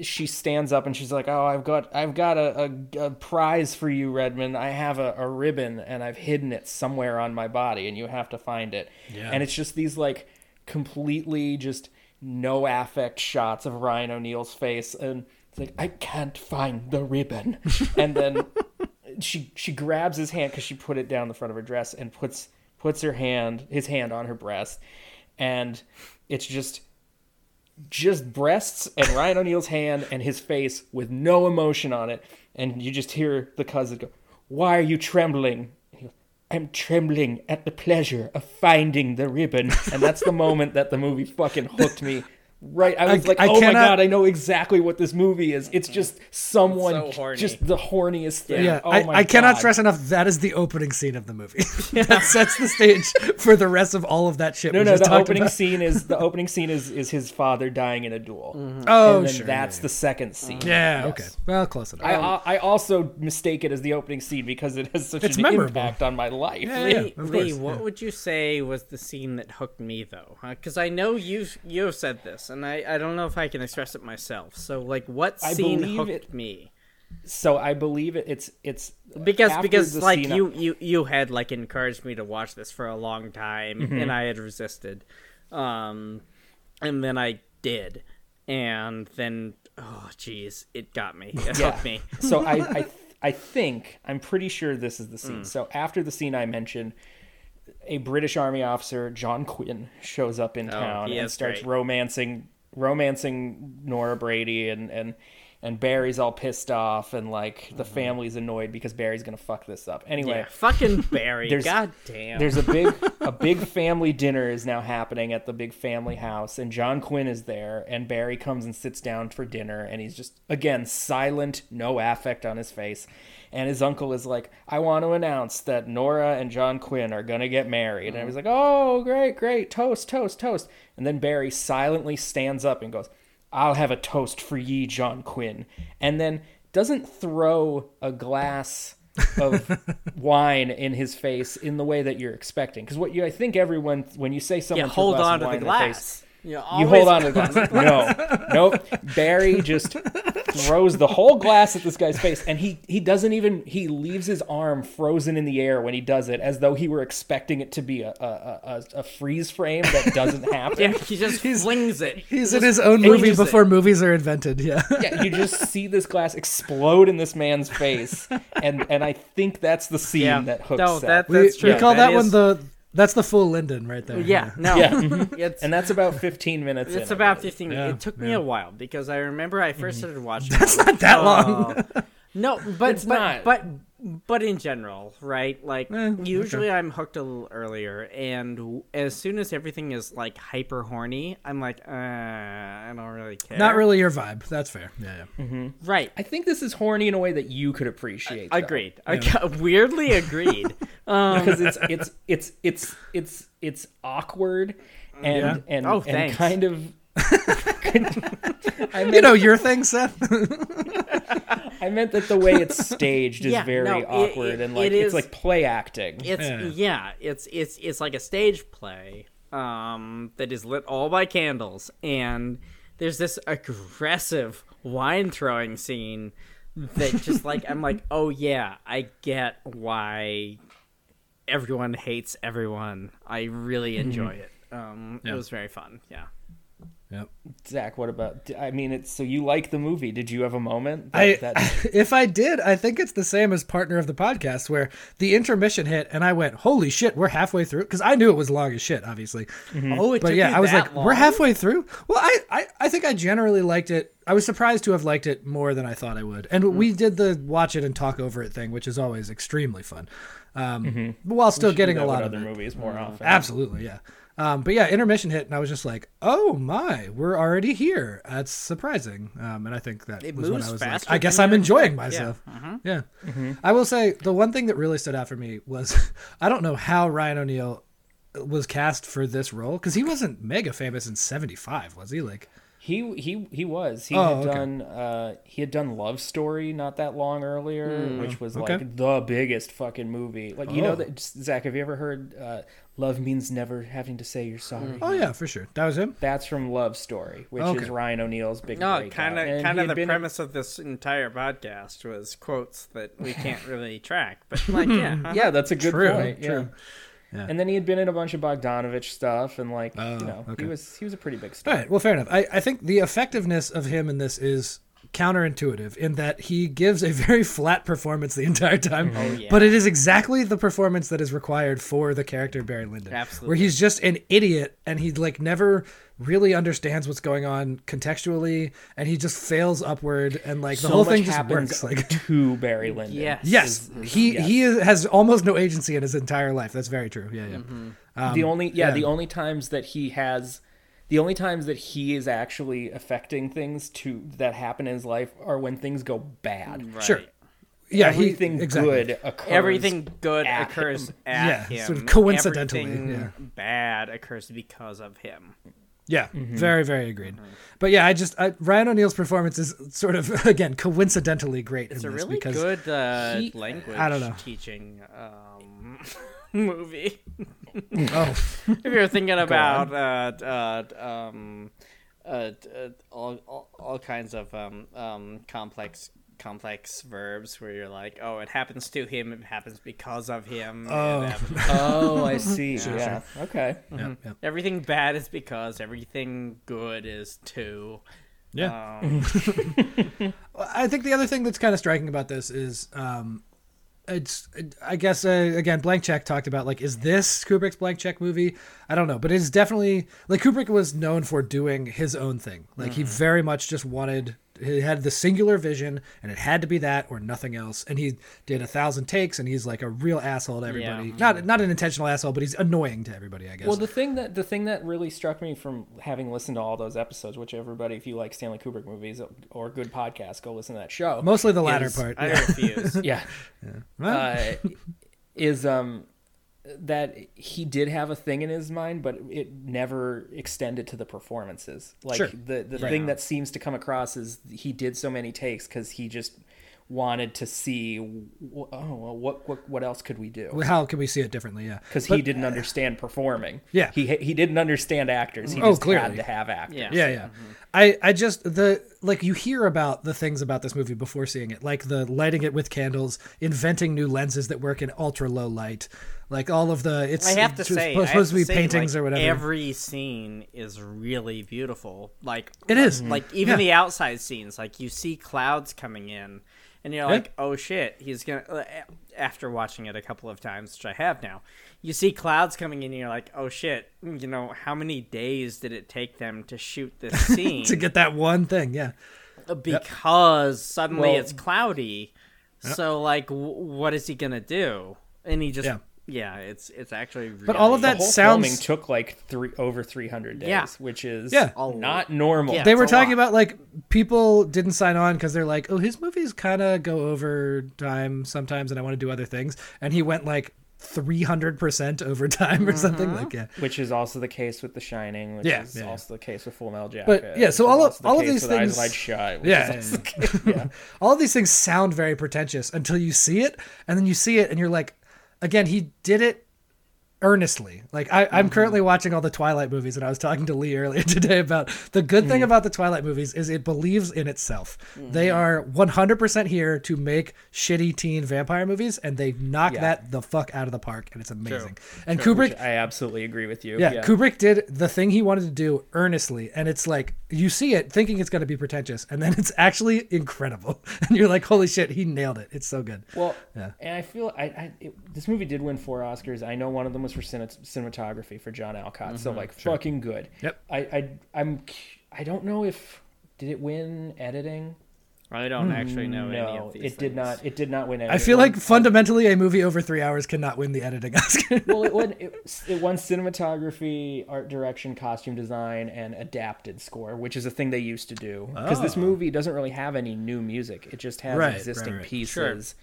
Speaker 2: she stands up and she's like oh i've got i've got a, a, a prize for you redmond i have a, a ribbon and i've hidden it somewhere on my body and you have to find it
Speaker 3: Yeah.
Speaker 2: and it's just these like completely just no affect shots of ryan o'neill's face and it's like i can't find the ribbon and then she she grabs his hand because she put it down the front of her dress and puts puts her hand his hand on her breast and it's just just breasts and Ryan O'Neill's hand and his face with no emotion on it and you just hear the cousin go why are you trembling And he goes, I'm trembling at the pleasure of finding the ribbon and that's the moment that the movie fucking hooked me right I was
Speaker 3: I-
Speaker 2: like
Speaker 3: I
Speaker 2: oh my
Speaker 3: cannot-
Speaker 2: god I know exactly what this movie is it's just someone
Speaker 1: Mm. so horny.
Speaker 2: just the horniest thing.
Speaker 3: Yeah,
Speaker 2: Oh my
Speaker 3: I, I cannot
Speaker 2: God.
Speaker 3: stress enough. That is the opening scene of the movie. *laughs* that sets the stage for the rest of all of that shit.
Speaker 2: No,
Speaker 3: we
Speaker 2: no.
Speaker 3: just
Speaker 2: The
Speaker 3: talked
Speaker 2: opening
Speaker 3: about.
Speaker 2: scene
Speaker 3: *laughs*
Speaker 2: is the opening scene is is his father dying in a duel.
Speaker 1: Mm-hmm.
Speaker 3: Oh,
Speaker 2: and then
Speaker 3: sure.
Speaker 2: That's the second scene. Yes.
Speaker 3: yeah, okay. Well, close enough.
Speaker 2: I, I I also mistake it as the opening scene because it has such
Speaker 3: It's
Speaker 2: an
Speaker 3: memorable.
Speaker 2: impact on my life.
Speaker 3: Yeah, yeah,
Speaker 1: Lee,
Speaker 3: of
Speaker 1: Lee,
Speaker 3: course,
Speaker 1: what
Speaker 3: yeah.
Speaker 1: would you say was the scene that hooked me though? Because I know you've you've said this, and I, I don't know if I can express it myself. So like, what
Speaker 2: I
Speaker 1: scene
Speaker 2: believe
Speaker 1: hooked
Speaker 2: it-
Speaker 1: me?
Speaker 2: So I believe it, it's it's
Speaker 1: Because
Speaker 2: after
Speaker 1: because
Speaker 2: the
Speaker 1: like
Speaker 2: scene-
Speaker 1: you, you you had like encouraged me to watch this for a long time,
Speaker 2: Mm-hmm.
Speaker 1: and I had resisted, um, and then I did, and then oh jeez, it got me, it hooked
Speaker 2: *laughs*
Speaker 1: me.
Speaker 2: so I, I I think I'm pretty sure this is the
Speaker 1: Mm.
Speaker 2: scene. So after the scene I mentioned, a British army officer, John Quinn, shows up in town
Speaker 1: Oh, he
Speaker 2: and
Speaker 1: is
Speaker 2: starts
Speaker 1: great.
Speaker 2: romancing romancing Nora Brady and and and Barry's all pissed off and like the family's annoyed because Barry's gonna fuck this up. Anyway,
Speaker 1: Mm-hmm. Yeah, fucking Barry,
Speaker 2: There's-
Speaker 1: god damn.
Speaker 2: there's a big a big family dinner is now happening at the big family house and John Quinn is there and Barry comes and sits down for dinner and he's just again silent, no affect on his face. And his uncle is like, "I want to announce that Nora and John Quinn are going to get married." And he's like, "Oh, great, great. Toast, toast, toast." And then Barry silently stands up and goes, I'll have a toast for ye, John Quinn. And then doesn't throw a glass of wine in his face in the way that you're expecting. Because what you, I think everyone, when you say someone
Speaker 1: Yeah,
Speaker 2: threw a
Speaker 1: hold
Speaker 2: glass of
Speaker 1: on to
Speaker 2: wine
Speaker 1: the
Speaker 2: in their face,
Speaker 1: glass. You, know,
Speaker 2: you
Speaker 1: always
Speaker 2: hold on to the glass. No, nope. Barry just throws the whole glass at this guy's face, and he he doesn't even he leaves his arm frozen in the air when he does it, as though he were expecting it to be a a, a, a- a freeze frame that
Speaker 1: *laughs*
Speaker 2: doesn't happen.
Speaker 1: Yeah, he just flings it.
Speaker 3: He's in his own movie before movies are invented. Yeah.
Speaker 2: yeah, you just see this glass explode in this man's face, and and I think that's the scene
Speaker 1: Yeah.
Speaker 2: that hooks.
Speaker 1: No,
Speaker 2: set.
Speaker 1: that-
Speaker 3: we,
Speaker 1: that's true.
Speaker 3: we call
Speaker 1: That
Speaker 3: that, one
Speaker 1: is-
Speaker 3: the that's the full Linden right there. *laughs*
Speaker 1: Yeah, no,
Speaker 2: Yeah,
Speaker 1: *laughs*
Speaker 2: mhm. *laughs*
Speaker 1: it's
Speaker 2: and that's about fifteen minutes.
Speaker 1: it's
Speaker 2: in, I
Speaker 1: about
Speaker 2: believe.
Speaker 1: 15
Speaker 3: Yeah,
Speaker 1: it took me
Speaker 3: yeah.
Speaker 1: a while because i remember i first started watching that's
Speaker 3: not that
Speaker 2: Oh,
Speaker 3: long.
Speaker 1: no but
Speaker 2: It's
Speaker 1: but,
Speaker 2: not.
Speaker 1: but but in general right like
Speaker 3: Eh,
Speaker 1: usually i'm hooked a little earlier and w- as soon as everything is like hyper horny i'm like uh, i don't really care
Speaker 3: Not really your vibe. That's fair. Yeah. yeah.
Speaker 2: Mm-hmm.
Speaker 1: right
Speaker 2: I think this is horny in a way that you could appreciate. though.
Speaker 1: agreed I ca- *laughs* weirdly agreed um
Speaker 2: because it's it's it's it's it's it's awkward
Speaker 3: Mm,
Speaker 2: and and
Speaker 1: Oh,
Speaker 2: and
Speaker 1: thanks.
Speaker 2: kind of. I meant,
Speaker 3: You know your thing, Seth.
Speaker 2: I meant that the way
Speaker 1: *laughs*
Speaker 2: it's staged is
Speaker 1: Yeah,
Speaker 2: very
Speaker 1: no, it-
Speaker 2: awkward
Speaker 1: it-
Speaker 2: and like
Speaker 1: it
Speaker 2: it's
Speaker 1: is-
Speaker 2: like play acting.
Speaker 1: it's
Speaker 3: Yeah.
Speaker 1: yeah. it's it's it's like a stage play um that is lit all by candles and there's this aggressive wine throwing scene that just like i'm
Speaker 3: *laughs*
Speaker 1: like oh yeah i get why everyone hates everyone i really enjoy it um
Speaker 3: Mm-hmm. Yeah.
Speaker 1: it was very fun yeah
Speaker 3: *laughs* Yep.
Speaker 2: Zach, what about? I mean, it's so you like the movie? Did you have a moment? That,
Speaker 3: I, *laughs*
Speaker 2: that-
Speaker 3: if I did, I think it's the same as partner of the podcast, where the intermission hit and I went, "Holy shit, we're halfway through!" Because I knew it was long as shit, obviously.
Speaker 2: Mm-hmm.
Speaker 3: Um,
Speaker 1: oh it
Speaker 3: But
Speaker 1: took
Speaker 3: yeah,
Speaker 1: you
Speaker 3: I was
Speaker 1: that
Speaker 3: like,
Speaker 1: long?
Speaker 3: "We're halfway through." Well, I, I, I think I generally liked it. I was surprised to have liked it more than I thought I would. And
Speaker 2: Mm-hmm.
Speaker 3: we did the watch it and talk over it thing, which is always extremely fun, um,
Speaker 2: Mm-hmm.
Speaker 3: but while still getting
Speaker 2: that
Speaker 3: a
Speaker 2: with
Speaker 3: lot of
Speaker 2: other
Speaker 3: it. Mm.
Speaker 2: movies more often.
Speaker 3: Absolutely, yeah. Um, but yeah, intermission hit, and I was just like, "Oh my, we're already here." That's surprising. Um, and I think that
Speaker 1: It
Speaker 3: was when
Speaker 1: moves
Speaker 3: I was
Speaker 1: faster
Speaker 3: like, "I
Speaker 1: than
Speaker 3: guess
Speaker 1: you
Speaker 3: I'm enjoying
Speaker 1: expect. Yeah. uh-huh.
Speaker 3: myself." Yeah. I will say the one thing that really stood out for me was *laughs* I don't know how Ryan O'Neal was cast for this role because he wasn't mega famous in '75, was he? Like,
Speaker 2: He he he was. He
Speaker 3: Oh,
Speaker 2: had
Speaker 3: okay.
Speaker 2: done uh he had done Love Story not that long earlier,
Speaker 1: Hmm.
Speaker 2: which was
Speaker 3: okay.
Speaker 2: like the biggest fucking movie. Like you
Speaker 3: Oh.
Speaker 2: know that Zach, have you ever heard uh Love Means Never Having to Say You're Sorry?
Speaker 3: oh yeah, for sure, that was him.
Speaker 2: That's from Love Story, which
Speaker 3: Okay.
Speaker 2: is Ryan O'Neill's big
Speaker 1: no,
Speaker 2: breakout.
Speaker 1: kind
Speaker 2: And
Speaker 1: of,
Speaker 2: he
Speaker 1: kind of
Speaker 2: had
Speaker 1: the
Speaker 2: been-
Speaker 1: premise of this entire podcast was quotes that we can't really track, but like, yeah, huh?
Speaker 2: Yeah, that's a good
Speaker 3: True,
Speaker 2: point.
Speaker 3: true.
Speaker 2: Yeah. And then he had been in a bunch of Bogdanovich stuff, and like you know,
Speaker 3: Oh, okay.
Speaker 2: he was he was a pretty big
Speaker 3: All
Speaker 2: star.
Speaker 3: right. Well, fair enough. I, I think the effectiveness of him in this is counterintuitive in that he gives a very flat performance the entire time.
Speaker 2: Oh,
Speaker 1: yeah.
Speaker 3: But it is exactly the performance that is required for the character Barry Lyndon.
Speaker 1: Absolutely.
Speaker 3: Where he's just an idiot and he like never really understands what's going on contextually and he just fails upward and like the
Speaker 2: So
Speaker 3: whole
Speaker 2: much
Speaker 3: thing just
Speaker 2: happens mm-hmm,
Speaker 3: works.
Speaker 2: *laughs*
Speaker 3: Like *laughs*
Speaker 2: to Barry Lyndon.
Speaker 1: Yes.
Speaker 3: Yes. he he is, has almost no agency in his entire life. That's very true. Yeah, yeah.
Speaker 2: Mm-hmm, the only yeah,
Speaker 3: Um, yeah.
Speaker 2: the only times that he has the only times that he is actually affecting things to that happen in his life are when things go bad.
Speaker 1: Right.
Speaker 3: *laughs* Sure. Yeah,
Speaker 2: Everything
Speaker 3: he, exactly.
Speaker 2: good occurs.
Speaker 1: Everything good
Speaker 2: at
Speaker 1: occurs at
Speaker 3: Yeah,
Speaker 1: him.
Speaker 3: sort of coincidentally,
Speaker 1: Everything
Speaker 3: yeah.
Speaker 1: bad occurs because of him.
Speaker 3: Yeah,
Speaker 1: Mm-hmm.
Speaker 3: very, very agreed. But yeah, I just I, Ryan O'Neill's performance is sort of *laughs* again coincidentally great.
Speaker 1: It's
Speaker 3: in
Speaker 1: a
Speaker 3: this
Speaker 1: really
Speaker 3: because
Speaker 1: good uh,
Speaker 2: he-
Speaker 1: language
Speaker 3: I don't know.
Speaker 1: teaching um, *laughs* movie.
Speaker 3: *laughs* oh
Speaker 1: if you're thinking about uh, uh, um, uh, d- uh, all, all, all kinds of um, um, complex complex verbs where you're like oh it happens to him it happens because of him it
Speaker 3: Oh.
Speaker 1: happens-
Speaker 2: Oh, I see. yeah. Okay.
Speaker 3: yeah, yeah.
Speaker 1: everything bad is because everything good is too Um,
Speaker 3: Yeah. I think the other thing that's kind of striking about this is, um, it's I guess uh, again, Blank Check talked about like, is this Kubrick's Blank Check movie? I don't know, but it's definitely like Kubrick was known for doing his own thing. Like
Speaker 2: Mm-hmm.
Speaker 3: he very much just wanted. He had the singular vision, and it had to be that or nothing else. And he did a thousand takes, and he's like a real asshole to everybody.
Speaker 1: Yeah.
Speaker 3: Not not an intentional asshole, but he's annoying to everybody. I guess.
Speaker 2: Well, the thing that the thing that really struck me from having listened to all those episodes, which everybody, if you like Stanley Kubrick movies or good podcasts, go listen to that show.
Speaker 3: Mostly the latter
Speaker 2: is-
Speaker 3: part.
Speaker 1: i refuse
Speaker 3: *laughs*
Speaker 2: yeah, uh, is um that he did have a thing in his mind, but it never extended to the performances. Like
Speaker 3: Sure.
Speaker 2: the the thing that seems to come across is he did so many takes because he just wanted to see. w- Oh, well, what what what else could we do?
Speaker 3: Well, How can we see it differently? Yeah.
Speaker 2: Because he didn't understand performing.
Speaker 3: Yeah.
Speaker 2: he he didn't understand actors. He
Speaker 3: Oh,
Speaker 2: just
Speaker 3: clearly.
Speaker 2: had to have actors.
Speaker 1: Yeah. Mm-hmm.
Speaker 3: Yeah, yeah. I, I just the like you hear about the things about this movie before seeing it, like the lighting it with candles, inventing new lenses that work in ultra low light, like all of the it's
Speaker 1: I have to
Speaker 3: it's
Speaker 1: say,
Speaker 3: supposed,
Speaker 1: I have
Speaker 3: supposed to be
Speaker 1: say,
Speaker 3: paintings
Speaker 1: like,
Speaker 3: or whatever.
Speaker 1: Every scene is really beautiful. Like
Speaker 3: It is. Mm-hmm.
Speaker 1: Like even
Speaker 3: Yeah.
Speaker 1: the outside scenes, like you see clouds coming in, and you're
Speaker 3: Yeah.
Speaker 1: like, "Oh shit!" He's gonna. uh, After watching it a couple of times, which I have now, you see clouds coming in, and you're like, "Oh shit!" You know how many days did it take them to shoot
Speaker 3: *laughs*
Speaker 1: this scene
Speaker 3: to get that one thing, yeah.
Speaker 1: because suddenly
Speaker 2: Well-
Speaker 1: it's cloudy. So like, w- what is he gonna do? And he just.
Speaker 3: Yeah.
Speaker 1: Yeah. it's it's actually. Really
Speaker 3: But all of
Speaker 2: The
Speaker 3: that
Speaker 2: whole
Speaker 3: sounds-
Speaker 2: filming took like three over three hundred days,
Speaker 1: Yeah.
Speaker 2: which is
Speaker 3: Yeah.
Speaker 1: A
Speaker 2: not
Speaker 1: lot.
Speaker 2: normal.
Speaker 1: Yeah.
Speaker 3: They
Speaker 1: It's
Speaker 3: were
Speaker 1: a
Speaker 3: talking
Speaker 1: lot.
Speaker 3: about like people didn't sign on because they're like, oh, his movies kind of go over time sometimes, and I want to do other things. And he went like three hundred percent over time or something
Speaker 1: Mm-hmm.
Speaker 3: like that.
Speaker 2: Which is also the case with The Shining, which
Speaker 3: Yeah,
Speaker 2: is
Speaker 3: yeah.
Speaker 2: also the case with Full Metal Jacket. which
Speaker 3: yeah, so
Speaker 2: is
Speaker 3: all of-
Speaker 2: also the
Speaker 3: all of
Speaker 2: case
Speaker 3: these
Speaker 2: with Eyes
Speaker 3: things-
Speaker 2: Wide Shut, which
Speaker 3: *laughs* Yeah,
Speaker 2: is
Speaker 3: yeah,
Speaker 2: also the
Speaker 3: yeah. all of these things sound very pretentious until you see it and then you see it and you're like again he did it earnestly like I, i'm currently watching all the twilight movies and i was talking to lee earlier *laughs* today about the good thing about the twilight movies is it believes in itself they are 100% here to make shitty teen vampire movies and they knock
Speaker 2: Yeah.
Speaker 3: that the fuck out of the park and it's amazing and kubrick
Speaker 2: Which I absolutely agree with you.
Speaker 3: yeah, Kubrick did the thing he wanted to do earnestly, and it's like you see it thinking it's going to be pretentious, and then it's actually incredible, *laughs* and you're like, "Holy shit, he nailed it! It's so good."
Speaker 2: Well,
Speaker 3: Yeah.
Speaker 2: and I feel I, I it, this movie did win four Oscars. I know one of them was for cine, cinematography for John Alcott, so like fucking good.
Speaker 3: Mm-hmm, Yep.
Speaker 2: I, I I'm cu- I don't know if did it win editing.
Speaker 1: I don't actually know any
Speaker 2: Mm, No,
Speaker 1: of
Speaker 2: it
Speaker 1: these. things.
Speaker 2: did not. It did not win. Editing.
Speaker 3: I feel like fundamentally, a movie over three hours cannot win the editing *laughs* Oscar.
Speaker 2: well, it won. It, it won cinematography, art direction, costume design, and adapted score, which is a thing they used to do. Because this movie doesn't really have any new music; it just has
Speaker 3: Oh. Right, right,
Speaker 2: existing
Speaker 3: right.
Speaker 2: pieces.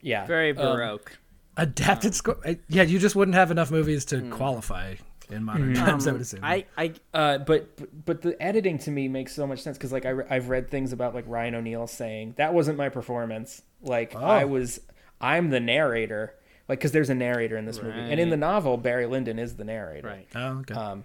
Speaker 2: Yeah,
Speaker 1: Very
Speaker 2: Um,
Speaker 1: baroque.
Speaker 3: Adapted score, I- yeah, you just wouldn't have enough movies to qualify in modern times. I would assume.
Speaker 1: Um, I, I
Speaker 2: Uh, but but- but the editing to me makes so much sense because like I, re- I've read things about like Ryan O'Neal saying that wasn't my performance. Like
Speaker 3: Oh.
Speaker 2: I was, I'm the narrator. Like because there's a narrator in this movie, and in the novel Barry Lyndon is the narrator.
Speaker 1: right.
Speaker 3: oh, okay.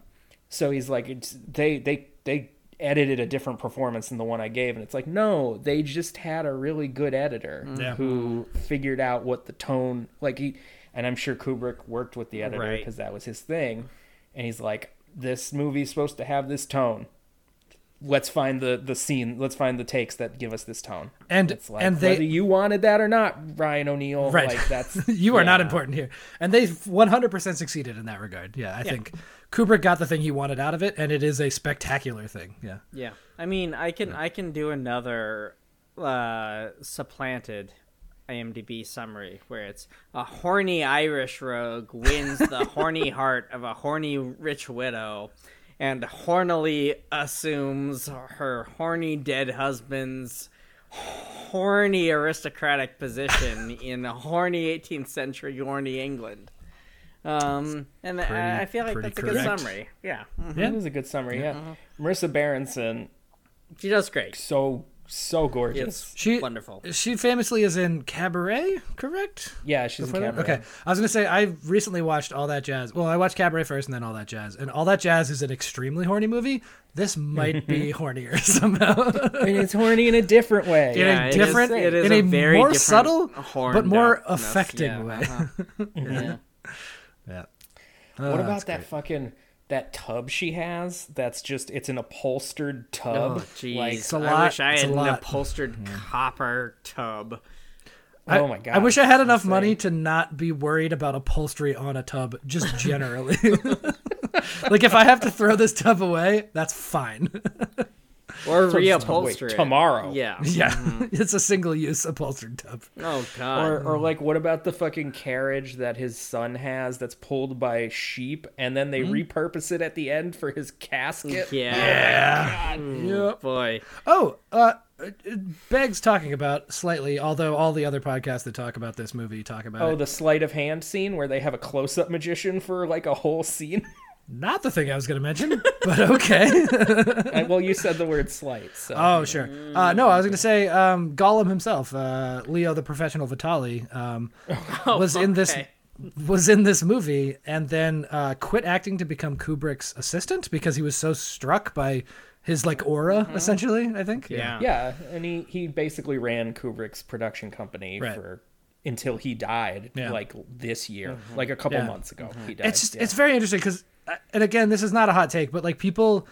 Speaker 2: So he's like, it's, they they they edited a different performance than the one I gave, and it's like, no, they just had a really good editor
Speaker 3: Yeah.
Speaker 2: who figured out what the tone like he, and I'm sure Kubrick worked with the editor
Speaker 1: Right.
Speaker 2: because that was his thing, and he's like, this movie's supposed to have this tone. Let's find the the scene. Let's find the takes that give us this tone.
Speaker 3: And-
Speaker 2: it's like
Speaker 3: and they-
Speaker 2: whether you wanted that or not, Ryan O'Neill.
Speaker 3: Right.
Speaker 2: Like
Speaker 3: *laughs*
Speaker 2: that's
Speaker 3: *laughs* you are not
Speaker 2: yeah.
Speaker 3: important here. And they 100% succeeded in that regard. Yeah, I think Kubrick got the thing he wanted out of it, and it is a spectacular thing. Yeah.
Speaker 1: Yeah. I mean, I can I can do another uh, supplanted IMDb summary where it's a horny Irish rogue wins
Speaker 3: *laughs*
Speaker 1: the horny heart of a horny rich widow and hornily assumes her horny dead husband's horny aristocratic position in horny 18th century horny England. Um, and I I feel like
Speaker 3: pretty
Speaker 1: that's a good
Speaker 3: correct.
Speaker 1: summary. Yeah.
Speaker 2: That is a good summary. Yeah, Marissa Berenson
Speaker 1: She does great.
Speaker 2: so so gorgeous.
Speaker 1: It's
Speaker 3: She
Speaker 1: wonderful.
Speaker 3: She famously is in Cabaret, correct?
Speaker 2: Yeah, she's in Cabaret.
Speaker 3: Okay, I was gonna say I recently watched All That Jazz. Well, I watched Cabaret first, and then All That Jazz. And All That Jazz is an extremely horny movie.
Speaker 2: *laughs*
Speaker 3: This might be hornier *laughs* somehow.
Speaker 2: and it's horny in a different way.
Speaker 3: in
Speaker 1: Yeah,
Speaker 3: a
Speaker 1: it is-
Speaker 3: different,
Speaker 1: it is
Speaker 3: in a,
Speaker 1: a very
Speaker 3: more
Speaker 1: different
Speaker 3: subtle,
Speaker 1: horned
Speaker 3: but more
Speaker 1: upness,
Speaker 3: affecting
Speaker 1: yeah, uh-huh.
Speaker 3: way. *laughs*
Speaker 1: Yeah.
Speaker 3: yeah.
Speaker 1: Oh,
Speaker 2: What about that fucking that tub she has? That's just it's an upholstered
Speaker 1: Oh,
Speaker 2: tub.
Speaker 1: jeez.
Speaker 2: Like
Speaker 3: a
Speaker 1: I
Speaker 3: lot-
Speaker 1: wish I
Speaker 3: it's a
Speaker 1: had an
Speaker 3: lot.
Speaker 1: upholstered copper tub.
Speaker 2: oh my god.
Speaker 3: I wish I had enough
Speaker 2: Insane.
Speaker 3: money to not be worried about upholstery on a tub,
Speaker 2: *laughs*
Speaker 3: just generally. *laughs* like if I have to throw this tub away, that's fine.
Speaker 1: Or
Speaker 2: Just to
Speaker 1: reupholster
Speaker 2: wait
Speaker 1: it.
Speaker 2: tomorrow.
Speaker 1: Yeah.
Speaker 3: *laughs* yeah, it's a single-use upholstered tub.
Speaker 1: Oh, God.
Speaker 2: Or, or like what about the fucking carriage that his son has that's pulled by sheep and then they repurpose it at the end for his casket?
Speaker 1: Hmm? yeah. Mm,
Speaker 3: Yep.
Speaker 1: Boy.
Speaker 3: Oh, uh, Beg's talking about slightly, although all the other podcasts that talk about this movie talk about
Speaker 2: Oh,
Speaker 3: it.
Speaker 1: *laughs*
Speaker 2: the sleight of hand scene where they have a close up magician for like a whole scene.
Speaker 3: Not the thing I was going to mention, but okay.
Speaker 2: I, well, you said the word slight. So.
Speaker 3: Oh, sure. Uh, no, I was going to say um, Gollum himself, uh, Leo the professional Vitali, um, was in this
Speaker 1: okay.
Speaker 3: was in this movie and then uh, quit acting to become Kubrick's assistant because he was so struck by his like aura, essentially. I think.
Speaker 1: Yeah.
Speaker 2: Yeah, and he, he basically ran Kubrick's production company
Speaker 3: Right.
Speaker 2: for until he died,
Speaker 3: Yeah.
Speaker 2: like this year, like a couple
Speaker 3: Yeah.
Speaker 2: months ago. He died.
Speaker 3: it's just
Speaker 2: yeah.
Speaker 3: it's very interesting because and again this is not a hot take but like people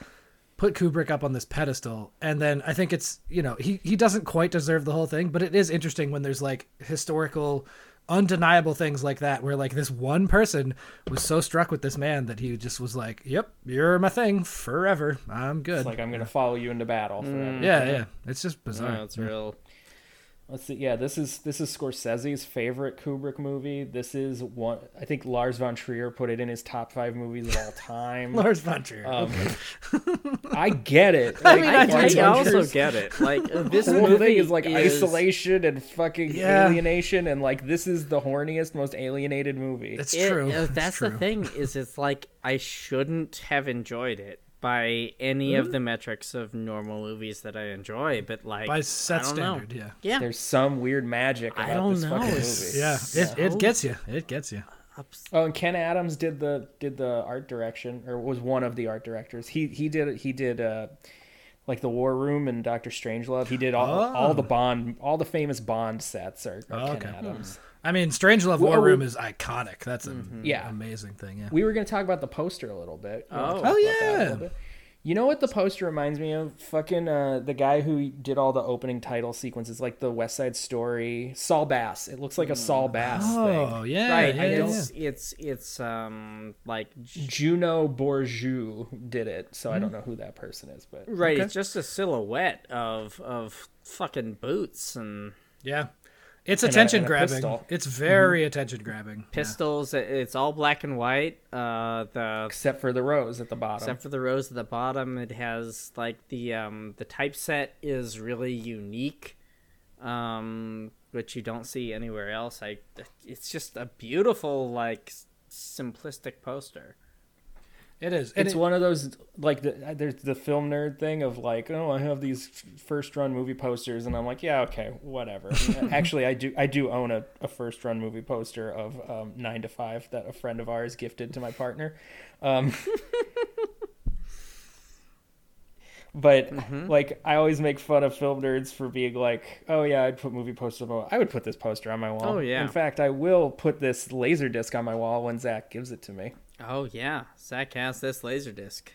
Speaker 3: put kubrick up on this pedestal and then i think it's you know he, he doesn't quite deserve the whole thing but it is interesting when there's like historical undeniable things like that where like this one person was so struck with this man that he just was like yep you're my thing forever i'm good
Speaker 2: It's like I'm gonna follow you into battle. Forever.
Speaker 3: yeah yeah it's just bizarre
Speaker 2: Uh,
Speaker 1: No, it's Oh, real.
Speaker 2: Let's see. Yeah, this is this is Scorsese's favorite Kubrick movie. This is one. I think Lars von Trier put it in his top five movies of all time.
Speaker 3: *laughs* lars von trier
Speaker 2: Um, I get it.
Speaker 3: *laughs* I mean, I
Speaker 2: Lars
Speaker 3: do
Speaker 2: von
Speaker 1: also
Speaker 2: Trier's
Speaker 1: get it.
Speaker 3: *laughs*
Speaker 1: Like this
Speaker 2: whole
Speaker 1: movie
Speaker 2: thing is like isolation and fucking
Speaker 3: Yeah.
Speaker 2: alienation, and like this is the horniest, most alienated movie.
Speaker 3: it's
Speaker 1: It-
Speaker 3: true
Speaker 1: uh,
Speaker 3: It's
Speaker 1: that's
Speaker 3: true.
Speaker 1: the thing is it's like I shouldn't have enjoyed it by any
Speaker 3: Mm-hmm.
Speaker 1: of the metrics of normal movies that I enjoy, but like
Speaker 3: by set
Speaker 1: I don't know.
Speaker 3: standard yeah
Speaker 1: Yeah,
Speaker 2: *laughs* There's some weird magic
Speaker 1: I
Speaker 2: about
Speaker 1: don't
Speaker 2: this
Speaker 1: know.
Speaker 2: fucking
Speaker 1: It's-
Speaker 2: movie.
Speaker 3: yeah it,
Speaker 1: So-
Speaker 3: it gets you it gets you
Speaker 2: Oh, and Ken Adams did the did the art direction, or was one of the art directors. He he did he did uh, like the War Room and Doctor Strangelove. He did all, all the Bond, all the famous Bond sets are, are
Speaker 3: Oh,
Speaker 2: Ken
Speaker 3: okay.
Speaker 2: Adams.
Speaker 3: I mean, Strange Love
Speaker 2: Well,
Speaker 3: War
Speaker 2: we-
Speaker 3: Room is iconic. That's an
Speaker 2: Yeah.
Speaker 3: amazing thing. Yeah.
Speaker 2: We were going to talk about the poster a little bit. You wanna
Speaker 1: Oh.
Speaker 2: talk about that
Speaker 3: Oh,
Speaker 2: a
Speaker 3: yeah.
Speaker 2: little bit? You know what the poster reminds me of? Fucking uh, the guy who did all the opening title sequences, like the West Side Story, Saul Bass. It looks like a Saul Bass thing.
Speaker 3: oh yeah,
Speaker 1: right.
Speaker 3: yeah,
Speaker 1: and
Speaker 3: yeah,
Speaker 1: it's it's it's um like j-
Speaker 2: Juno Bourgeois did it, so I don't know who that person is, but
Speaker 1: right. It's just a silhouette of of fucking boots and
Speaker 3: yeah. It's
Speaker 2: a-
Speaker 3: attention
Speaker 2: and a
Speaker 3: grabbing.
Speaker 2: pistol.
Speaker 3: It's very attention grabbing.
Speaker 1: pistols. It- It's all black and white. Uh, the
Speaker 2: except for the rose at the bottom.
Speaker 1: except for the rows at the bottom, it has like the um the typeset is really unique, um, which you don't see anywhere else. I it's just a beautiful like s- simplistic poster.
Speaker 3: It is. And
Speaker 2: it's
Speaker 3: it-
Speaker 2: one of those like the, uh, there's the film nerd thing of like oh I have these first run movie posters and I'm like yeah okay whatever actually I do I do own a, a first run movie poster of um, Nine to Five that a friend of ours gifted to my partner, um, *laughs* but like I always make fun of film nerds for being like oh yeah I'd put movie poster on my wall. I would put this poster on my wall
Speaker 1: Oh, yeah.
Speaker 2: in fact I will put this laser disc on my wall when Zach gives it to me
Speaker 1: Oh yeah, Zach has this laser disc.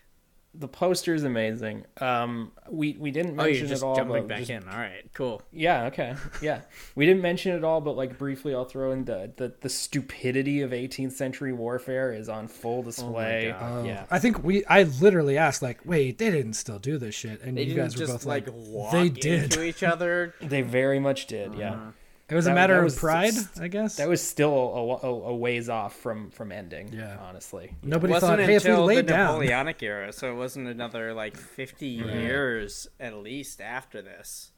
Speaker 2: the poster is amazing. Um, we we didn't
Speaker 1: Oh,
Speaker 2: mention
Speaker 1: you're just
Speaker 2: it all.
Speaker 1: jumping
Speaker 2: but
Speaker 1: back
Speaker 2: just-
Speaker 1: in. All right, cool.
Speaker 2: Yeah. Okay.
Speaker 1: *laughs*
Speaker 2: Yeah. we didn't mention it all, but like briefly, I'll throw in the the, the stupidity of 18th century warfare is on full display.
Speaker 1: Oh God.
Speaker 3: Oh,
Speaker 2: yeah.
Speaker 3: I think we. I literally asked, like, wait, they didn't still do this shit, and
Speaker 1: They
Speaker 3: you
Speaker 1: didn't
Speaker 3: guys were
Speaker 1: just
Speaker 3: both
Speaker 1: like,
Speaker 3: like,
Speaker 1: walk
Speaker 3: they
Speaker 1: into
Speaker 3: did.
Speaker 1: each other.
Speaker 2: They very much did.
Speaker 1: Uh-huh.
Speaker 2: Yeah.
Speaker 3: It was
Speaker 2: that-
Speaker 3: a matter
Speaker 2: that
Speaker 3: of
Speaker 2: was-
Speaker 3: pride, I guess.
Speaker 2: That was still a, a, a ways off from from ending.
Speaker 3: Yeah.
Speaker 2: Honestly.
Speaker 3: Nobody
Speaker 1: wasn't
Speaker 3: thought,
Speaker 1: until
Speaker 3: hey, if we lay
Speaker 1: the
Speaker 3: down,
Speaker 1: Napoleonic era, so it wasn't another like fifty
Speaker 2: Mm-hmm.
Speaker 1: years at least after this.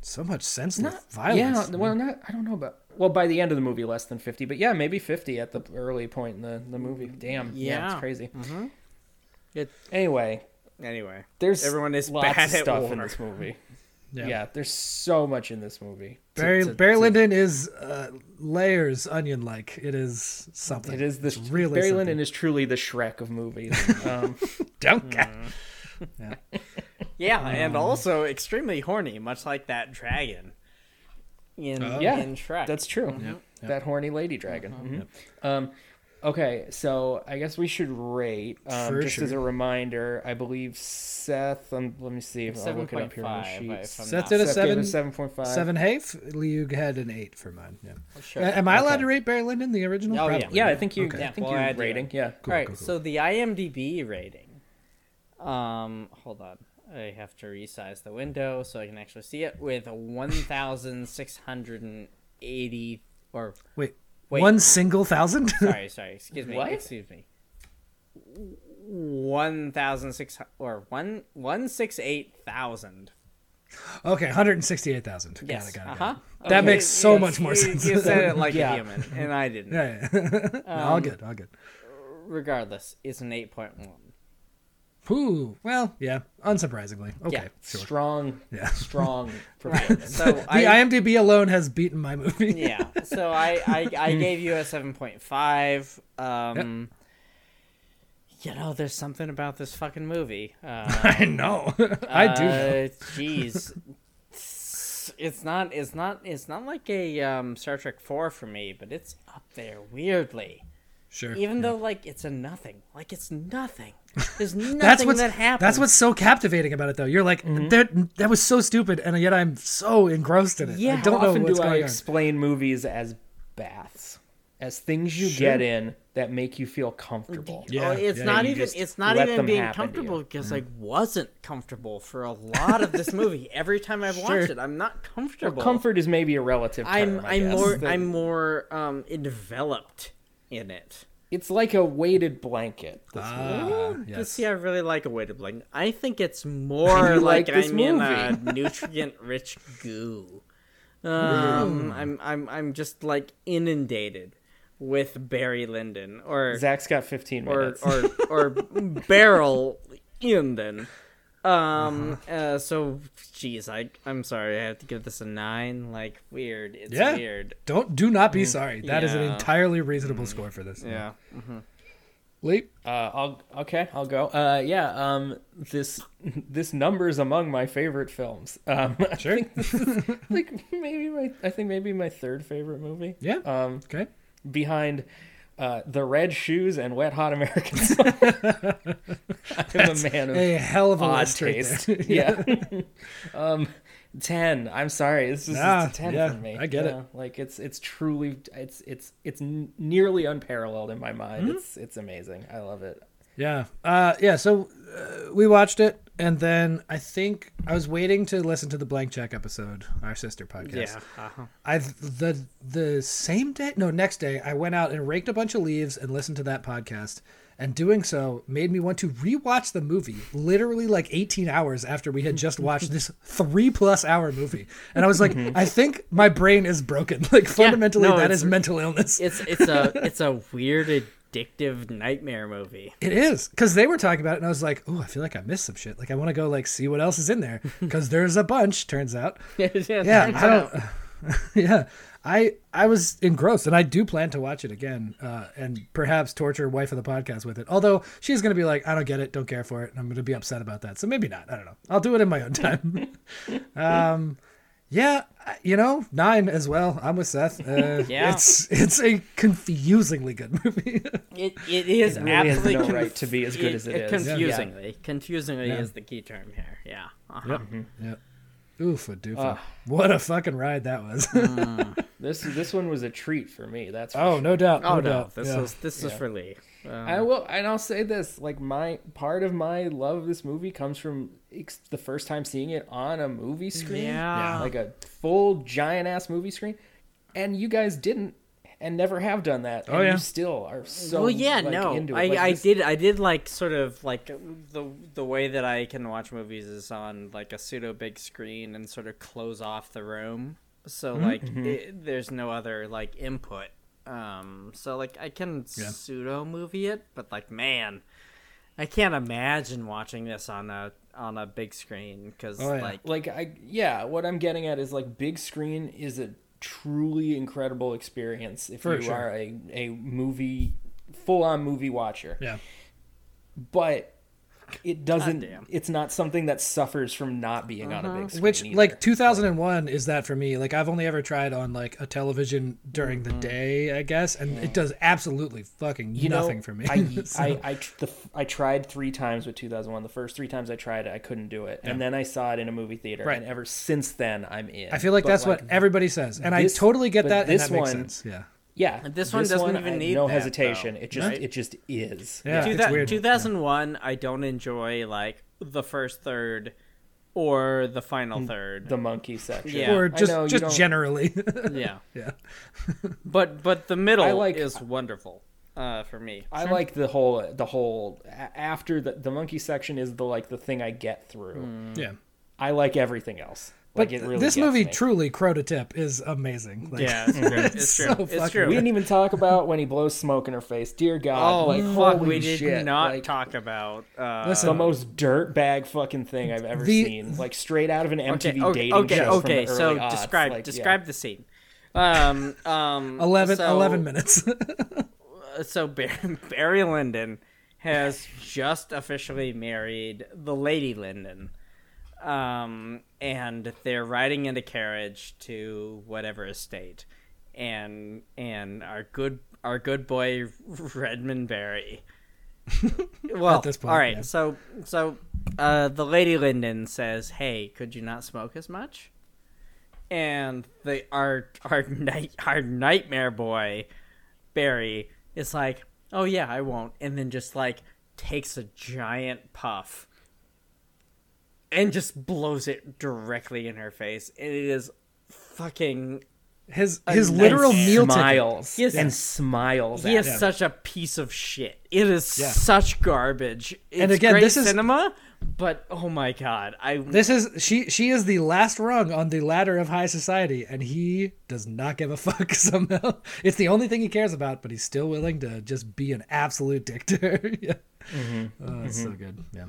Speaker 3: so much senseless
Speaker 2: Yeah.
Speaker 3: violence.
Speaker 2: Well, not. I don't know about. Well, by the end of the movie, less than 50, but yeah, maybe 50 at the early point in the, the movie. Damn. Yeah.
Speaker 1: Yeah. Mm-hmm.
Speaker 2: It's crazy.
Speaker 1: It-
Speaker 2: Anyway,
Speaker 1: Anyway,
Speaker 2: there's
Speaker 1: Everyone is
Speaker 2: lots
Speaker 1: bad
Speaker 2: of
Speaker 1: at
Speaker 2: stuff
Speaker 1: war.
Speaker 2: in this movie.
Speaker 3: *laughs* Yeah.
Speaker 2: Yeah. there's so much in this movie. To-
Speaker 3: Barry
Speaker 2: to-
Speaker 3: Barry
Speaker 2: to-
Speaker 3: Lyndon is uh, layers onion like. It is something.
Speaker 2: It is this
Speaker 3: It's really
Speaker 2: Barry
Speaker 3: something.
Speaker 2: Lyndon is truly the Shrek of movies.
Speaker 3: *laughs*
Speaker 2: Um,
Speaker 3: Don't get-
Speaker 1: yeah,
Speaker 2: Um,
Speaker 1: and also extremely horny, much like that dragon in
Speaker 2: Oh. yeah,
Speaker 1: in Shrek.
Speaker 2: that's true. That horny lady dragon.
Speaker 3: Uh-huh.
Speaker 2: Mhm. Um, okay, so I guess we should rate. Um,
Speaker 3: For
Speaker 2: just as a
Speaker 3: sure.
Speaker 2: reminder, I believe Seth. Um, let me see if I'll look it up here on the
Speaker 1: 7.5,
Speaker 2: sheet.
Speaker 1: if I'm
Speaker 3: Seth
Speaker 1: not-
Speaker 3: did a
Speaker 2: Seth
Speaker 3: seven.
Speaker 2: gave it seven point five.
Speaker 3: Seven half. Liu had an eight for mine. Yeah.
Speaker 1: Oh, Sure.
Speaker 3: A- Am I allowed
Speaker 2: Okay.
Speaker 3: to rate Barry Lyndon the original?
Speaker 1: Oh, yeah.
Speaker 3: Probably.
Speaker 2: Yeah, I think you.
Speaker 3: Okay.
Speaker 2: I think
Speaker 1: Well, I
Speaker 2: you're
Speaker 1: had to.
Speaker 2: rating. Yeah.
Speaker 1: All right, so the IMDb rating. Um, hold on. I have to resize the window so I can actually see it with 1,680 or
Speaker 3: Wait,
Speaker 1: Wait.
Speaker 3: one single thousand.
Speaker 1: sorry, sorry. Excuse me.
Speaker 2: What?
Speaker 1: Excuse me. One thousand six or one one six eight thousand.
Speaker 3: *laughs* okay, one hundred sixty-eight thousand.
Speaker 1: Yes.
Speaker 3: Got it. Got it,
Speaker 1: Uh
Speaker 3: got
Speaker 1: huh.
Speaker 3: it. That makes so much more sense.
Speaker 1: You said it like
Speaker 2: Yeah.
Speaker 1: a human, and I didn't.
Speaker 3: *laughs*
Speaker 1: Um,
Speaker 3: Yeah, yeah. no, all good. All good.
Speaker 1: regardless, it's an eight point one.
Speaker 3: Ooh, well, yeah, unsurprisingly. Okay,
Speaker 2: yeah,
Speaker 3: sure.
Speaker 2: strong,
Speaker 3: Yeah. *laughs*
Speaker 2: strong.
Speaker 1: Right. *laughs*
Speaker 2: performance.
Speaker 1: So
Speaker 3: The
Speaker 1: I
Speaker 3: IMDb alone has beaten my movie.
Speaker 1: yeah. So I I, I gave you a seven point five. Um, You know, there's something about this fucking movie. Uh,
Speaker 3: *laughs* I know. *laughs* I do. know. *laughs*
Speaker 1: Uh, Jeez. It's not. It's not. It's not like a um, Star Trek four for me, but it's up there weirdly.
Speaker 3: Sure.
Speaker 1: Even though like it's a nothing. Like it's nothing. There's *laughs*
Speaker 3: that's
Speaker 1: nothing
Speaker 3: what's
Speaker 1: that happens. Mm-hmm.
Speaker 3: that's what's so captivating about it though. You're like that that was so stupid and yet I'm so engrossed in it.
Speaker 1: Yeah,
Speaker 3: I
Speaker 1: how
Speaker 2: How
Speaker 3: don't know
Speaker 2: often
Speaker 3: what's
Speaker 2: do I
Speaker 3: going on.
Speaker 2: explain movies as baths, as things you get in that make you feel comfortable?
Speaker 3: Yeah,
Speaker 1: Oh, it's
Speaker 3: yeah,
Speaker 1: not
Speaker 2: you
Speaker 1: even
Speaker 2: just
Speaker 1: it's not
Speaker 2: let
Speaker 1: even
Speaker 2: them
Speaker 1: being
Speaker 2: happen to
Speaker 1: comfortable
Speaker 2: you.
Speaker 1: because
Speaker 3: Mm.
Speaker 1: I wasn't comfortable for a lot of this
Speaker 3: *laughs*
Speaker 1: movie. Every time I've watched it, I'm not comfortable.
Speaker 2: Comfort is maybe a relative
Speaker 1: I'm
Speaker 2: term. I
Speaker 1: I'm
Speaker 2: guess.
Speaker 1: more
Speaker 2: The-
Speaker 1: I'm more um enveloped in it.
Speaker 2: It's like a weighted blanket.
Speaker 3: Ah,
Speaker 1: You
Speaker 3: yes.
Speaker 1: see, I really like a weighted blanket. I think it's more
Speaker 2: You
Speaker 1: like,
Speaker 2: like this
Speaker 1: I'm in a nutrient-rich goo. Um, I'm I'm I'm just like inundated with Barry Lyndon or
Speaker 2: Zach's got 15
Speaker 1: or
Speaker 2: minutes.
Speaker 1: or or Barrel Lyndon. Um. Uh, so, geez, I I'm sorry. I have to give this a nine. Like weird. It's
Speaker 3: Yeah.
Speaker 1: weird.
Speaker 3: Don't do not be sorry. That is an
Speaker 1: Yeah.
Speaker 3: entirely reasonable score for this.
Speaker 1: Yeah.
Speaker 3: Leap.
Speaker 2: Uh, I'll okay. I'll go. Uh, yeah. Um, this *laughs* this number's among my favorite films. Um, *laughs* I
Speaker 3: Sure.
Speaker 2: think this is, like maybe my I think maybe my third favorite movie.
Speaker 3: *laughs* Yeah.
Speaker 2: Um,
Speaker 3: Okay.
Speaker 2: behind uh, the Red Shoes and Wet Hot American
Speaker 3: *laughs*
Speaker 2: Summer. *laughs* I'm a man of
Speaker 3: A hell of a
Speaker 2: uh, odd
Speaker 3: list right
Speaker 2: taste. *laughs*
Speaker 3: there.
Speaker 2: yeah. um, ten. I'm sorry. This is
Speaker 3: Nah,
Speaker 2: it's a ten
Speaker 3: yeah,
Speaker 2: for me.
Speaker 3: I get it.
Speaker 2: Like it's it's truly it's it's it's n- nearly unparalleled in my mind.
Speaker 3: Mm-hmm.
Speaker 2: It's it's amazing. I love it.
Speaker 3: Yeah. Uh, yeah. So uh, we watched it, and then I think I was waiting to listen to the Blank Check episode, our sister podcast.
Speaker 1: Yeah. Uh-huh.
Speaker 3: I the the same day, no, next day, I went out and raked a bunch of leaves and listened to that podcast. And doing so made me want to rewatch the movie literally like 18 hours after we had just watched this three plus hour movie. And I was like, I think my brain is broken. *laughs* Like, fundamentally,
Speaker 1: Mm-hmm. no,
Speaker 3: that
Speaker 1: it's-
Speaker 3: is mental illness.
Speaker 1: It's it's a it's a weird addictive nightmare movie. *laughs*
Speaker 3: It is because they were talking about it, and I was like, "Oh, I feel like I missed some shit. Like, I want to go like see what else is in there because there's a bunch." Turns out,
Speaker 1: yeah,
Speaker 3: yeah,
Speaker 1: turns
Speaker 3: I
Speaker 1: out.
Speaker 3: don't. *laughs* yeah, I I was engrossed, and I do plan to watch it again, uh, and perhaps torture wife of the podcast with it. Although she's gonna be like, "I don't get it, don't care for it," and I'm gonna be upset about that. So maybe not. I don't know. I'll do it in my
Speaker 1: *laughs*
Speaker 3: own time. um, yeah, I- you know, nine as well. I'm with Seth. Uh,
Speaker 1: *laughs* Yeah.
Speaker 3: it's it's a confusingly good movie. *laughs*
Speaker 1: It, it is
Speaker 2: really has
Speaker 1: absolutely
Speaker 2: no right to be as good as it is. Yeah.
Speaker 1: Confusingly, confusingly is the key term here. Yeah. Uh-huh.
Speaker 3: Yep. Oof a doofa. what a fucking ride that was. *laughs*
Speaker 2: This this one was a treat for me. That's for
Speaker 3: oh,
Speaker 2: sure.
Speaker 3: no doubt.
Speaker 1: Oh
Speaker 3: no,
Speaker 1: no,
Speaker 3: doubt.
Speaker 1: this
Speaker 3: yeah.
Speaker 1: is this is for Lee. Um,
Speaker 2: I will, and I'll say this: like my part of my love of this movie comes from ex- the first time seeing it on a movie screen,
Speaker 1: Yeah. Yeah.
Speaker 2: like a full giant ass movie screen. And you guys didn't, and never have done that.
Speaker 1: Oh,
Speaker 2: And
Speaker 3: yeah.
Speaker 2: you still are so.
Speaker 1: well, yeah,
Speaker 2: like,
Speaker 1: no,
Speaker 2: into it.
Speaker 1: I,
Speaker 2: Like,
Speaker 1: I
Speaker 2: this-
Speaker 1: did I did like sort of like the the way that I can watch movies is on like a pseudo big screen and sort of close off the room. So
Speaker 2: Mm-hmm,
Speaker 1: like it, there's no other like input. Um, so like I can pseudo movie it, but like man, I can't imagine watching this on a on a big screen because
Speaker 3: Oh, yeah.
Speaker 1: like
Speaker 2: like I yeah, what I'm getting at is like big screen is a truly incredible experience if
Speaker 3: For
Speaker 2: you
Speaker 3: sure.
Speaker 2: are a a movie full on movie watcher.
Speaker 3: Yeah.
Speaker 2: But it doesn't
Speaker 1: Goddamn. Uh-huh.
Speaker 2: it's not something that suffers from not being on a big screen.
Speaker 3: Which
Speaker 2: either.
Speaker 3: like 2001 is that for me. Like I've only ever tried on like a television during the day, I guess, and it does absolutely fucking
Speaker 2: Mm-hmm. Mm. You know,
Speaker 3: nothing for me. *laughs*
Speaker 2: I,
Speaker 3: So-
Speaker 2: I, I, tr- the, f- I tried three times with 2001. The first three times I tried it, I couldn't do it. And then I saw it in a movie theater.
Speaker 3: Right.
Speaker 2: And ever since then, I'm in.
Speaker 3: I feel like
Speaker 2: But,
Speaker 3: that's what everybody says, and
Speaker 2: this-
Speaker 3: I totally get
Speaker 2: but
Speaker 3: that.
Speaker 2: this
Speaker 3: and that makes
Speaker 2: one-
Speaker 3: sense. Yeah.
Speaker 2: Yeah.
Speaker 1: This one doesn't even
Speaker 2: I-
Speaker 1: need
Speaker 2: no
Speaker 1: that,
Speaker 2: hesitation.
Speaker 1: though.
Speaker 2: It just
Speaker 1: No.
Speaker 2: it just is.
Speaker 3: Yeah.
Speaker 1: Two
Speaker 3: it's
Speaker 1: thou-
Speaker 3: weird.
Speaker 1: 2001 i don't enjoy like the first third or the final third
Speaker 2: Mm. the monkey section.
Speaker 1: Yeah.
Speaker 3: Or
Speaker 2: I
Speaker 3: just
Speaker 2: know you don't-
Speaker 3: just generally. *laughs*
Speaker 1: yeah
Speaker 3: yeah.
Speaker 1: but but the middle
Speaker 2: I like-
Speaker 1: is wonderful uh for me
Speaker 2: I *laughs* like the whole the whole a-
Speaker 1: Hmm.
Speaker 2: after the the monkey section is the like the thing I get through.
Speaker 3: Yeah.
Speaker 2: I like everything else. Mm. Like it really.
Speaker 3: this
Speaker 2: gets
Speaker 3: movie
Speaker 2: me.
Speaker 3: truly crow to tip is amazing like,
Speaker 1: Yeah,
Speaker 3: *laughs*
Speaker 1: it's true. It's,
Speaker 3: so
Speaker 1: true.
Speaker 3: fucking
Speaker 1: it's true.
Speaker 2: we didn't even talk about when he blows smoke in her face. Dear God!
Speaker 1: oh
Speaker 2: like,
Speaker 1: fuck,
Speaker 2: holy
Speaker 1: we did
Speaker 2: shit,
Speaker 1: not
Speaker 2: like,
Speaker 1: talk about. Uh,
Speaker 2: the
Speaker 3: listen
Speaker 2: most dirtbag fucking thing I've ever
Speaker 3: The-
Speaker 2: seen. Like straight out of an MTV
Speaker 1: okay, okay,
Speaker 2: dating
Speaker 1: okay,
Speaker 2: show.
Speaker 1: okay.
Speaker 2: From the
Speaker 1: So
Speaker 2: early aughts.
Speaker 1: describe
Speaker 2: Like, yeah.
Speaker 1: describe the scene. Um, um,
Speaker 3: 11,
Speaker 1: so,
Speaker 3: 11 minutes *laughs*
Speaker 1: uh, So Barry, *laughs* Barry Lyndon has just officially married the Lady Lyndon, um, and they're riding in a carriage to whatever estate, and and our good our good boy *laughs* Redmond
Speaker 3: *laughs*
Speaker 1: Barry. well,
Speaker 3: At this point,
Speaker 1: all right.
Speaker 3: yeah.
Speaker 1: So so uh, the Lady Lyndon says, "Hey, could you not smoke as much?" and the our our night our nightmare boy Barry is like, "Oh yeah, I won't," and then just like takes a giant puff and just blows it directly in her face. And it is fucking
Speaker 3: his his
Speaker 1: nice
Speaker 3: literal meal ticket
Speaker 2: smiles
Speaker 1: Yes.
Speaker 2: and smiles.
Speaker 1: he
Speaker 2: at
Speaker 1: is such a piece of shit. It is
Speaker 3: Yeah.
Speaker 1: such garbage. It's
Speaker 3: And again,
Speaker 1: great
Speaker 3: this is-
Speaker 1: cinema, but oh my god, I
Speaker 3: this is she she is the last rung on the ladder of high society and he does not give a *laughs* fuck somehow it's the only thing he cares about but he's still willing to just be an absolute dictator *laughs* yeah
Speaker 1: Mm-hmm.
Speaker 3: oh, it's so good yeah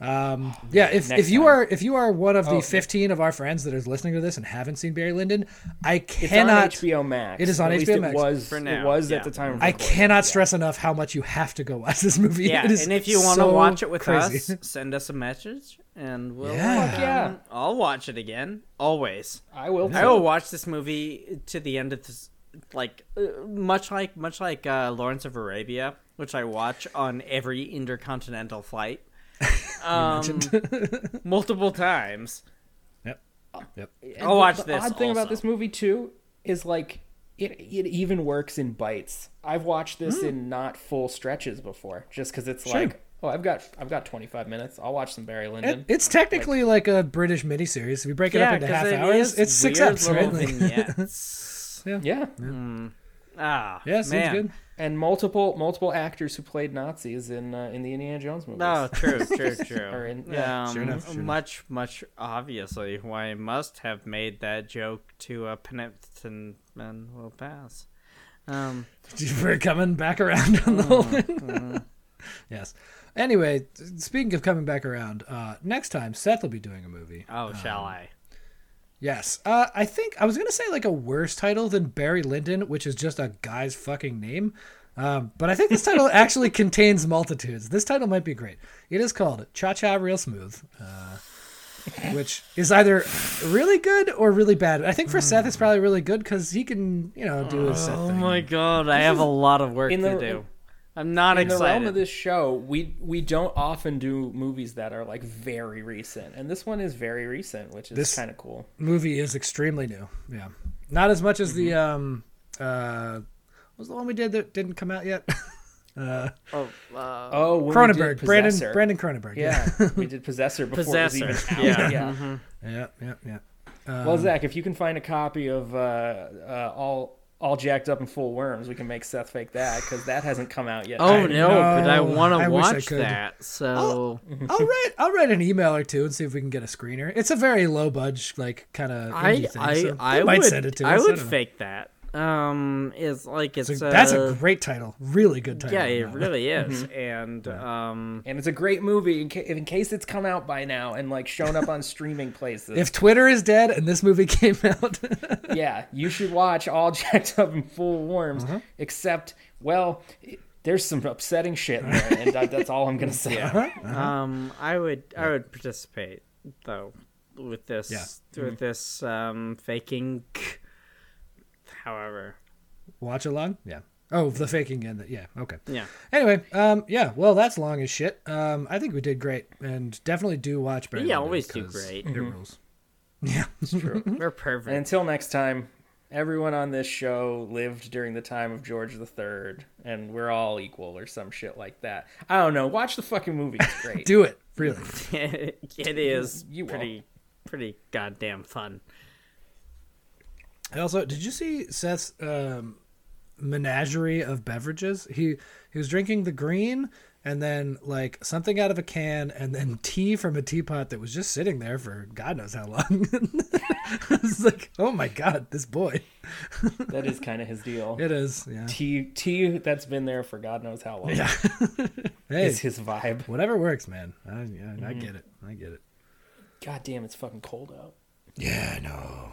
Speaker 3: um, yeah, if,
Speaker 2: Next
Speaker 3: if you
Speaker 2: time.
Speaker 3: are if you are one of
Speaker 1: Oh,
Speaker 3: the 15 of our friends that is listening to this and haven't seen Barry Lyndon, I
Speaker 2: It's
Speaker 3: cannot
Speaker 2: on HBO Max.
Speaker 3: It is on
Speaker 2: At least
Speaker 3: HBO Max.
Speaker 2: It was,
Speaker 1: For now,
Speaker 2: it was
Speaker 1: yeah.
Speaker 2: at the time. Of
Speaker 3: I
Speaker 2: recording.
Speaker 3: cannot stress enough how much you have to go watch this movie.
Speaker 1: Yeah,
Speaker 3: It is
Speaker 1: and if you want to
Speaker 3: so
Speaker 1: watch it with
Speaker 3: crazy.
Speaker 1: us, send us a message, and we'll.
Speaker 3: Yeah.
Speaker 1: um,
Speaker 3: Fuck
Speaker 2: yeah.
Speaker 1: I'll watch it again. Always.
Speaker 2: I will.
Speaker 1: I will watch this movie to the end of this, like uh, much like much like uh, Lawrence of Arabia, which I watch on every intercontinental flight,
Speaker 3: *laughs*
Speaker 1: um, multiple times.
Speaker 3: *laughs* Yep. Yep.
Speaker 2: And
Speaker 1: I'll
Speaker 2: the-
Speaker 1: watch
Speaker 2: the
Speaker 1: this
Speaker 2: odd thing about
Speaker 1: also.
Speaker 2: this movie too is like it it even works in bites. I've watched this
Speaker 1: Hmm.
Speaker 2: in not full stretches before, just because it's like, oh, I've got I've got 25 minutes. I'll watch some Barry Lyndon.
Speaker 3: It, it's technically like, a British miniseries. If you break it up into
Speaker 1: 'cause
Speaker 3: half
Speaker 1: it
Speaker 3: hours,
Speaker 1: is
Speaker 3: it's six
Speaker 1: weird
Speaker 3: eps,
Speaker 1: little
Speaker 3: right? Like- *laughs*
Speaker 1: vignettes.
Speaker 2: yeah,
Speaker 1: ah,
Speaker 3: yeah, seems
Speaker 1: man.
Speaker 3: good. *laughs*
Speaker 2: and multiple multiple actors who played Nazis in uh, in the Indiana Jones movies.
Speaker 1: No, true,
Speaker 3: *laughs*
Speaker 1: true, true.
Speaker 2: Or in- yeah,
Speaker 1: um,
Speaker 3: sure enough, sure enough.
Speaker 1: much, much obviously why I must have made that joke to a Pennington man will pass. Um,
Speaker 3: We're coming back around
Speaker 1: Mm-hmm.
Speaker 3: on the whole thing. *laughs* yes. Anyway, speaking of coming back around, uh, next time Seth will be doing a movie.
Speaker 1: oh, shall I?
Speaker 3: Yes. Uh, I think I was going to say like a worse title than Barry Lyndon, which is just a guy's fucking name. Um, but I think this title actually contains multitudes. This title might be great. It is called Cha Cha Real Smooth, uh, which is either really good or really bad. I think for Seth, it's probably really good because he can, you know, do his Seth
Speaker 1: Oh
Speaker 3: thing.
Speaker 1: my god, I have a lot of work
Speaker 2: in the-
Speaker 1: to do. I'm not
Speaker 2: in the realm
Speaker 1: excited.
Speaker 2: of this show, we we don't often do movies that are like very recent, and this one is very recent, which is
Speaker 3: This-
Speaker 2: kind of cool.
Speaker 3: movie is extremely new. Yeah, not as much as the um, uh, what was the one we did that didn't come out yet. uh,
Speaker 1: oh, uh,
Speaker 2: Oh, when we did
Speaker 3: Cronenberg, Brandon,
Speaker 2: Possessor.
Speaker 3: Brandon Cronenberg.
Speaker 2: Yeah, we did Possessor before it was
Speaker 1: Possessor,
Speaker 2: even out.
Speaker 1: yeah.
Speaker 3: Mm-hmm. yeah, yeah, yeah.
Speaker 2: Well,
Speaker 1: Um,
Speaker 2: Zach, if you can find a copy of uh, uh, all all jacked up and full worms, we can make Seth fake that because that hasn't come out yet.
Speaker 1: oh no, but I
Speaker 3: know.
Speaker 1: want
Speaker 3: I
Speaker 1: to
Speaker 3: wish I
Speaker 1: watch
Speaker 3: could. Oh,
Speaker 1: that. So
Speaker 3: I'll write I'll write an email or two and see if we can get a screener. It's a very low budge like kind of
Speaker 1: I, I,
Speaker 3: so
Speaker 1: I,
Speaker 3: they
Speaker 1: would,
Speaker 3: might send it to
Speaker 1: I
Speaker 3: us.
Speaker 1: would
Speaker 3: don't know.
Speaker 1: fake that. Um, it's like it's
Speaker 3: So that's a
Speaker 1: uh,
Speaker 3: great Mm-hmm. title, really good title.
Speaker 1: yeah, it
Speaker 3: Yeah. *laughs*
Speaker 1: really is, and um.
Speaker 2: And it's a great movie in, ca- in case it's come out by now and like shown
Speaker 1: *laughs*
Speaker 2: up on streaming places.
Speaker 3: If Twitter is dead and this movie *laughs* came out,
Speaker 2: yeah, you should watch all jacked up and full worms.
Speaker 1: Uh-huh.
Speaker 2: Except, well, it- there's some upsetting shit in there, and that, that's all
Speaker 1: *laughs*
Speaker 2: I'm gonna say.
Speaker 3: Uh-huh.
Speaker 1: Um, I would I would participate though with this
Speaker 3: Mm-hmm.
Speaker 1: with this um faking. *laughs* However,
Speaker 3: watch along. Yeah. Oh, the faking and the, yeah. Okay.
Speaker 1: yeah,
Speaker 3: Anyway, um, yeah. Well, that's long as shit. Um, I think we did great, and definitely do watch. Barry
Speaker 1: we
Speaker 3: Lyndon
Speaker 1: always do
Speaker 3: 'cause
Speaker 1: great. Mm-hmm.
Speaker 3: It rules. *laughs* Yeah. Mm-hmm.
Speaker 1: We're
Speaker 2: And
Speaker 1: perfect.
Speaker 2: until next time, everyone on this show lived during the time of George III, and we're all equal or some shit like that. I don't know. Watch the fucking movie. It's
Speaker 3: *laughs*
Speaker 2: great.
Speaker 3: do it. Really.
Speaker 1: *laughs* it is
Speaker 2: You won't.
Speaker 1: pretty pretty goddamn fun.
Speaker 3: I also did you see Seth's um, menagerie of beverages? He he was drinking the green, and then like something out of a can, and then *laughs* tea from a teapot that was just sitting there for God knows how long. *laughs* it's like, oh my God, this boy.
Speaker 2: That is kind of his deal.
Speaker 3: It is, yeah.
Speaker 2: Tea, tea that's been there for God knows how long
Speaker 3: Yeah. hey,
Speaker 2: is his vibe.
Speaker 3: whatever works, man. Mm-hmm. I, I, I get it. I get it.
Speaker 2: God damn, it's fucking cold out.
Speaker 3: Yeah, I know.